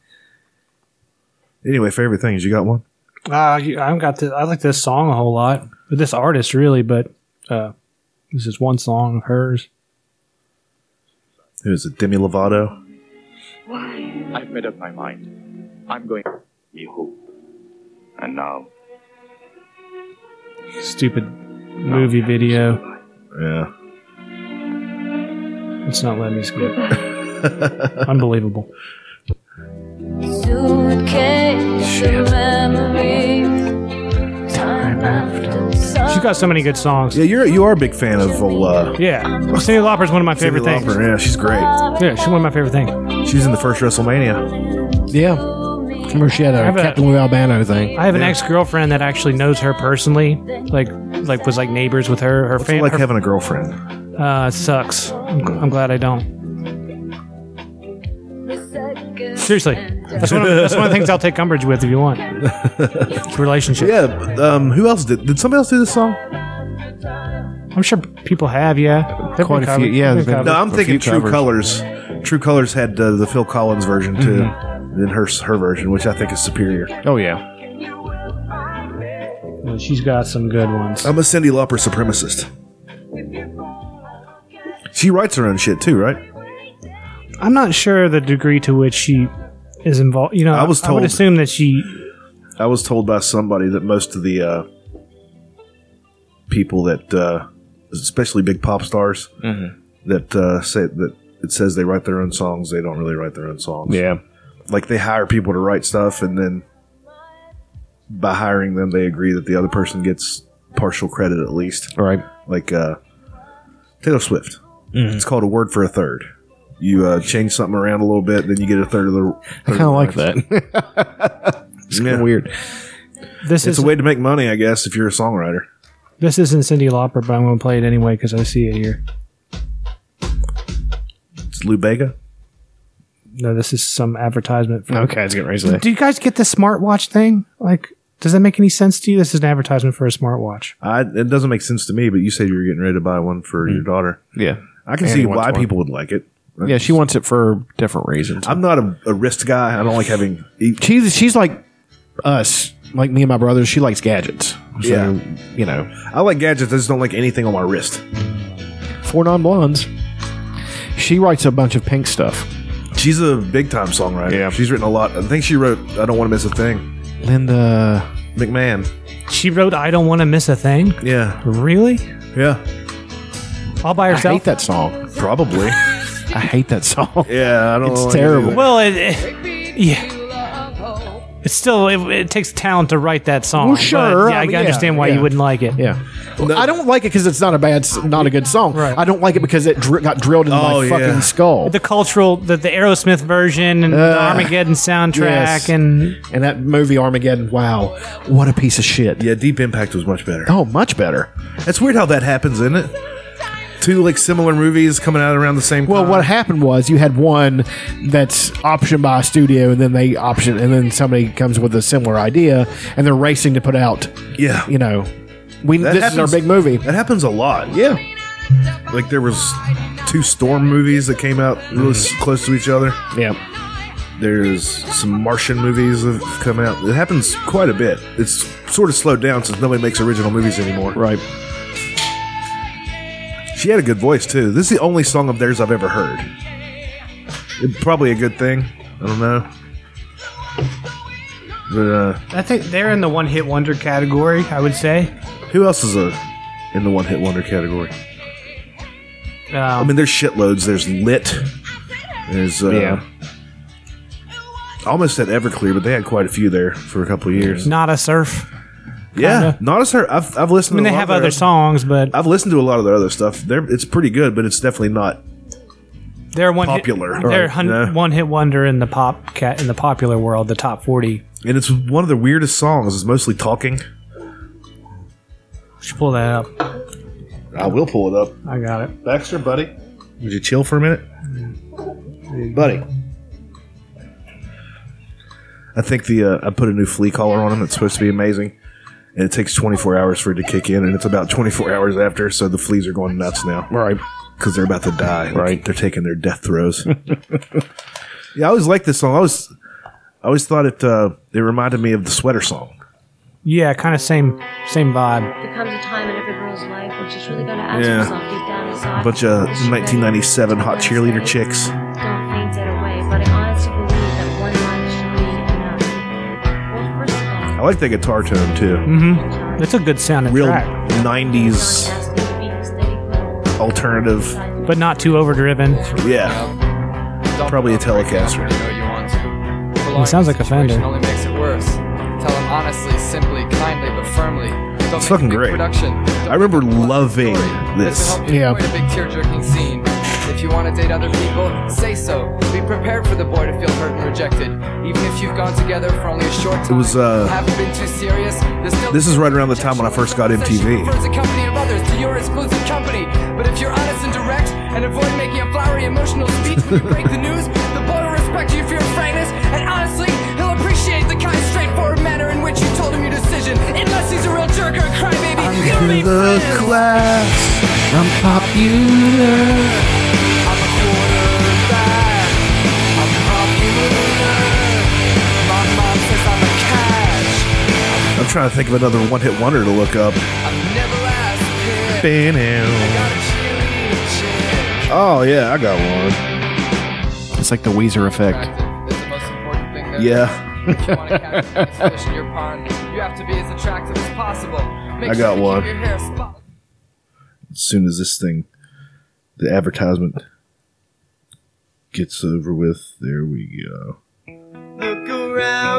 Speaker 2: Anyway, favorite things you got one?
Speaker 5: Uh, you- I've got the, I like this song a whole lot. But This artist really, but uh, this is one song of hers.
Speaker 2: Who is it? Demi Lovato.
Speaker 9: I've made up my mind. I'm going. Behold. And now.
Speaker 5: Stupid movie video.
Speaker 2: Yeah,
Speaker 5: It's not letting me skip. Unbelievable. She's got so many good songs.
Speaker 2: Yeah, you're you are a big fan of old uh,
Speaker 5: Yeah. Cindy Lauper is one of my
Speaker 2: Cyndi
Speaker 5: favorite things.
Speaker 2: Lauper. Yeah, she's great.
Speaker 5: Yeah, she's one of my favorite things.
Speaker 2: She was in the first WrestleMania.
Speaker 4: Yeah. Remember she had
Speaker 5: I
Speaker 4: a
Speaker 5: have a-
Speaker 4: uh, Captain Lou Albano thing.
Speaker 5: I have an ex-girlfriend that actually knows her personally, like like was like neighbors with her. Her
Speaker 2: It's
Speaker 5: family
Speaker 2: like having a girlfriend.
Speaker 5: uh, sucks. I'm, I'm glad I don't. Seriously, that's one, of, that's one of the things I'll take umbrage with if you want. It's relationship.
Speaker 2: Yeah. Um. Who else did? Did somebody else do this song?
Speaker 5: I'm sure people have. Yeah, They've
Speaker 4: Quite
Speaker 5: been
Speaker 4: a few-
Speaker 5: covered.
Speaker 4: yeah, there's
Speaker 5: They've been
Speaker 4: been-
Speaker 2: No,
Speaker 5: covered.
Speaker 2: I'm
Speaker 4: A
Speaker 2: thinking
Speaker 4: few
Speaker 2: True
Speaker 4: covers.
Speaker 2: Colors. True Colors had uh, the Phil Collins version too.
Speaker 4: Mm-hmm.
Speaker 2: Then her her version, which I think is superior.
Speaker 4: Oh yeah.
Speaker 5: Well, she's got some good ones.
Speaker 2: I'm a Cindy Lauper supremacist. She writes her own shit too, right?
Speaker 5: I'm not sure the degree to which she is involved. You know,
Speaker 2: I was
Speaker 5: I would
Speaker 2: told-
Speaker 5: assume that she.
Speaker 2: I was told by somebody that most of the uh, people that, uh, especially big pop stars, that uh, say that it says they write their own songs, they don't really write their own songs.
Speaker 4: Yeah.
Speaker 2: like they hire people to write stuff, and then by hiring them, they agree that the other person gets partial credit at least.
Speaker 4: All right.
Speaker 2: Like uh, Taylor Swift,
Speaker 4: Mm.
Speaker 2: it's called a word for a third. You uh, change something around a little bit, then you get a third of the.
Speaker 4: I kind of like that. it's kind of
Speaker 2: Yeah.
Speaker 4: weird.
Speaker 5: This
Speaker 2: It's
Speaker 5: is
Speaker 2: a way to make money, I guess, if you're a songwriter.
Speaker 5: this isn't Cindy Lauper, but I'm going to play it anyway because I see it here.
Speaker 2: It's Lou Bega.
Speaker 5: No, this is some advertisement. For,
Speaker 4: Okay, it's getting ready to
Speaker 5: Do you guys get the smartwatch thing? Like, does that make any sense to you? This is an advertisement for a smartwatch.
Speaker 2: I, it doesn't make sense to me, but you said you were getting ready to buy one for your daughter.
Speaker 4: Yeah.
Speaker 2: I can
Speaker 4: Mm. And
Speaker 2: see
Speaker 4: he wants
Speaker 2: why
Speaker 4: one.
Speaker 2: people would like it.
Speaker 4: Yeah, she wants it for different reasons.
Speaker 2: I'm not a, a wrist guy. I don't like having. e,
Speaker 4: she's she's like us, like me and my brothers. She likes gadgets. So,
Speaker 2: Yeah.
Speaker 4: you know,
Speaker 2: I like gadgets. I just don't like anything on my wrist.
Speaker 4: four non blondes. She writes a bunch of pink stuff.
Speaker 2: She's a big time songwriter.
Speaker 4: Yeah.
Speaker 2: she's written a lot. I think she wrote "I Don't Want to Miss a Thing."
Speaker 4: Linda,
Speaker 2: McMahon.
Speaker 5: She wrote, "I don't want to miss a thing."
Speaker 2: Yeah,
Speaker 5: Really?
Speaker 2: yeah,
Speaker 5: All by
Speaker 4: I hate
Speaker 5: herself?
Speaker 4: that song.
Speaker 2: probably.
Speaker 4: I hate that song.
Speaker 2: yeah, I don't.
Speaker 4: It's
Speaker 2: like
Speaker 4: terrible.
Speaker 2: it.
Speaker 5: Well, it, it- yeah. It's still it, it takes talent to write that song.
Speaker 4: Well,
Speaker 5: but
Speaker 4: sure,
Speaker 5: yeah, I,
Speaker 4: I mean,
Speaker 5: can understand
Speaker 4: yeah,
Speaker 5: why
Speaker 4: yeah.
Speaker 5: you wouldn't like it.
Speaker 4: Yeah. I don't like it because it's not a bad, s- not a good song.
Speaker 5: Right.
Speaker 4: I don't like it because it dr- got drilled into
Speaker 2: Oh,
Speaker 4: my
Speaker 2: yeah.
Speaker 4: fucking skull.
Speaker 5: The cultural, the, the Aerosmith version, and the Armageddon soundtrack,
Speaker 4: yes.
Speaker 5: and
Speaker 4: and that movie Armageddon, wow, what a piece of shit.
Speaker 2: yeah, Deep Impact was much better.
Speaker 4: Oh, much better.
Speaker 2: It's weird how that happens, isn't it? Two like similar movies coming out around the same.
Speaker 4: Well,
Speaker 2: time.
Speaker 4: what happened was you had one that's optioned by a studio, and then they option, and then somebody comes with a similar idea, and they're racing to put out.
Speaker 2: Yeah,
Speaker 4: You know, we
Speaker 2: That
Speaker 4: this is our
Speaker 2: happens-
Speaker 4: big movie.
Speaker 2: That happens a lot.
Speaker 4: Yeah,
Speaker 2: Like there was two Storm movies that came out really s
Speaker 4: Mm-hmm.
Speaker 2: close to each other. Oh,
Speaker 4: yeah,
Speaker 2: There's some Martian movies that have come out. It happens quite a bit. It's sort of slowed down since nobody makes original movies anymore.
Speaker 4: right.
Speaker 2: She had a good voice too. This is the only song of theirs I've ever heard. It- probably a good thing. I don't know. But
Speaker 5: I think they're in the one hit wonder category. I would say.
Speaker 2: uh, who else is a in the one hit wonder category?
Speaker 5: Um,
Speaker 2: I mean, there's shitloads. There's lit. There's uh,
Speaker 4: Yeah.
Speaker 2: Almost at Everclear, but they had quite a few there for a couple of years.
Speaker 5: not a surf.
Speaker 2: Yeah,
Speaker 5: kinda.
Speaker 2: not as her. I've, I've listened.
Speaker 5: I mean,
Speaker 2: to
Speaker 5: they
Speaker 2: a lot
Speaker 5: have
Speaker 2: of
Speaker 5: other
Speaker 2: their-
Speaker 5: songs, but
Speaker 2: I've listened to a lot of their other stuff. They're, it's pretty good, but it's definitely not.
Speaker 5: they're one
Speaker 2: popular,
Speaker 5: Hit, they're
Speaker 2: right,
Speaker 5: hun-
Speaker 2: yeah.
Speaker 5: one hit wonder in the pop cat in the popular world, the top forty.
Speaker 2: And it's one of the weirdest songs. It's mostly talking.
Speaker 5: Should pull that up.
Speaker 2: I will pull it up.
Speaker 5: I got it.
Speaker 2: Baxter, buddy, would you chill for a minute, buddy? I think the uh, I put a new flea collar on him. It's supposed to be amazing, and it takes 24 hours for it to kick in, and it's about 24 hours after. So the fleas are going nuts now, right? Because they're about to die. Right? They're taking their death throes. yeah, I always liked this song. I always, I always thought it. Uh, it reminded me of the sweater song.
Speaker 5: Yeah, kind of same same vibe.
Speaker 10: There comes a time in every girl's life where she's really gotta ask
Speaker 2: Yeah.
Speaker 10: herself deep down inside.
Speaker 2: Bunch of 1997 hot cheerleader chicks.
Speaker 10: Don't faint it away, but I honestly believe that one life should be enough. Well, first of
Speaker 2: I
Speaker 10: all,
Speaker 2: like that guitar tone too.
Speaker 5: That's a good sounding
Speaker 2: Real
Speaker 5: track,
Speaker 2: 90s. alternative.
Speaker 5: but not too overdriven.
Speaker 2: Yeah. Probably a Telecaster.
Speaker 5: He sounds like a Fender.
Speaker 11: Only makes it worse. Tell him honestly, simply, kindly, but firmly. Don't
Speaker 2: It's
Speaker 11: make a
Speaker 2: fucking
Speaker 11: big
Speaker 2: great.
Speaker 11: Production.
Speaker 2: I remember loving this.
Speaker 11: Help you avoid a big tear-jerking scene. If you want to date other people, say so. Be prepared for the boy to feel hurt and rejected. Even if you've gone together for only a short
Speaker 2: It
Speaker 11: time.
Speaker 2: was uh
Speaker 11: haven't been too serious. There's still
Speaker 2: this is right around the time when I first got MTV.
Speaker 11: prefers the company of others to your exclusive company. But if you're honest and direct and avoid making a flowery emotional speech when you break the news, the boy will respect you for your frankness. And honestly, he'll appreciate the kind, straightforward manner in which you told him your decision. Unless he's a real jerk or a crybaby, you don't make friends.
Speaker 4: I'm popular.
Speaker 2: I'm trying to think of another one hit wonder to look up. Oh yeah, I got one.
Speaker 4: It's like the Weezer effect.
Speaker 11: It's the most important thing there.
Speaker 2: Yeah.
Speaker 11: If you want to catch this fish in your pond, you have to be as attractive as possible. Make
Speaker 2: I
Speaker 11: sure
Speaker 2: got
Speaker 11: to keep
Speaker 2: one.
Speaker 11: your hair spotless.
Speaker 2: As soon as this thing, the advertisement gets over with, there we go.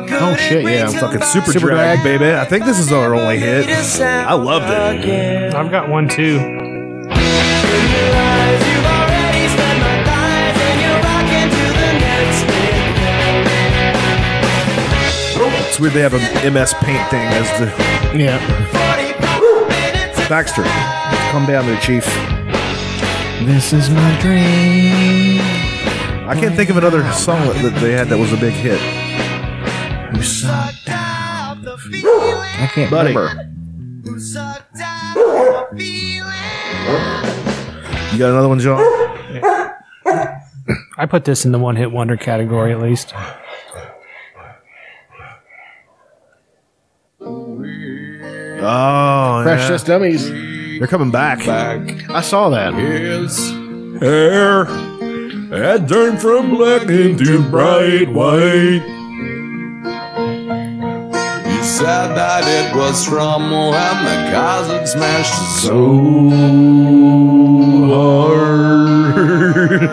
Speaker 4: Oh shit, yeah. I'm
Speaker 2: Fucking super, drag, baby. I think this is our only hit. I loved it.
Speaker 5: I've got one too.
Speaker 2: It's weird they have an MS Paint thing as the
Speaker 4: Yeah.
Speaker 2: Baxter. Come down there, Chief.
Speaker 4: This is my dream.
Speaker 2: I can't think of another song that that they had that was a big hit.
Speaker 4: I can't
Speaker 2: Buddy.
Speaker 4: remember.
Speaker 2: You got another one, John?
Speaker 5: I put this in the one hit wonder category at least.
Speaker 2: Oh,
Speaker 4: Fresh
Speaker 2: yeah.
Speaker 4: Test Dummies.
Speaker 2: They're coming back.
Speaker 4: I saw that.
Speaker 2: Hair had turned from black into bright white.
Speaker 3: He said that it was from when the cousin smashed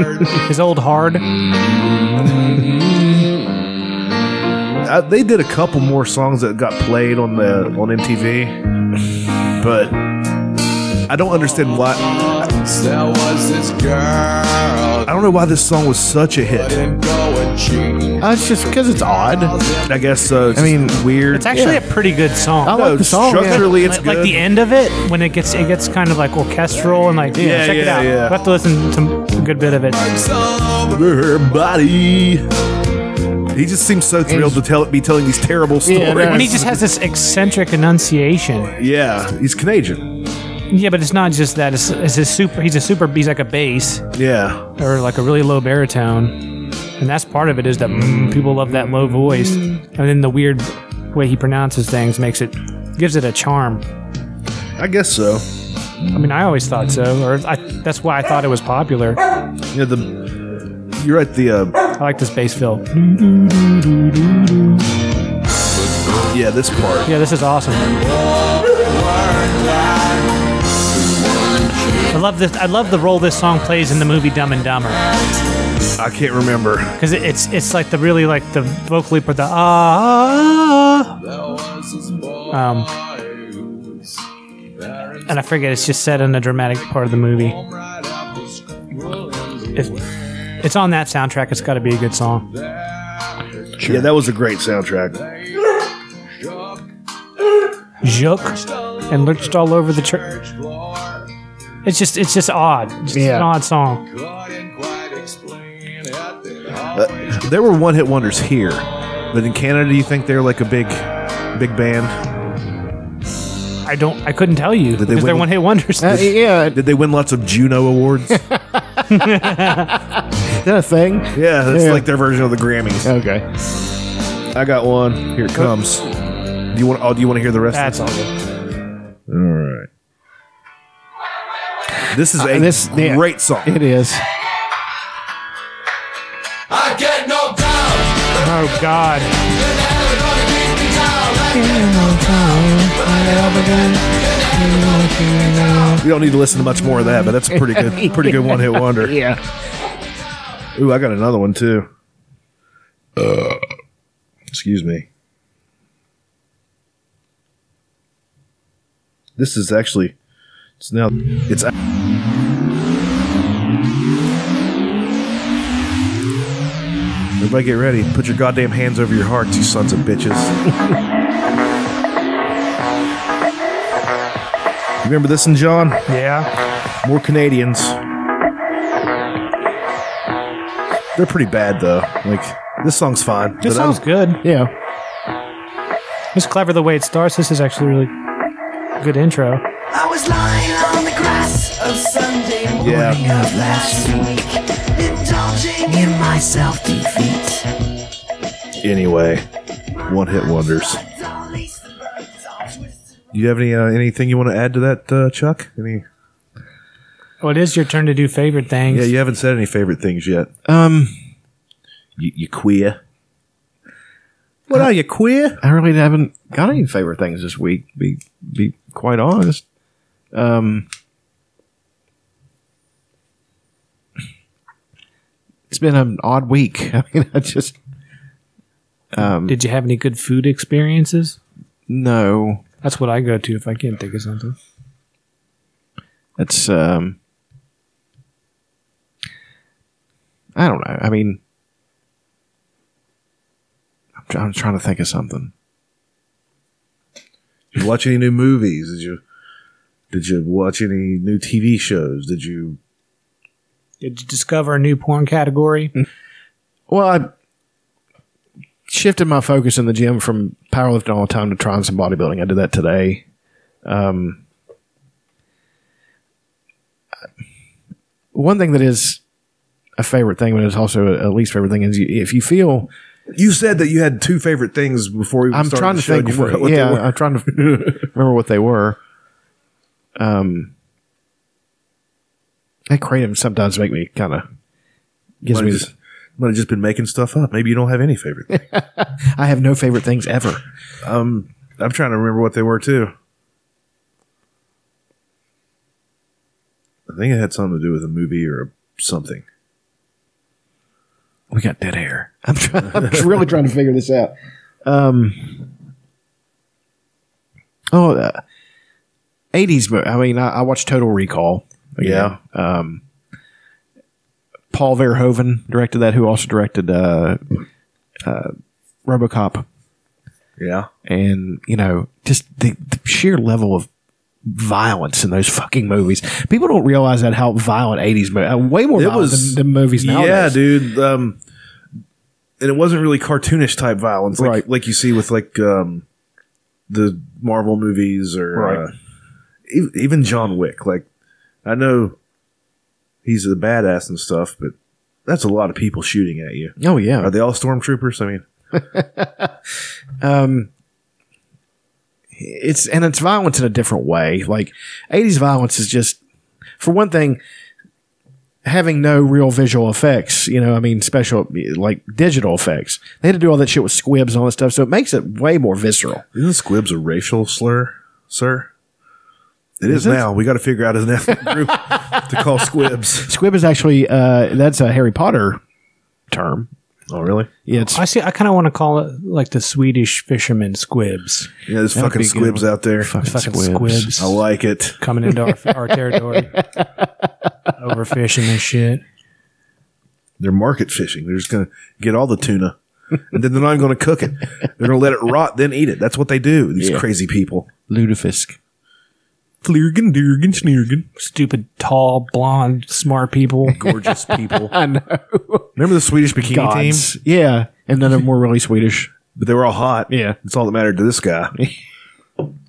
Speaker 3: his
Speaker 5: His old hard.
Speaker 2: Mm-hmm. Uh, they did a couple more songs that got played on the on MTV, but I don't understand why.
Speaker 3: There was this girl
Speaker 2: I don't know why this song was such a hit.
Speaker 3: didn't go and cheat.
Speaker 4: Uh, it's just because it's odd.
Speaker 2: I guess so. It's
Speaker 4: I mean,
Speaker 2: weird.
Speaker 5: It's actually
Speaker 4: Yeah.
Speaker 5: a pretty good song.
Speaker 4: I like the song. yeah.
Speaker 2: structurally, it's
Speaker 5: like, like
Speaker 2: good.
Speaker 5: the end of it when it gets it gets kind of like orchestral and like
Speaker 2: Yeah,
Speaker 5: check it
Speaker 2: yeah,
Speaker 5: out.
Speaker 2: yeah.
Speaker 5: We'll have to listen to a good bit of it.
Speaker 2: her body. He just seems so thrilled to tell be telling these terrible stories.
Speaker 4: Yeah,
Speaker 5: And he just has this eccentric enunciation.
Speaker 2: Yeah, he's Canadian.
Speaker 5: Yeah, but it's not just that. It's, it's a super. He's a super. He's like a bass
Speaker 2: Yeah,
Speaker 5: or like a really low baritone, and that's part of it. Is that mm, people love that low voice, and then the weird way he pronounces things makes it gives it a charm.
Speaker 2: I guess so.
Speaker 5: I mean, I always thought so, or I, that's why I thought it was popular.
Speaker 2: You know, the you're at the uh,
Speaker 5: I like this bass fill.
Speaker 2: yeah this part.
Speaker 5: Yeah, this is awesome. I love this. I love the role this song plays in the movie Dumb and Dumber
Speaker 2: I can't remember.
Speaker 5: because it, it's it's like the really like the vocally for the ah. Um, and I forget it's just said in a dramatic part of the movie. It's, it's on that soundtrack. It's got to be a good song.
Speaker 2: Yeah, that was a great soundtrack.
Speaker 5: Jook and lurched all over the church. It's just it's just odd. Just
Speaker 4: Yeah.
Speaker 5: an odd song.
Speaker 2: Uh, there were one hit wonders here, but in Canada, do you think they're like a big big band?
Speaker 5: I don't. I couldn't tell you because they're
Speaker 2: win-
Speaker 5: one hit wonders.
Speaker 4: Uh, yeah,
Speaker 2: Did they win lots of Juno awards? yeah,
Speaker 4: is that a thing?
Speaker 2: that's
Speaker 4: Yeah.
Speaker 2: like their version of the Grammys.
Speaker 4: Okay.
Speaker 2: I got one. Here it comes. Do you want? Oh, do you want to hear the rest?
Speaker 5: That's all good.
Speaker 2: All right. This is a
Speaker 4: And this yeah,
Speaker 2: great song.
Speaker 4: It is.
Speaker 3: I get no doubt.
Speaker 5: Oh God.
Speaker 2: We don't need to listen to much more of that, but that's a pretty good, pretty good one hit wonder.
Speaker 4: Yeah.
Speaker 2: Ooh, I got another one too. Uh, excuse me. This is actually it's now it's Everybody get ready. Put your goddamn hands over your hearts, you sons of bitches. You remember this one, John?
Speaker 5: Yeah.
Speaker 2: More Canadians. They're pretty bad though. Like this song's fine. but
Speaker 5: This
Speaker 2: I-
Speaker 5: sounds good.
Speaker 4: Yeah.
Speaker 5: It's clever the way it starts. This is actually a really good intro.
Speaker 12: I was lying on the grass of Sunday morning
Speaker 5: Yeah.
Speaker 12: of last week, indulging in my self defeat.
Speaker 2: Anyway, one hit wonders. Do you have any uh, anything you want to add to that, uh, Chuck? Any?
Speaker 5: Well, it is your turn to do favorite things.
Speaker 2: Yeah, you haven't said any favorite things yet.
Speaker 4: Um,
Speaker 2: you, you queer. What are you queer?
Speaker 4: I really haven't got any favorite things this week. to Be be quite honest. Um, it's been an odd week. I mean, I just. Um,
Speaker 5: Did you have any good food experiences?
Speaker 4: No,
Speaker 5: that's what I go to if I can't think of something.
Speaker 4: It's um I don't know. I mean I'm, try- I'm trying to think of something.
Speaker 2: Did you watch any new movies? Did you? Did you watch any new TV shows? Did you?
Speaker 5: Did you discover a new porn category?
Speaker 4: Well, I shifted my focus in the gym from powerlifting all the time to trying some bodybuilding. I did that today. Um one thing that is a favorite thing, but it's also a, a least favorite thing is you, if you feel
Speaker 2: You said that you had two favorite things before we.
Speaker 4: I'm
Speaker 2: started
Speaker 4: trying
Speaker 2: the
Speaker 4: to
Speaker 2: show and
Speaker 4: think.
Speaker 2: you forgot
Speaker 4: wh-
Speaker 2: what they
Speaker 4: yeah,
Speaker 2: were.
Speaker 4: I'm trying to remember what they were. Um, that kratom sometimes make me kind of gives
Speaker 2: Might
Speaker 4: me.
Speaker 2: have just- might have just been making stuff up. Maybe you don't have any favorite.
Speaker 4: I have no favorite things ever.
Speaker 2: Um, I'm trying to remember what they were too. I think it had something to do with a movie or a, something.
Speaker 4: We got dead air. I'm trying. I'm just really trying to figure this out. Um. Oh, uh, 80s. mo- I mean, I, I watched Total Recall. Yeah. Um. Paul Verhoeven directed that. Who also directed uh, uh, RoboCop.
Speaker 2: Yeah.
Speaker 4: and you know just the, the sheer level of violence in those fucking movies. People don't realize that how violent eighties movies, uh, way more
Speaker 2: It
Speaker 4: violent
Speaker 2: was
Speaker 4: than, than movies nowadays.
Speaker 2: Yeah, dude. Um, and it wasn't really cartoonish type violence, like, Like you see with like um, the Marvel movies or
Speaker 4: Right.
Speaker 2: uh, e- even John Wick. Like I know he's a badass and stuff, but that's a lot of people shooting at you.
Speaker 4: Oh yeah.
Speaker 2: Are they all stormtroopers? I mean,
Speaker 4: um, it's and it's violence in a different way. Like eighties violence is just, for one thing, having no real visual effects. You know, I mean, special like digital effects. They had to do all that shit with squibs and all that stuff, so it makes it way more visceral.
Speaker 2: isn't squibs a racial slur, sir? It is,
Speaker 4: Is it?
Speaker 2: now. We got to figure out as an ethnic group to call squibs.
Speaker 4: Squib is actually uh, that's a Harry Potter term.
Speaker 2: Oh, really?
Speaker 4: Yeah, it's,
Speaker 5: I see. I kind of want to call it like the Swedish fishermen squibs.
Speaker 2: Yeah, there's
Speaker 5: That'd
Speaker 2: fucking
Speaker 5: be a good
Speaker 2: squibs
Speaker 5: one.
Speaker 2: out there.
Speaker 5: Fucking, squibs.
Speaker 2: I like it.
Speaker 5: coming into our, our territory, overfishing and shit.
Speaker 2: They're market fishing. They're just gonna get all the tuna, and then they're not even gonna cook it. They're gonna let it rot, then eat it. That's what they do. These crazy people.
Speaker 4: Ludafisk.
Speaker 5: Flirgen, Durgen, Snurgen. Stupid, tall, blonde, smart people.
Speaker 2: Gorgeous people.
Speaker 4: I know.
Speaker 2: Remember the Swedish bikini
Speaker 4: Gods.
Speaker 2: team?
Speaker 4: Yeah, and none of them were really Swedish.
Speaker 2: But they were all hot. Yeah, that's all that mattered to this guy.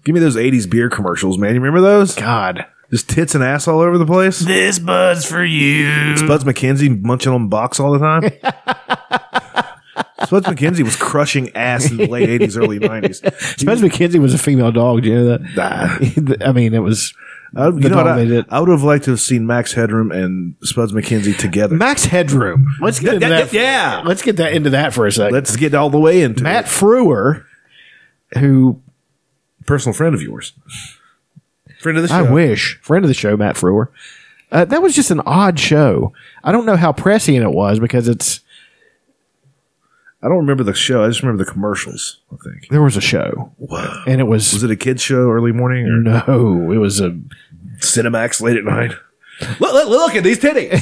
Speaker 2: Give me those '80s beer commercials, man. You remember those?
Speaker 4: God,
Speaker 2: just tits and ass all over the place. This bud's for you. Spuds McKenzie munching on box all the time. Spuds McKenzie was crushing ass in the late '80s, early '90s.
Speaker 4: Spencer McKenzie was a female dog. Do you know that? I mean, it was. uh,
Speaker 2: I, you
Speaker 4: the
Speaker 2: know what,
Speaker 4: dog
Speaker 2: I,
Speaker 4: they did.
Speaker 2: I would have liked to have seen Max Headroom and Spuds McKenzie together.
Speaker 4: Max Headroom. Let's get into that.
Speaker 2: Yeah,
Speaker 4: let's get that into that for a second.
Speaker 2: Let's get all the way into
Speaker 4: Matt Frewer, who
Speaker 2: personal friend of yours, friend of the show.
Speaker 4: I wish friend of the show, Matt Frewer, Uh, that was just an odd show. I don't know how prescient it was because it's.
Speaker 2: I don't remember the show. I just remember the commercials. I think
Speaker 4: there was a show.
Speaker 2: Wow.
Speaker 4: And it was
Speaker 2: was it a kids show early morning? Or?
Speaker 4: No, it was a
Speaker 2: Mm. Cinemax late at night. Look, look, look at these titties.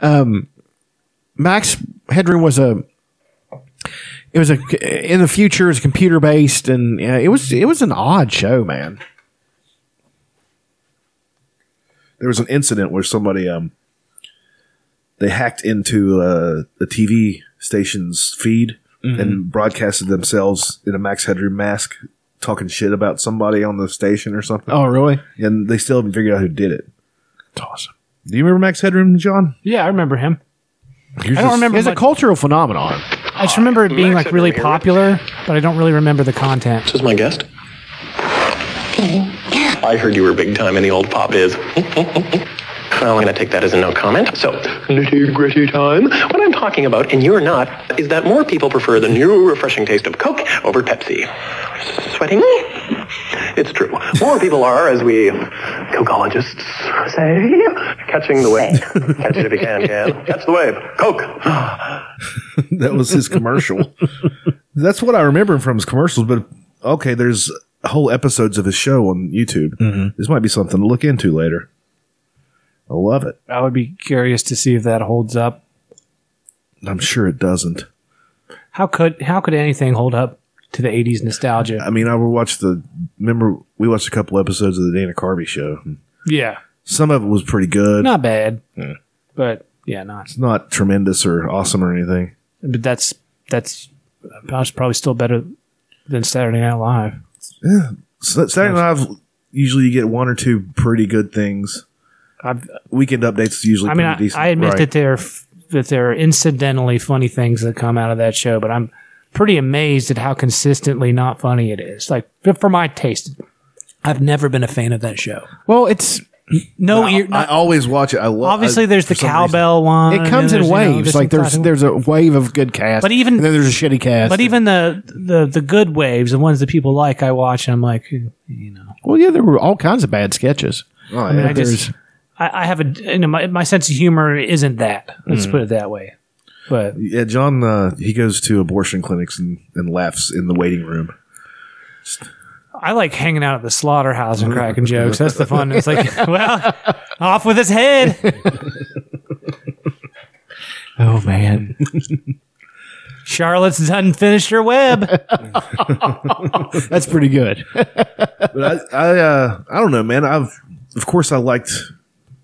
Speaker 4: um, Max Headroom was a. It was a in the future. It's computer based, and uh, it was it was an odd show, man.
Speaker 2: there was an incident where somebody um they hacked into uh, a TV station's feed
Speaker 4: Mhm.
Speaker 2: and broadcasted themselves in a Max Headroom mask talking shit about somebody on the station or something.
Speaker 4: Oh, really?
Speaker 2: And they still haven't figured out who did it.
Speaker 4: It's awesome.
Speaker 2: Do you remember Max Headroom, John?
Speaker 5: Yeah, I remember him.
Speaker 4: I
Speaker 5: don't remember
Speaker 4: It's a
Speaker 5: much-
Speaker 4: cultural phenomenon.
Speaker 5: I just remember it being like really popular, but I don't really remember the content. This
Speaker 13: is my guest. I heard you were big time, and the old pop is. Well, I'm going to take that as a no comment. So, nitty gritty time. What I'm talking about, and you're not, is that more people prefer the new refreshing taste of Coke over Pepsi. Sweating? It's true. More people are, as we Cokeologists say, catching the wave. Catch it if you can, can. Catch the wave. Coke.
Speaker 2: that was his commercial. That's what I remember him from his commercials. But okay, there's whole episodes of his show on YouTube.
Speaker 5: Mm-hmm.
Speaker 2: This might be something to look into later. I love it.
Speaker 5: I would be curious to see if that holds up.
Speaker 2: I'm sure it doesn't.
Speaker 5: How could how could anything hold up to the '80s nostalgia?
Speaker 2: I mean, I would watch the. Remember, we watched a couple episodes of the Dana Carvey show.
Speaker 5: Yeah,
Speaker 2: Some of it was pretty good.
Speaker 5: not bad,
Speaker 2: Yeah.
Speaker 5: but yeah, not.
Speaker 2: It's not tremendous or awesome or anything.
Speaker 5: But that's that's that's probably still better than Saturday Night Live.
Speaker 2: Yeah. So Saturday Night Live, usually you get one or two pretty good things.
Speaker 5: I've,
Speaker 2: Weekend updates is usually
Speaker 5: I mean,
Speaker 2: pretty
Speaker 5: I,
Speaker 2: decent.
Speaker 5: I admit
Speaker 2: Right.
Speaker 5: that there are f- that there are incidentally funny things that come out of that show, but I'm pretty amazed at how consistently not funny it is. Like for my taste, I've never been a fan of that show.
Speaker 4: Well, it's
Speaker 5: no. ear-
Speaker 2: I always watch it. I love.
Speaker 5: Obviously,
Speaker 2: I-
Speaker 5: there's
Speaker 2: for
Speaker 5: the
Speaker 2: some reason-
Speaker 5: cowbell one.
Speaker 4: It comes in waves. like Uh, there's there's a wave of good cast,
Speaker 5: But even-
Speaker 4: and then there's a shitty cast.
Speaker 5: but even the, the the good waves, the ones that people like, I watch and I'm like, eh.
Speaker 4: well, yeah, there were all kinds of bad sketches.
Speaker 2: Oh,
Speaker 5: I mean,
Speaker 4: yeah.
Speaker 5: I just
Speaker 4: There's-
Speaker 5: I, I have a you know my, my sense of humor isn't that. Let's
Speaker 2: Mm.
Speaker 5: put it that way. But
Speaker 2: yeah, John uh, he goes to abortion clinics and, and laughs in the waiting room.
Speaker 5: I like hanging out at the slaughterhouse and cracking jokes. That's the fun. It's like, well, off with his head.
Speaker 4: Oh man.
Speaker 5: Charlotte's done finished her web.
Speaker 4: That's pretty good.
Speaker 2: but I, I, uh, I don't know, man. I've, of course, I liked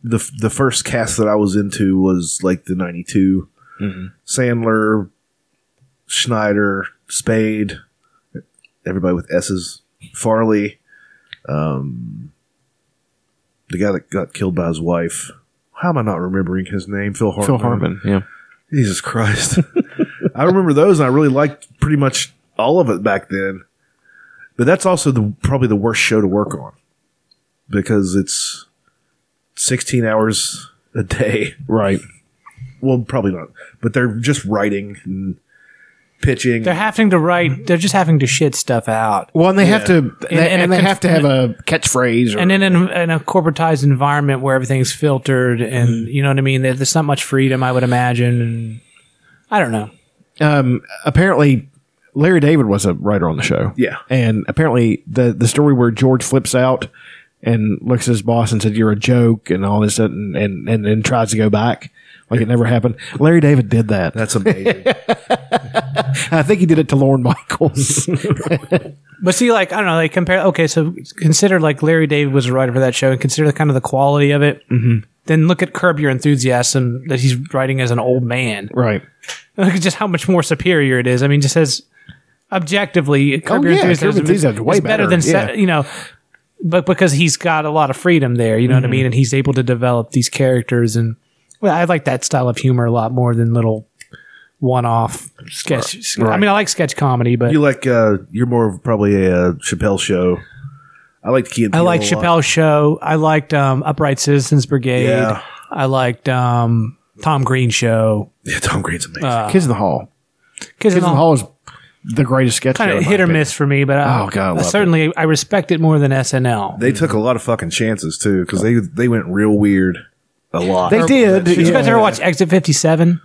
Speaker 2: the the first cast that I was into was like the '92 Mm-hmm. Sandler, Schneider, Spade, everybody with S's, Farley, um, the guy that got killed by his wife. How am I not remembering his name? Phil Hartman.
Speaker 4: Phil Hartman, yeah.
Speaker 2: Jesus Christ. I remember those, and I really liked pretty much all of it back then. But that's also the probably the worst show to work on because it's sixteen hours a day.
Speaker 4: Right.
Speaker 2: Well, probably not, but they're just writing and pitching.
Speaker 5: They're having to write. They're just having to shit stuff out.
Speaker 4: Well, and they have to, and,
Speaker 5: In- in a
Speaker 4: they
Speaker 5: con-
Speaker 4: have to have a catchphrase. Or,
Speaker 5: And in, an, in a corporatized environment where everything's filtered, and you know what I mean, there- there's not much freedom, I would imagine. And I don't know.
Speaker 4: um, apparently, Larry David was a writer on the show.
Speaker 2: Yeah.
Speaker 4: and apparently the the story where George flips out and looks at his boss and said, "You're a joke," and all this, and and and, and tries to go back. Like it never happened. Larry David did that.
Speaker 2: That's amazing.
Speaker 4: I think he did it to Lorne Michaels.
Speaker 5: But see, like I don't know, like compare. Okay, so consider like Larry David was a writer for that show, and consider the kind of the quality of it.
Speaker 4: Mhm.
Speaker 5: Then look at Curb Your Enthusiasm that he's writing as an old man.
Speaker 4: Right.
Speaker 5: Look at just how much more superior it is. I mean, just as objectively, Curb
Speaker 4: Oh,
Speaker 5: Your
Speaker 4: yeah, Curb
Speaker 5: Enthusiasm,
Speaker 4: Enthusiasm's
Speaker 5: is,
Speaker 4: way
Speaker 5: is better,
Speaker 4: better,
Speaker 5: than sa-
Speaker 4: yeah.
Speaker 5: you know. But because he's got a lot of freedom there, you know what I
Speaker 4: Mhm.
Speaker 5: mean, and he's able to develop these characters, and well, I like that style of humor a lot more than little one-off sketch. I
Speaker 2: Right.
Speaker 5: mean, I like sketch comedy, but
Speaker 2: you like uh, you're more of probably a uh, Chappelle show. I liked Key and
Speaker 5: I
Speaker 2: Peele
Speaker 5: liked
Speaker 2: a lot.
Speaker 5: Chappelle's show. I liked um, Upright Citizens Brigade.
Speaker 2: Yeah.
Speaker 5: I liked um, Tom Green show.
Speaker 2: Yeah, Tom Green's amazing.
Speaker 5: Uh,
Speaker 4: Kids in the Hall.
Speaker 5: Kids in the Hall
Speaker 4: is the greatest sketch
Speaker 5: kind
Speaker 4: show,
Speaker 5: of
Speaker 4: in my
Speaker 5: hit or
Speaker 4: opinion.
Speaker 5: miss for me, but I,
Speaker 4: Oh, God, I love
Speaker 5: I
Speaker 4: it.
Speaker 5: certainly I respect it more than SNL.
Speaker 2: They took a lot of fucking chances too because they they went real weird a lot.
Speaker 5: Or- Did you guys ever watch Exit Fifty Seven?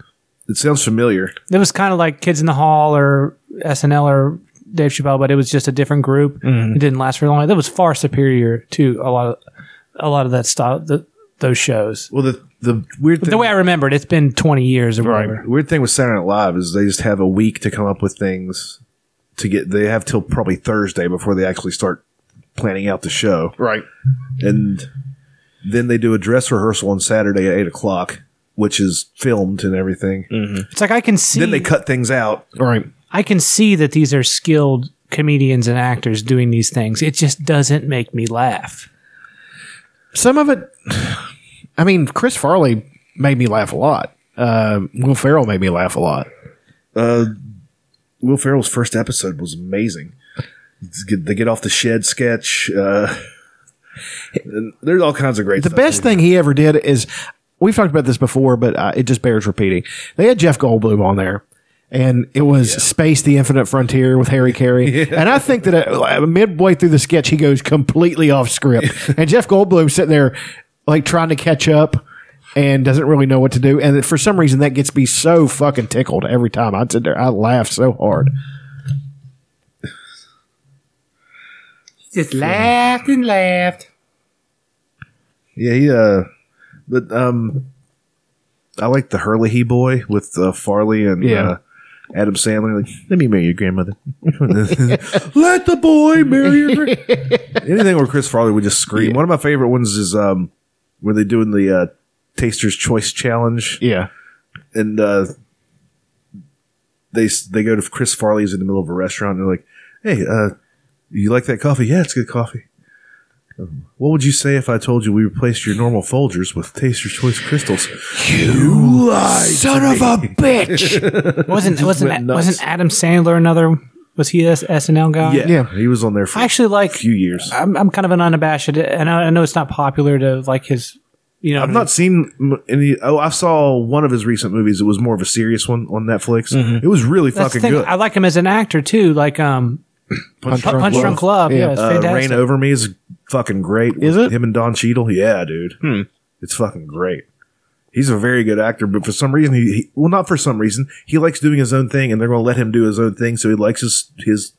Speaker 2: It sounds familiar.
Speaker 5: It was kind of like Kids in the Hall or SNL or Dave Chappelle, but it was just a different group.
Speaker 2: Mhm.
Speaker 5: It didn't last very long. That was far superior to a lot of a lot of that style. The, those shows.
Speaker 2: Well, the the weird
Speaker 5: the way I remember it, it's been twenty years or whatever.
Speaker 2: Weird thing with Saturday Night Live is they just have a week to come up with things to get. They have till probably Thursday before they actually start planning out the show.
Speaker 4: Right,
Speaker 2: and then they do a dress rehearsal on Saturday at eight o'clock, which is filmed and everything.
Speaker 5: It's like I can see.
Speaker 2: Then they cut things out.
Speaker 4: Right.
Speaker 5: I can see that these are skilled comedians and actors doing these things. It just doesn't make me laugh.
Speaker 4: Some of it, I mean, Chris Farley made me laugh a lot. Uh, Will Ferrell made me laugh a lot.
Speaker 2: Uh, Will Ferrell's first episode was amazing. It's good- They get off the shed sketch. Uh, and there's all kinds of great.
Speaker 4: The
Speaker 2: stuff.
Speaker 4: best thing he ever did is we've talked about this before, but uh, it just bears repeating. They had Jeff Goldblum on there. And it was Space the Infinite Frontier with Harry Carey. And I think that uh, midway through the sketch, he goes completely off script. and Jeff Goldblum sitting there, like trying to catch up and doesn't really know what to do. And for some reason, that gets me so fucking tickled every time I sit there. I laugh so hard.
Speaker 5: Just laughed and laughed.
Speaker 2: Yeah, he. Uh, but um, I like the Hurley He Boy with uh, Farley and
Speaker 4: Yeah.
Speaker 2: uh, Adam Sandler. Like, let me marry your grandmother.
Speaker 4: Let the boy marry your
Speaker 2: Anything where Chris Farley would just scream. One of my favorite ones is um, where they're doing the uh, Taster's Choice Challenge.
Speaker 4: Yeah,
Speaker 2: and uh, they s- they go to Chris Farley's in the middle of a restaurant. and They're like, "Hey, uh, you like that coffee? Yeah, it's good coffee." Um, What would you say if I told you we replaced your normal Folgers with Taster's Choice crystals? You lied,
Speaker 5: son of a
Speaker 2: bitch!
Speaker 5: wasn't wasn't wasn't Adam Sandler another? Was he this SNL guy?
Speaker 2: yeah, he was on there for
Speaker 5: I actually like.
Speaker 2: a few years.
Speaker 5: I'm I'm kind of an unabashed, and I, I know it's not popular to like his. You know,
Speaker 2: I've not seen m- any. Oh, I saw one of his recent movies. It was more of a serious one on Netflix. It was really
Speaker 5: that's the
Speaker 2: fucking
Speaker 5: thing.
Speaker 2: good.
Speaker 5: I like him as an actor too. Like um, Punch, Punch, Drunk, Love. Yeah, it's
Speaker 2: Uh,
Speaker 5: fantastic.
Speaker 2: Rain Over Me is fucking great. Is it him and Don Cheadle? Yeah, dude.
Speaker 4: Hmm.
Speaker 2: It's fucking great. He's a very good actor, but for some reason, he, he well, not for some reason, he likes doing his own thing, and they're going to let him do his own thing. So he likes his his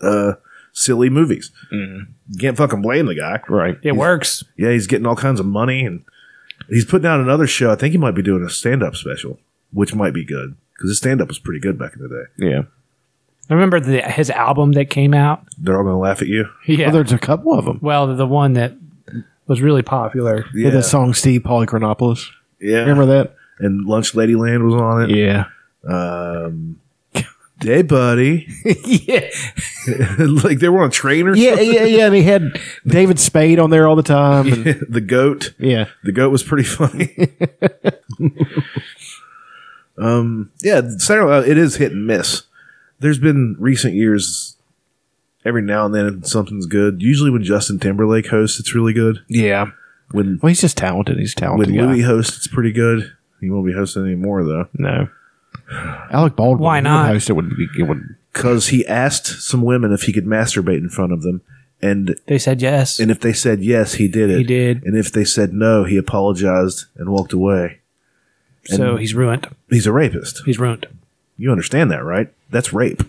Speaker 2: uh, silly movies. You can't fucking blame the guy,
Speaker 4: right?
Speaker 5: It works.
Speaker 2: Yeah, he's getting all kinds of money, and he's putting out another show. I think he might be doing a stand up special, which might be good because his stand up was pretty good back in the day.
Speaker 4: Yeah,
Speaker 5: I remember the, his album that came out.
Speaker 2: they're all going to laugh at you.
Speaker 5: Yeah,
Speaker 4: there's a couple of them.
Speaker 5: Well, the one that was really popular.
Speaker 4: Yeah. That song Steve Polychronopoulos.
Speaker 2: Yeah.
Speaker 4: Remember that?
Speaker 2: And Lunch Ladyland was on it.
Speaker 4: Yeah.
Speaker 2: Um, Day Buddy. yeah. like they were on a train or
Speaker 4: Yeah,
Speaker 2: something.
Speaker 4: yeah, yeah. And he had David Spade on there all the time. And
Speaker 2: the goat.
Speaker 4: Yeah.
Speaker 2: The goat was pretty funny. um, yeah, Saturday Night Live, it is hit and miss. There's been recent years, every now and then something's good. Usually when Justin Timberlake hosts, it's really good.
Speaker 4: Yeah.
Speaker 2: When
Speaker 4: well, he's just talented. He's a talented.
Speaker 2: When
Speaker 4: guy.
Speaker 2: Louis hosts, it's pretty good. He won't be hosting anymore though.
Speaker 4: No. Alec Baldwin.
Speaker 5: Why
Speaker 4: he would
Speaker 5: not?
Speaker 4: Host it would be. It would.
Speaker 2: because he asked some women if he could masturbate in front of them, and
Speaker 5: They said yes.
Speaker 2: and if they said yes, he did it.
Speaker 5: He did.
Speaker 2: And if they said no, he apologized and walked away. And
Speaker 5: so he's ruined.
Speaker 2: he's a rapist.
Speaker 5: He's ruined.
Speaker 2: You understand that, right? That's rape.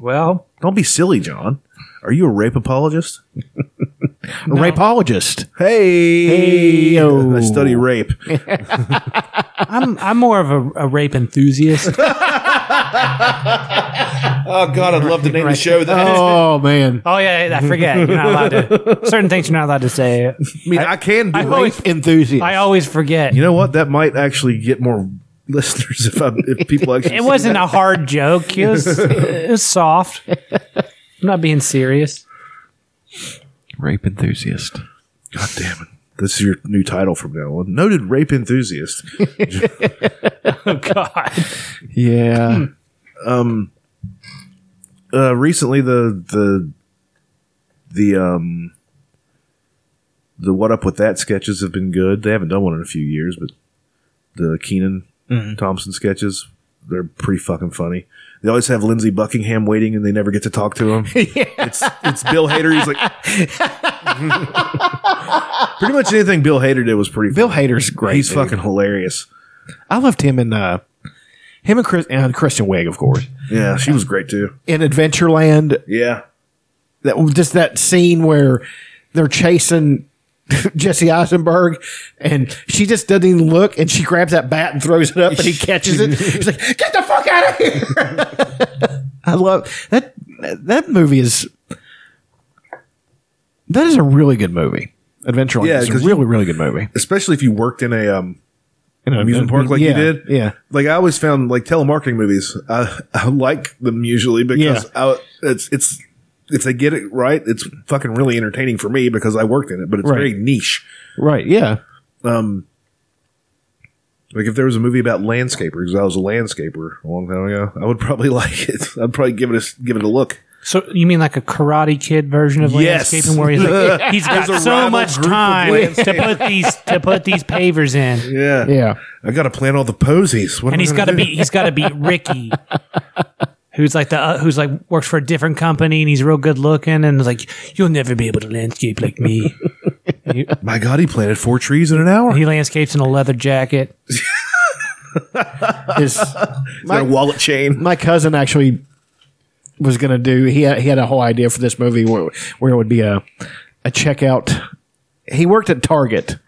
Speaker 5: Well,
Speaker 2: Don't be silly, John. Are you a rape apologist?
Speaker 4: A rapologist.
Speaker 2: Hey,
Speaker 4: Hey-o.
Speaker 2: I study rape.
Speaker 5: I'm I'm more of a, a rape enthusiast.
Speaker 2: Oh God, I'd love to name the show that.
Speaker 4: Oh man.
Speaker 5: Oh yeah, I forget. You're not allowed to. Certain things you're not allowed to say.
Speaker 2: I mean, I, can do.
Speaker 5: I
Speaker 2: rape.
Speaker 5: always,
Speaker 4: enthusiast.
Speaker 5: I always forget.
Speaker 2: you know what? That might actually get more listeners if I, if people actually.
Speaker 5: It
Speaker 2: see
Speaker 5: wasn't
Speaker 2: that.
Speaker 5: a hard joke. It was, it was soft. I'm not being serious.
Speaker 4: Rape enthusiast.
Speaker 2: God damn it. This is your new title from now on. Noted rape enthusiast.
Speaker 5: Oh God.
Speaker 4: Yeah.
Speaker 2: Um, uh, recently the the the um the what up with that sketches
Speaker 4: Mm-hmm.
Speaker 2: have been good. They haven't done one in a few years, but the Keenan Thompson sketches they're pretty fucking funny. They always have Lindsey Buckingham waiting, and they never get to talk to him. It's it's Bill Hader. He's like, pretty much anything Bill Hader did was pretty.
Speaker 4: Bill Hader's great.
Speaker 2: He's
Speaker 4: dude.
Speaker 2: fucking hilarious.
Speaker 4: I loved him and uh, him and Chris and Kristen Wiig, of course.
Speaker 2: Yeah, she was great too.
Speaker 4: in Adventureland.
Speaker 2: Yeah,
Speaker 4: that just that scene where they're chasing Jesse Eisenberg, and she just doesn't even look, and she grabs that bat and throws it up, and he catches it. He's like, "Get the fuck out of here!" I love that. That movie is that is a really good movie. Adventureland
Speaker 2: Yeah,
Speaker 4: is a
Speaker 2: 'cause
Speaker 4: really really good movie.
Speaker 2: Especially if you worked in a um,
Speaker 4: in
Speaker 2: an amusement park like you
Speaker 4: Uh, yeah,
Speaker 2: did.
Speaker 4: yeah.
Speaker 2: Like I always found like telemarketing movies. I, I like them usually because I, it's it's if they get it right, it's fucking really entertaining for me because I worked in it. But it's
Speaker 4: Right.
Speaker 2: very niche.
Speaker 4: Right? Yeah.
Speaker 2: Um, like if there was a movie about landscapers, 'cause I was a landscaper a long time ago, I would probably like it. I'd probably give it a give it a look.
Speaker 5: So you mean like a Karate Kid version of
Speaker 2: Yes.
Speaker 5: landscaping, where he's like, he's got
Speaker 2: There's a
Speaker 5: so
Speaker 2: rival
Speaker 5: much
Speaker 2: group of
Speaker 5: time to
Speaker 2: landscapers.
Speaker 5: put these to put these pavers in,
Speaker 2: Yeah,
Speaker 4: yeah.
Speaker 2: I got to plan all the posies. What am I
Speaker 5: and he's
Speaker 2: gonna
Speaker 5: got to
Speaker 2: do?
Speaker 5: beat he's got to beat Ricky, who's like the uh, who's like works for a different company and he's real good looking and is like you'll never be able to landscape like me.
Speaker 2: My God, he planted four trees in an hour.
Speaker 5: He landscapes in a leather jacket.
Speaker 4: His,
Speaker 2: my wallet chain.
Speaker 4: My cousin actually was going to do. He had, he had a whole idea for this movie where, where it would be a a checkout. He worked at Target,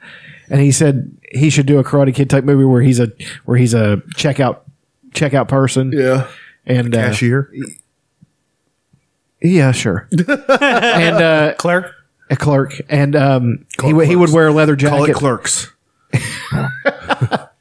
Speaker 4: and he said he should do a Karate Kid type movie where he's a where he's a checkout checkout person.
Speaker 2: Yeah,
Speaker 4: and uh,
Speaker 2: cashier.
Speaker 4: yeah, sure. and uh,
Speaker 5: clerk,
Speaker 4: a clerk, and um, he would he would wear a leather jacket.
Speaker 2: Call it clerks.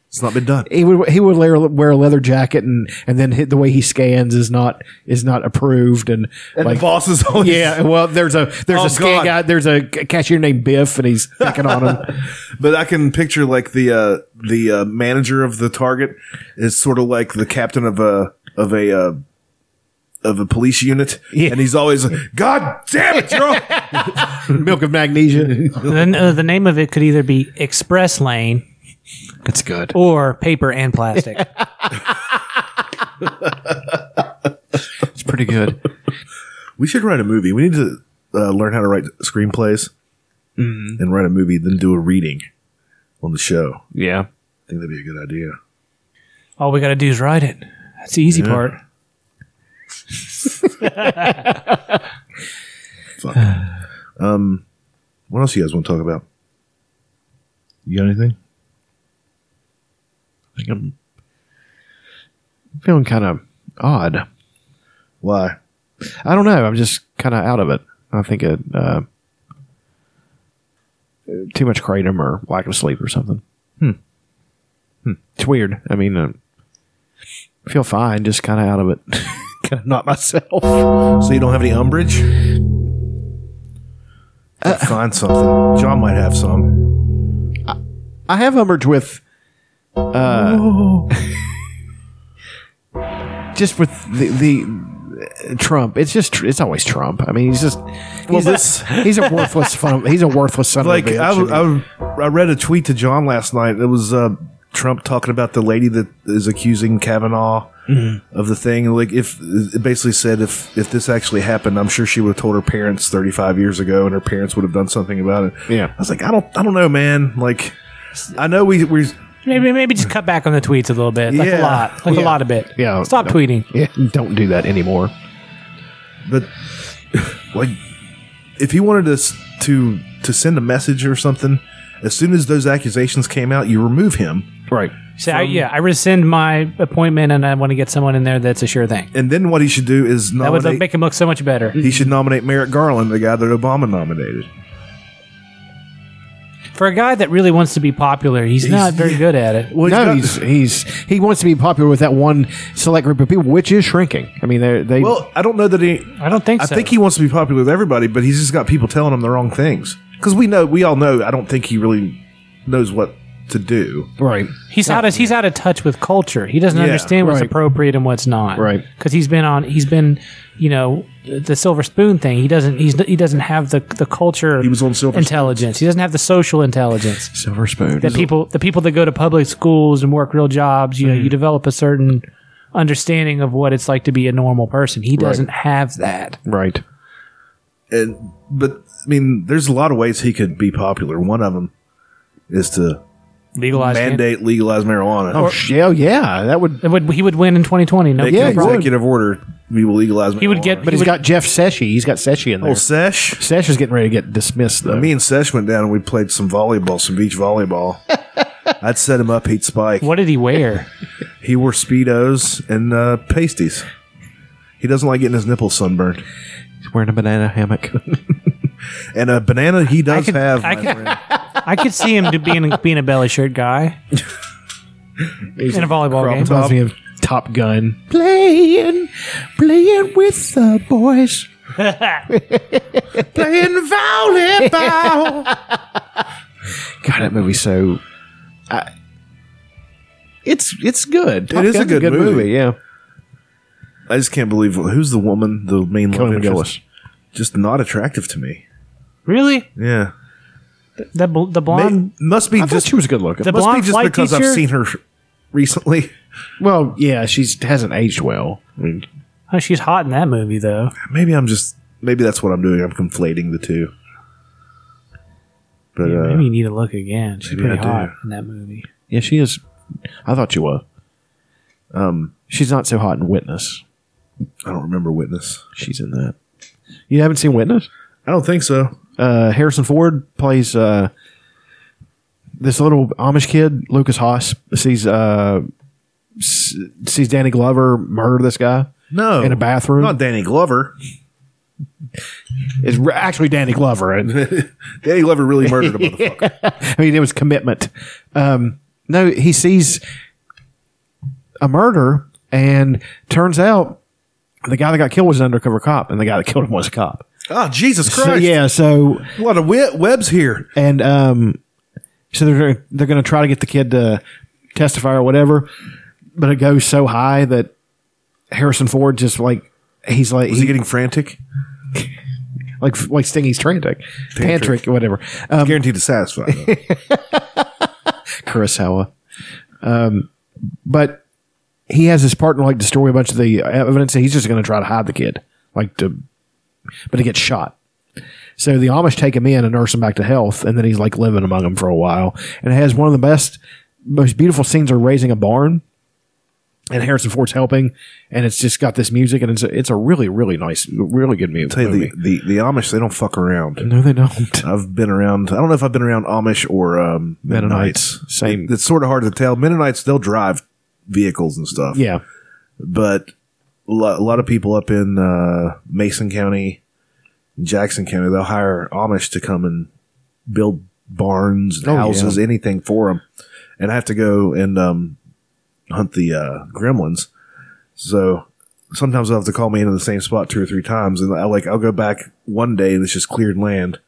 Speaker 2: it's not been done.
Speaker 4: he would he would wear, wear a leather jacket and and then hit the way he scans is not is not approved and,
Speaker 2: And the boss is always-
Speaker 4: yeah well there's a there's
Speaker 2: Oh,
Speaker 4: a scan
Speaker 2: God.
Speaker 4: guy there's a c- cashier named Biff and he's picking on him
Speaker 2: But I can picture like the uh, the uh, manager of the target is sort of like the captain of a of a uh, of a police unit, and he's always God damn it, you're all-"
Speaker 4: milk of magnesia
Speaker 5: Then uh, the name of it could either be Express Lane
Speaker 4: that's good
Speaker 5: or Paper and Plastic.
Speaker 4: it's pretty good
Speaker 2: we should write a movie. We need to uh, learn how to write screenplays and write a movie, then do a reading on the show.
Speaker 4: yeah
Speaker 2: I think that'd be a good idea.
Speaker 5: All we got to do is write it. That's the easy
Speaker 2: Yeah.
Speaker 5: part.
Speaker 2: Fuck. um, what else you guys want to talk about? You got anything?
Speaker 4: I think I'm feeling kind of odd
Speaker 2: Why?
Speaker 4: I don't know I'm just kind of out of it I think it uh, too much kratom or lack of sleep or something hmm, hmm. it's weird I mean uh, I feel fine just kind of out of it. kind of not myself.
Speaker 2: So you don't have any umbrage? Gotta find something. John might have some.
Speaker 4: I have umbrage with, uh, just with the, the uh, Trump. It's just it's always Trump. I mean, he's just he's,
Speaker 2: this-
Speaker 4: a, he's a worthless fun. He's a worthless son
Speaker 2: Like
Speaker 4: of a
Speaker 2: I,
Speaker 4: bitch.
Speaker 2: I, I read a tweet to John last night. It was uh, Trump talking about the lady that is accusing Kavanaugh of the thing. Like if it basically said if if this actually happened, I'm sure she would have told her parents 35 years ago, and her parents would have done something about it.
Speaker 4: Yeah.
Speaker 2: I was like, I don't, I don't know, man. Like, I know we we
Speaker 5: Maybe maybe just cut back on the tweets a little bit, like
Speaker 2: Yeah.
Speaker 5: a lot, like
Speaker 4: Yeah.
Speaker 5: a lot of bit.
Speaker 4: yeah,
Speaker 5: Stop
Speaker 4: don't-
Speaker 5: tweeting.
Speaker 4: Yeah, don't do that anymore.
Speaker 2: but like if he wanted us to to send a message or something as soon as those accusations came out you remove him
Speaker 4: Right.
Speaker 5: Say, I, yeah, I rescind my appointment, and I want to get someone in there that's a sure thing.
Speaker 2: and then what he should do is
Speaker 5: That would
Speaker 2: nominate
Speaker 5: make him look so much better.
Speaker 2: he should nominate merrick garland the guy that obama nominated
Speaker 5: For a guy that really wants to be popular, he's, not very good at it.
Speaker 2: well,
Speaker 4: no,
Speaker 2: got-
Speaker 4: he's he's he wants to be popular with that one select group of people, which is shrinking. I mean, they they
Speaker 2: well i don't know that he
Speaker 5: I don't think
Speaker 2: i
Speaker 5: so.
Speaker 2: think he wants to be popular with everybody but he's just got people telling him the wrong things because we know we all know i don't think he really knows what to do
Speaker 4: right.
Speaker 5: he's out of he's out of touch with culture. He doesn't
Speaker 2: Yeah,
Speaker 5: understand what's
Speaker 4: right.
Speaker 5: appropriate and what's not.
Speaker 4: Right.
Speaker 5: Because he's been on he's been you know the silver spoon thing. He doesn't he's he doesn't have the the culture.
Speaker 2: he was on silver
Speaker 5: intelligence. He doesn't have the social intelligence.
Speaker 4: Silver spoon.
Speaker 2: Mm-hmm.
Speaker 5: that people the people that go to public schools and work real jobs you know you develop a certain understanding of what it's like to be a normal person. He doesn't have that.
Speaker 4: Right.
Speaker 2: And but I mean, there's a lot of ways he could be popular. One of them is to
Speaker 5: Legalize man-
Speaker 2: mandate legalize marijuana.
Speaker 5: Oh, Or-
Speaker 4: sh- yeah, yeah, that would,
Speaker 5: it would he would win in 2020. No,
Speaker 2: Make
Speaker 5: no
Speaker 2: an
Speaker 5: problem.
Speaker 2: executive order. We will legalize.
Speaker 5: He would get-
Speaker 2: marijuana.
Speaker 4: But he's got Jeff Seshi. He's got Seshi in there.
Speaker 2: Oh, Sesh.
Speaker 4: Sesh is getting ready to get dismissed though.
Speaker 2: Me and Sesh went down and we played some volleyball, some beach volleyball. I'd set him up. He'd spike.
Speaker 5: What did he wear?
Speaker 2: he wore speedos and uh, pasties. He doesn't like getting his nipples sunburned.
Speaker 4: He's wearing a banana hammock.
Speaker 2: and a banana he does have.
Speaker 5: I
Speaker 2: my
Speaker 5: could,
Speaker 2: friend.
Speaker 5: I could see him to being being a belly shirt guy in a volleyball game.
Speaker 4: Reminds me of Top Gun.
Speaker 12: Playing, playing with the boys. playing volleyball.
Speaker 4: God, that movie's so. I, it's it's good. Top
Speaker 2: is a
Speaker 4: Gun's
Speaker 2: good movie.
Speaker 4: Yeah,
Speaker 2: I just can't believe who's the woman, the main love
Speaker 4: Kelly
Speaker 2: interest?
Speaker 4: McGillis.
Speaker 2: Just not attractive to me.
Speaker 5: Really?
Speaker 2: Yeah,
Speaker 5: The bl- the blonde.
Speaker 2: May- must be
Speaker 4: I thought
Speaker 2: just
Speaker 4: she was good looking.
Speaker 5: The
Speaker 2: must be
Speaker 5: blonde
Speaker 2: just
Speaker 5: flight
Speaker 2: because
Speaker 5: teacher?
Speaker 2: I've seen her recently.
Speaker 4: Well, yeah, she's hasn't aged well. I mean,
Speaker 5: Oh, she's hot in that movie though.
Speaker 2: Maybe I'm just maybe that's what I'm doing. I'm conflating the two. But uh,
Speaker 5: Maybe you need to look again. She's
Speaker 2: maybe
Speaker 5: pretty
Speaker 2: I do.
Speaker 5: hot in that movie.
Speaker 4: yeah, she is. I thought she was. Um, she's not so hot in Witness.
Speaker 2: I don't remember Witness.
Speaker 4: She's in that. You haven't seen Witness?
Speaker 2: I don't think so.
Speaker 4: Uh, Harrison Ford plays uh, this little Amish kid, Lucas Haas, sees uh, s- sees Danny Glover murder this guy
Speaker 2: No,
Speaker 4: in a bathroom.
Speaker 2: Oh. Not Danny Glover.
Speaker 4: it's re- actually Danny Glover. And,
Speaker 2: Danny Glover really murdered a motherfucker.
Speaker 4: I mean, it was commitment. Um, no, he sees a murder, and turns out the guy that got killed was an undercover cop, and the guy that killed him was a cop.
Speaker 2: oh Jesus Christ!
Speaker 4: So, yeah, so
Speaker 2: What a we- webs here.
Speaker 4: and um, so they're they're going to try to get the kid to testify or whatever, but it goes so high that Harrison Ford just like he's like
Speaker 2: Is he getting frantic?
Speaker 4: like like Stingy's frantic,
Speaker 2: Tantric.
Speaker 4: tantric, whatever. Um,
Speaker 2: Guaranteed to satisfy. though.
Speaker 4: Kurosawa. Um, but he has his partner like destroy a bunch of the evidence. And he's just going to try to hide the kid, like to, but he gets shot. So the Amish take him in and nurse him back to health, and then he's like living among them for a while. And it has one of the best, most beautiful scenes are raising a barn, and Harrison Ford's helping, and it's just got this music, and it's a, it's a really really nice, really good mu-
Speaker 2: Tell you,
Speaker 4: movie.
Speaker 2: the, the the Amish they don't fuck around.
Speaker 4: no, they don't.
Speaker 2: I've been around. I don't know if I've been around Amish or um,
Speaker 4: Mennonites, same.
Speaker 2: It- it's sort of hard to tell. Mennonites they'll drive vehicles and stuff.
Speaker 4: yeah,
Speaker 2: but lo- a lot of people up in uh, Mason County, Jackson County, they'll hire Amish to come and build barns, and
Speaker 4: Oh, yeah.
Speaker 2: houses, anything for them. And I have to go and um, hunt the uh, gremlins. So sometimes they'll have to call me into the same spot two or three times, and I like I'll go back one day and it's just cleared land,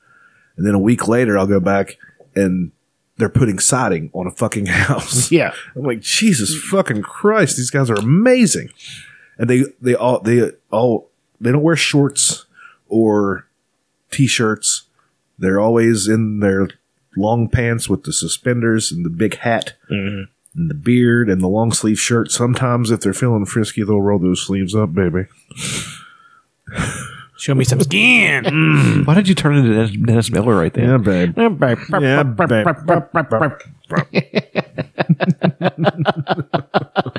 Speaker 2: and then a week later I'll go back and they're putting siding on a fucking house.
Speaker 4: yeah.
Speaker 2: I'm like, Jesus fucking Christ, these guys are amazing. And they they all they all they don't wear shorts or t-shirts. They're always in their long pants with the suspenders and the big hat
Speaker 5: Mm-hmm.
Speaker 2: and the beard and the long sleeve shirt. Sometimes if they're feeling frisky, they'll roll those sleeves up, baby.
Speaker 5: Show me some skin. Mm.
Speaker 4: Why did you turn into Dennis- Dennis Miller right there?
Speaker 2: babe. babe.
Speaker 4: Yeah,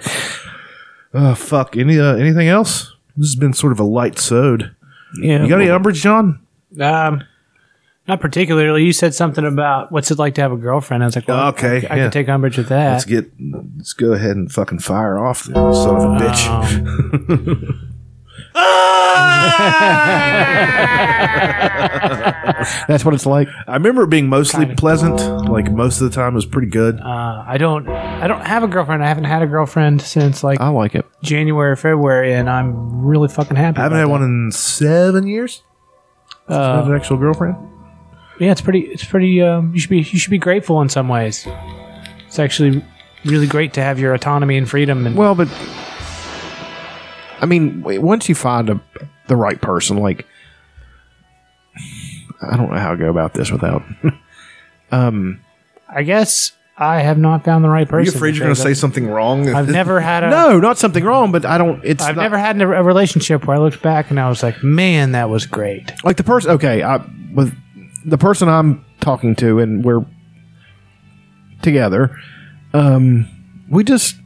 Speaker 2: Oh fuck. Any uh, anything else? This has been sort of a light sode.
Speaker 5: Yeah.
Speaker 2: You got any umbrage, John?
Speaker 5: Um, not particularly. You said something about what's it like to have a girlfriend. I was like, well,
Speaker 2: Okay,
Speaker 5: I, I
Speaker 2: yeah.
Speaker 5: can take umbrage with that.
Speaker 2: Let's get let's go ahead and fucking fire off then, son
Speaker 5: Oh,
Speaker 2: of a bitch. Ah!
Speaker 4: That's what it's like.
Speaker 2: I remember it being mostly pleasant. Like most of the time, it was pretty good.
Speaker 5: Uh, I don't. I don't have a girlfriend. I haven't had a girlfriend since like
Speaker 2: Uh,
Speaker 4: I like it.
Speaker 5: January or February, and I'm really fucking happy.
Speaker 2: I haven't had
Speaker 5: about
Speaker 2: one in seven years.
Speaker 5: that. Uh,
Speaker 2: Not an actual girlfriend.
Speaker 5: yeah, it's pretty. It's pretty. Um, you should be. You should be grateful in some ways. It's actually really great to have your autonomy and freedom. And
Speaker 4: Well, but I mean, w- once you find a, the right person, like I don't know how to go about this without.
Speaker 5: I guess I have not found the right person.
Speaker 2: Are you afraid you're going to say something wrong?
Speaker 5: I've never had a
Speaker 4: no, not something wrong, but I don't. It's
Speaker 5: I've never had a, a relationship where I looked back and I was like, man, that was great.
Speaker 4: like the person. Okay, I with the person I'm talking to, and we're together. Um, we just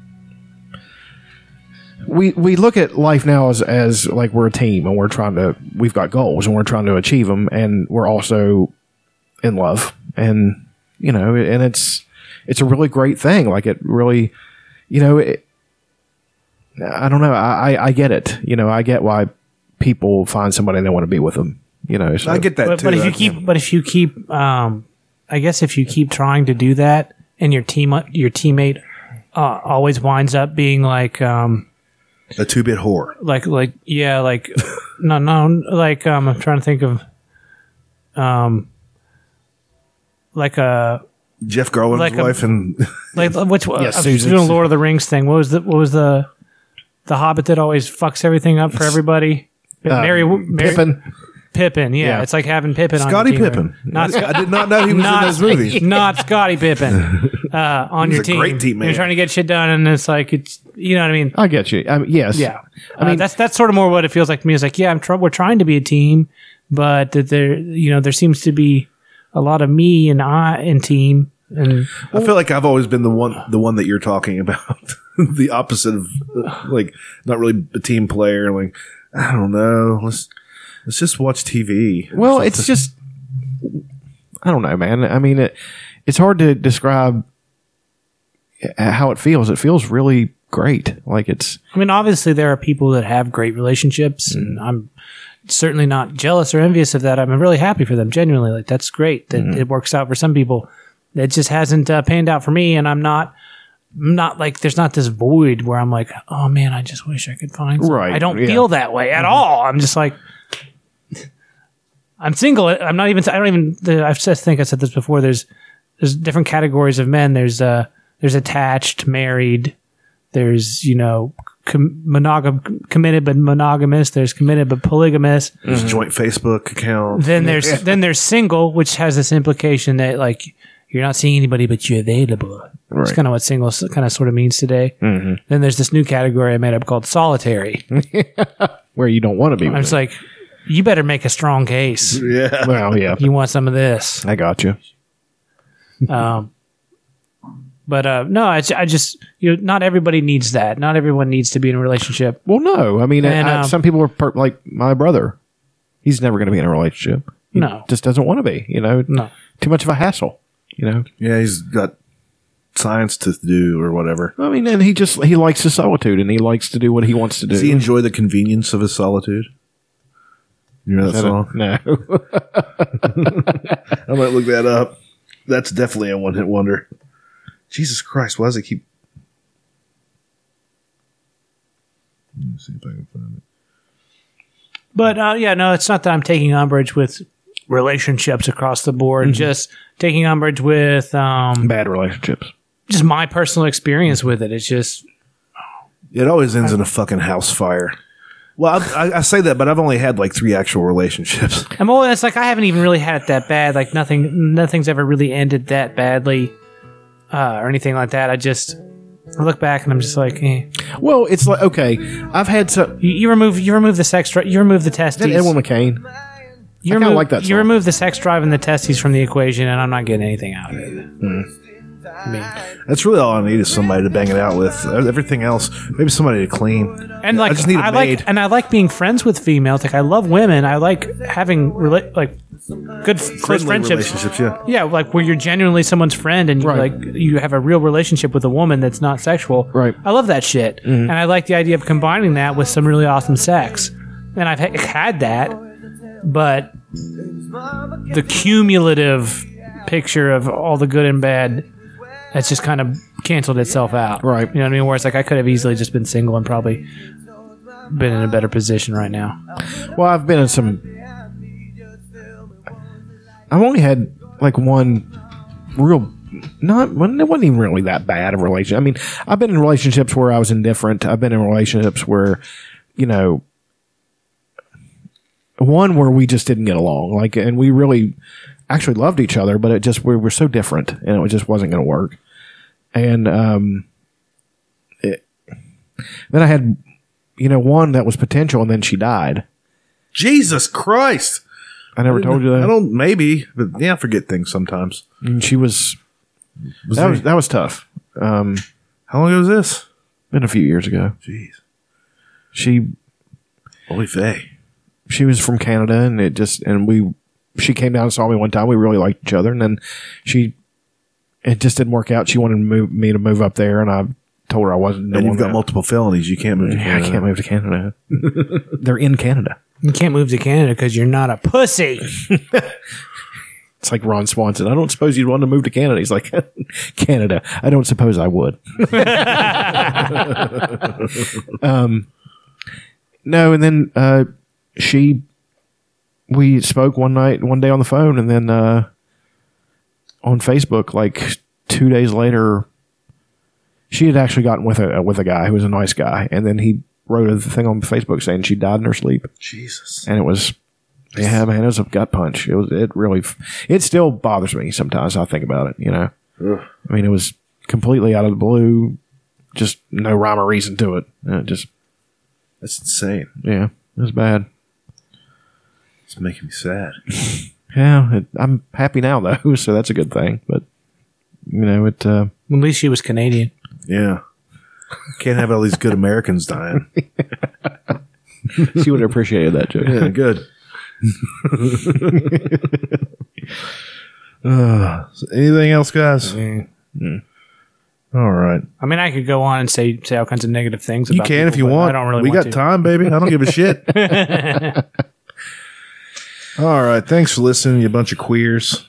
Speaker 4: we we look at life now as as like we're a team and we're trying to we've got goals and we're trying to achieve them and we're also in love and you know and it's it's a really great thing like it really you know it, I don't know I, I I get it you know I get why people find somebody and they want to be with them you know so.
Speaker 5: but, But if you keep, but if you keep, um, I guess if you keep trying to do that, and your team, your teammate, uh, always winds up being like, um,
Speaker 2: a two bit whore.
Speaker 5: like, like, yeah, like, no, no, like, um, I'm trying to think of, um, like a.
Speaker 2: Jeff Garland's
Speaker 5: Like a-
Speaker 2: wife and
Speaker 5: Like which was
Speaker 2: Yeah,
Speaker 5: yes,
Speaker 2: Susan.
Speaker 5: Susan. Lord of the Rings thing. What was the what was the the Hobbit that always fucks everything up for everybody?
Speaker 2: Uh,
Speaker 5: Mary, Mary
Speaker 2: Pippin.
Speaker 5: Pippin, yeah.
Speaker 2: Yeah.
Speaker 5: it's like having Pippin.
Speaker 2: Scottie
Speaker 5: on your team.
Speaker 2: Pippin.
Speaker 5: Not Sc-
Speaker 2: I did not know he was in
Speaker 5: not,
Speaker 2: those movies.
Speaker 5: Not Scotty Pippin uh, on
Speaker 4: He's
Speaker 5: your
Speaker 4: a
Speaker 5: team.
Speaker 4: great teammate.
Speaker 5: You're trying to get shit done, and it's like it's you know what I mean.
Speaker 4: I get you I mean, yes
Speaker 5: Yeah,
Speaker 4: I
Speaker 5: I
Speaker 4: mean-
Speaker 5: mean that's that's sort of more what it feels like to me. It's like yeah, I'm tr- we're trying to be a team, but that there you know there seems to be a lot of me and I and team and
Speaker 2: I feel like I've always been the one, the one that you're talking about, the opposite of uh, like not really a team player. Like I don't know, let's let's just watch TV. or
Speaker 4: Well, it's
Speaker 2: something.
Speaker 4: just I don't know, man. I mean, it, it's hard to describe how it feels. It feels really great. Like it's
Speaker 5: I mean, obviously, there are people that have great relationships, and
Speaker 4: Mm-hmm.
Speaker 5: I'm certainly not jealous or envious of that. I'm really happy for them, genuinely. Like, that's great that
Speaker 4: Mm-hmm.
Speaker 5: it works out for some people. It just hasn't uh, panned out for me, and I'm not, I'm not like, there's not this void where I'm like, oh man, I just wish I could find. some-
Speaker 4: Right,
Speaker 5: I don't
Speaker 4: yeah. Mm-hmm.
Speaker 5: feel that way at all. I'm just like, I'm single. I'm not even. I don't even. The, I've just think I said this before. There's there's different categories of men. There's uh there's attached, married. There's you know com- monogam committed but monogamous. There's committed but polygamous.
Speaker 2: There's a joint Facebook account.
Speaker 5: Then there's
Speaker 2: Yeah.
Speaker 5: then there's single, which has this implication that like you're not seeing anybody but you're available. It's
Speaker 4: Right.
Speaker 5: kind of what single kind of sort of means today.
Speaker 4: Mhm.
Speaker 5: Then there's this new category I made up called solitary.
Speaker 4: where you don't want to be.
Speaker 5: I'm
Speaker 4: With
Speaker 5: just like, you better make a strong case.
Speaker 2: Yeah.
Speaker 4: Well, yeah.
Speaker 5: You want some of this?
Speaker 4: I got you.
Speaker 5: um, but uh, no, I, I just you know, not everybody needs that. Not everyone needs to be in a relationship.
Speaker 4: Well, no, I mean,
Speaker 5: And,
Speaker 4: I-
Speaker 5: um,
Speaker 4: some people are per- like my brother. He's never going to be in a relationship. He
Speaker 5: No.
Speaker 4: just doesn't want to be. You know,
Speaker 5: no,
Speaker 4: too much of a hassle. You know,
Speaker 2: yeah, he's got science to do or whatever.
Speaker 4: I mean, and he just he likes his solitude and he likes to do what he wants to do.
Speaker 2: Does he enjoy the convenience of his solitude? You know that,
Speaker 4: Is that a-
Speaker 2: song?
Speaker 4: no.
Speaker 2: I might look that up. That's definitely a one hit wonder. Jesus Christ, why does it keep? Let me see if I can find it.
Speaker 5: But uh, yeah, no, it's not that I'm taking umbrage with relationships across the board. Just taking umbrage with um,
Speaker 4: bad relationships.
Speaker 5: Just my personal experience with it. It's just
Speaker 2: It always ends in a fucking house fire. Well, I, I, I say that, but I've only had like three actual relationships.
Speaker 5: I'm always it's like I haven't even really had it that bad. Like nothing, nothing's ever really ended that badly uh, or anything like that. I just I look back and I'm just like, eh.
Speaker 4: Well, it's like okay, I've had some.
Speaker 5: You, you remove you remove the sex drive. You remove the testes.
Speaker 4: Edwin McCain.
Speaker 5: You
Speaker 4: I kinda
Speaker 5: remove,
Speaker 4: like that
Speaker 5: You remove the sex drive and the testes from the equation, and I'm not getting anything out of it.
Speaker 2: That's really all I need is somebody to bang it out with. Everything else, maybe somebody to clean.
Speaker 5: And like,
Speaker 2: I just need a maid.
Speaker 5: like, and I like being friends with females. Like, I love women. I like having rela- like good f- close
Speaker 2: Friendly
Speaker 5: friendships.
Speaker 2: relationships, yeah.
Speaker 5: Yeah, like where you're genuinely someone's friend, and you like you have a real relationship with a woman that's not sexual. Right. Mm-hmm. I love that shit, and I like the idea of combining that with some really awesome sex. And I've ha- had that, but the cumulative picture of all the good and bad that's just kind of canceled itself out. Right. You know what I mean? Where it's like I could have easily just been single and probably been in a better position right now.
Speaker 4: Well, I've been in some. I've only had like one real, not well, it wasn't even really that bad of a relationship. I mean, I've been in relationships where I was indifferent. I've been in relationships where, you know, one where we just didn't get along, like, and we really actually loved each other, but it just we were so different, and it just wasn't going to work. and um, it, then I had you know one that was potential, and then she died.
Speaker 2: Jesus Christ!
Speaker 4: I never told you that.
Speaker 2: I don't. Maybe, but yeah, I forget things sometimes.
Speaker 4: And she was.
Speaker 2: Was
Speaker 4: that
Speaker 2: there-
Speaker 4: was that was tough. Um,
Speaker 2: How long ago was this?
Speaker 4: been a few years ago.
Speaker 2: Jeez.
Speaker 4: She
Speaker 2: Holy fay.
Speaker 4: she was from Canada, and it just and we she came down and saw me one time. We really liked each other, and then she it just didn't work out. She wanted to move, me to move up there, and I told her I wasn't.
Speaker 2: And
Speaker 4: doing
Speaker 2: you've got
Speaker 4: that.
Speaker 2: multiple felonies. You can't move. To
Speaker 4: Yeah, I
Speaker 2: Canada.
Speaker 4: can't move to Canada. They're in Canada.
Speaker 5: You can't move to Canada because you're not a pussy.
Speaker 4: It's like Ron Swanson. I don't suppose you'd want to move to Canada. He's like, Canada. I don't suppose I would. um, no, and then uh, she, we spoke one night, one day on the phone, and then uh, on Facebook, like two days later, she had actually gotten with a with a guy who was a nice guy, and then he wrote a thing on Facebook saying she died in her sleep.
Speaker 2: Jesus.
Speaker 4: and it was yeah man it was a gut punch it was it really it still bothers me sometimes i think about it you know
Speaker 2: Ugh.
Speaker 4: i mean it was completely out of the blue just no rhyme or reason to it And it just
Speaker 2: That's insane.
Speaker 4: yeah it was bad
Speaker 2: It's making me sad.
Speaker 4: yeah it, i'm happy now though so that's a good thing but you know it uh
Speaker 5: At least she was Canadian.
Speaker 2: Yeah. Can't have all these good Americans dying.
Speaker 4: she would have appreciated that joke
Speaker 2: Yeah, good. uh, so anything else, guys?
Speaker 4: Mm.
Speaker 2: All right.
Speaker 5: I mean, I could go on and say say all kinds of negative things.
Speaker 2: You
Speaker 5: about
Speaker 2: can if
Speaker 5: people,
Speaker 2: you
Speaker 5: but
Speaker 2: want.
Speaker 5: I don't really.
Speaker 2: we
Speaker 5: want
Speaker 2: got
Speaker 5: to.
Speaker 2: time, baby. I don't give a shit. All right. Thanks for listening, you bunch of queers.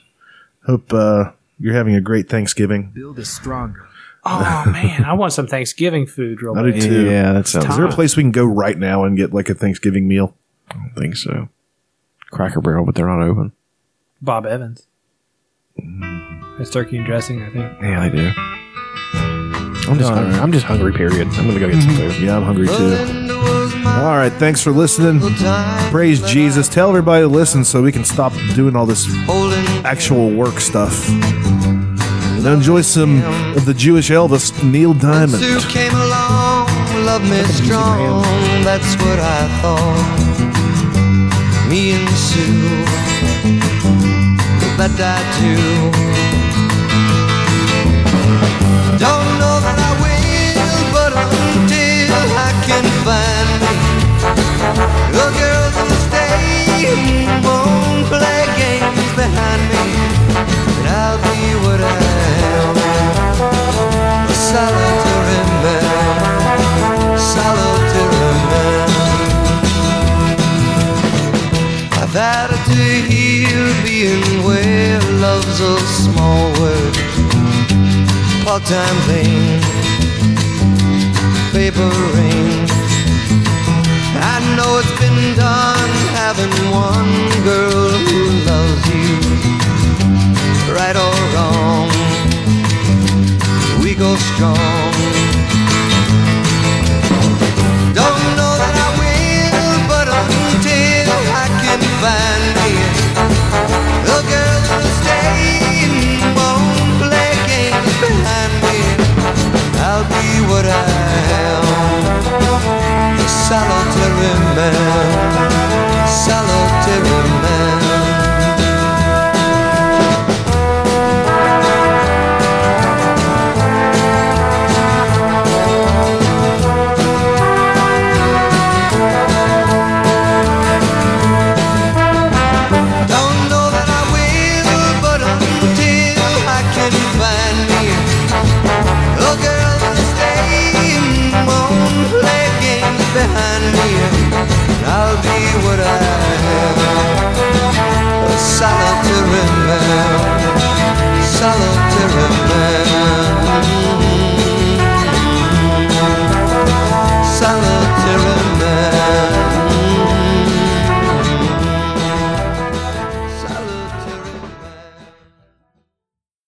Speaker 2: Hope uh, you're having a great Thanksgiving.
Speaker 14: Build us stronger.
Speaker 5: Oh man, I want some Thanksgiving food. Real
Speaker 2: I do
Speaker 5: bad.
Speaker 2: too.
Speaker 4: Yeah, that sounds-
Speaker 2: Is there a place we can go right now and get like a Thanksgiving meal?
Speaker 4: i don't think so cracker barrel but they're not open
Speaker 5: Bob Evans. It's turkey and dressing, I think.
Speaker 4: yeah they do i'm just
Speaker 2: All
Speaker 4: hungry.
Speaker 2: right.
Speaker 4: i'm just hungry period i'm gonna go get some food
Speaker 2: Yeah, I'm hungry too. All right. Thanks for listening. Praise Jesus. Tell everybody to listen so we can stop doing all this actual work stuff. And enjoy some of the Jewish Elvis, Neil Diamond.
Speaker 14: Sue came along, loved me strong, that's what I thought. Me and Sue, that I do. Don't know that I will, but until I can find the girl to stay, who won't play games behind me, and I'll be what I am. A solitary man, solitary man. I've had it to hear being where love's a small world, part-time thing, vaporing. I know it's been done having one girl who loves you, right or wrong we go strong. Don't know that I will, but until I can find me a girl to stay and won't play games behind me, I'll be what I am, a solitary man, solitary man.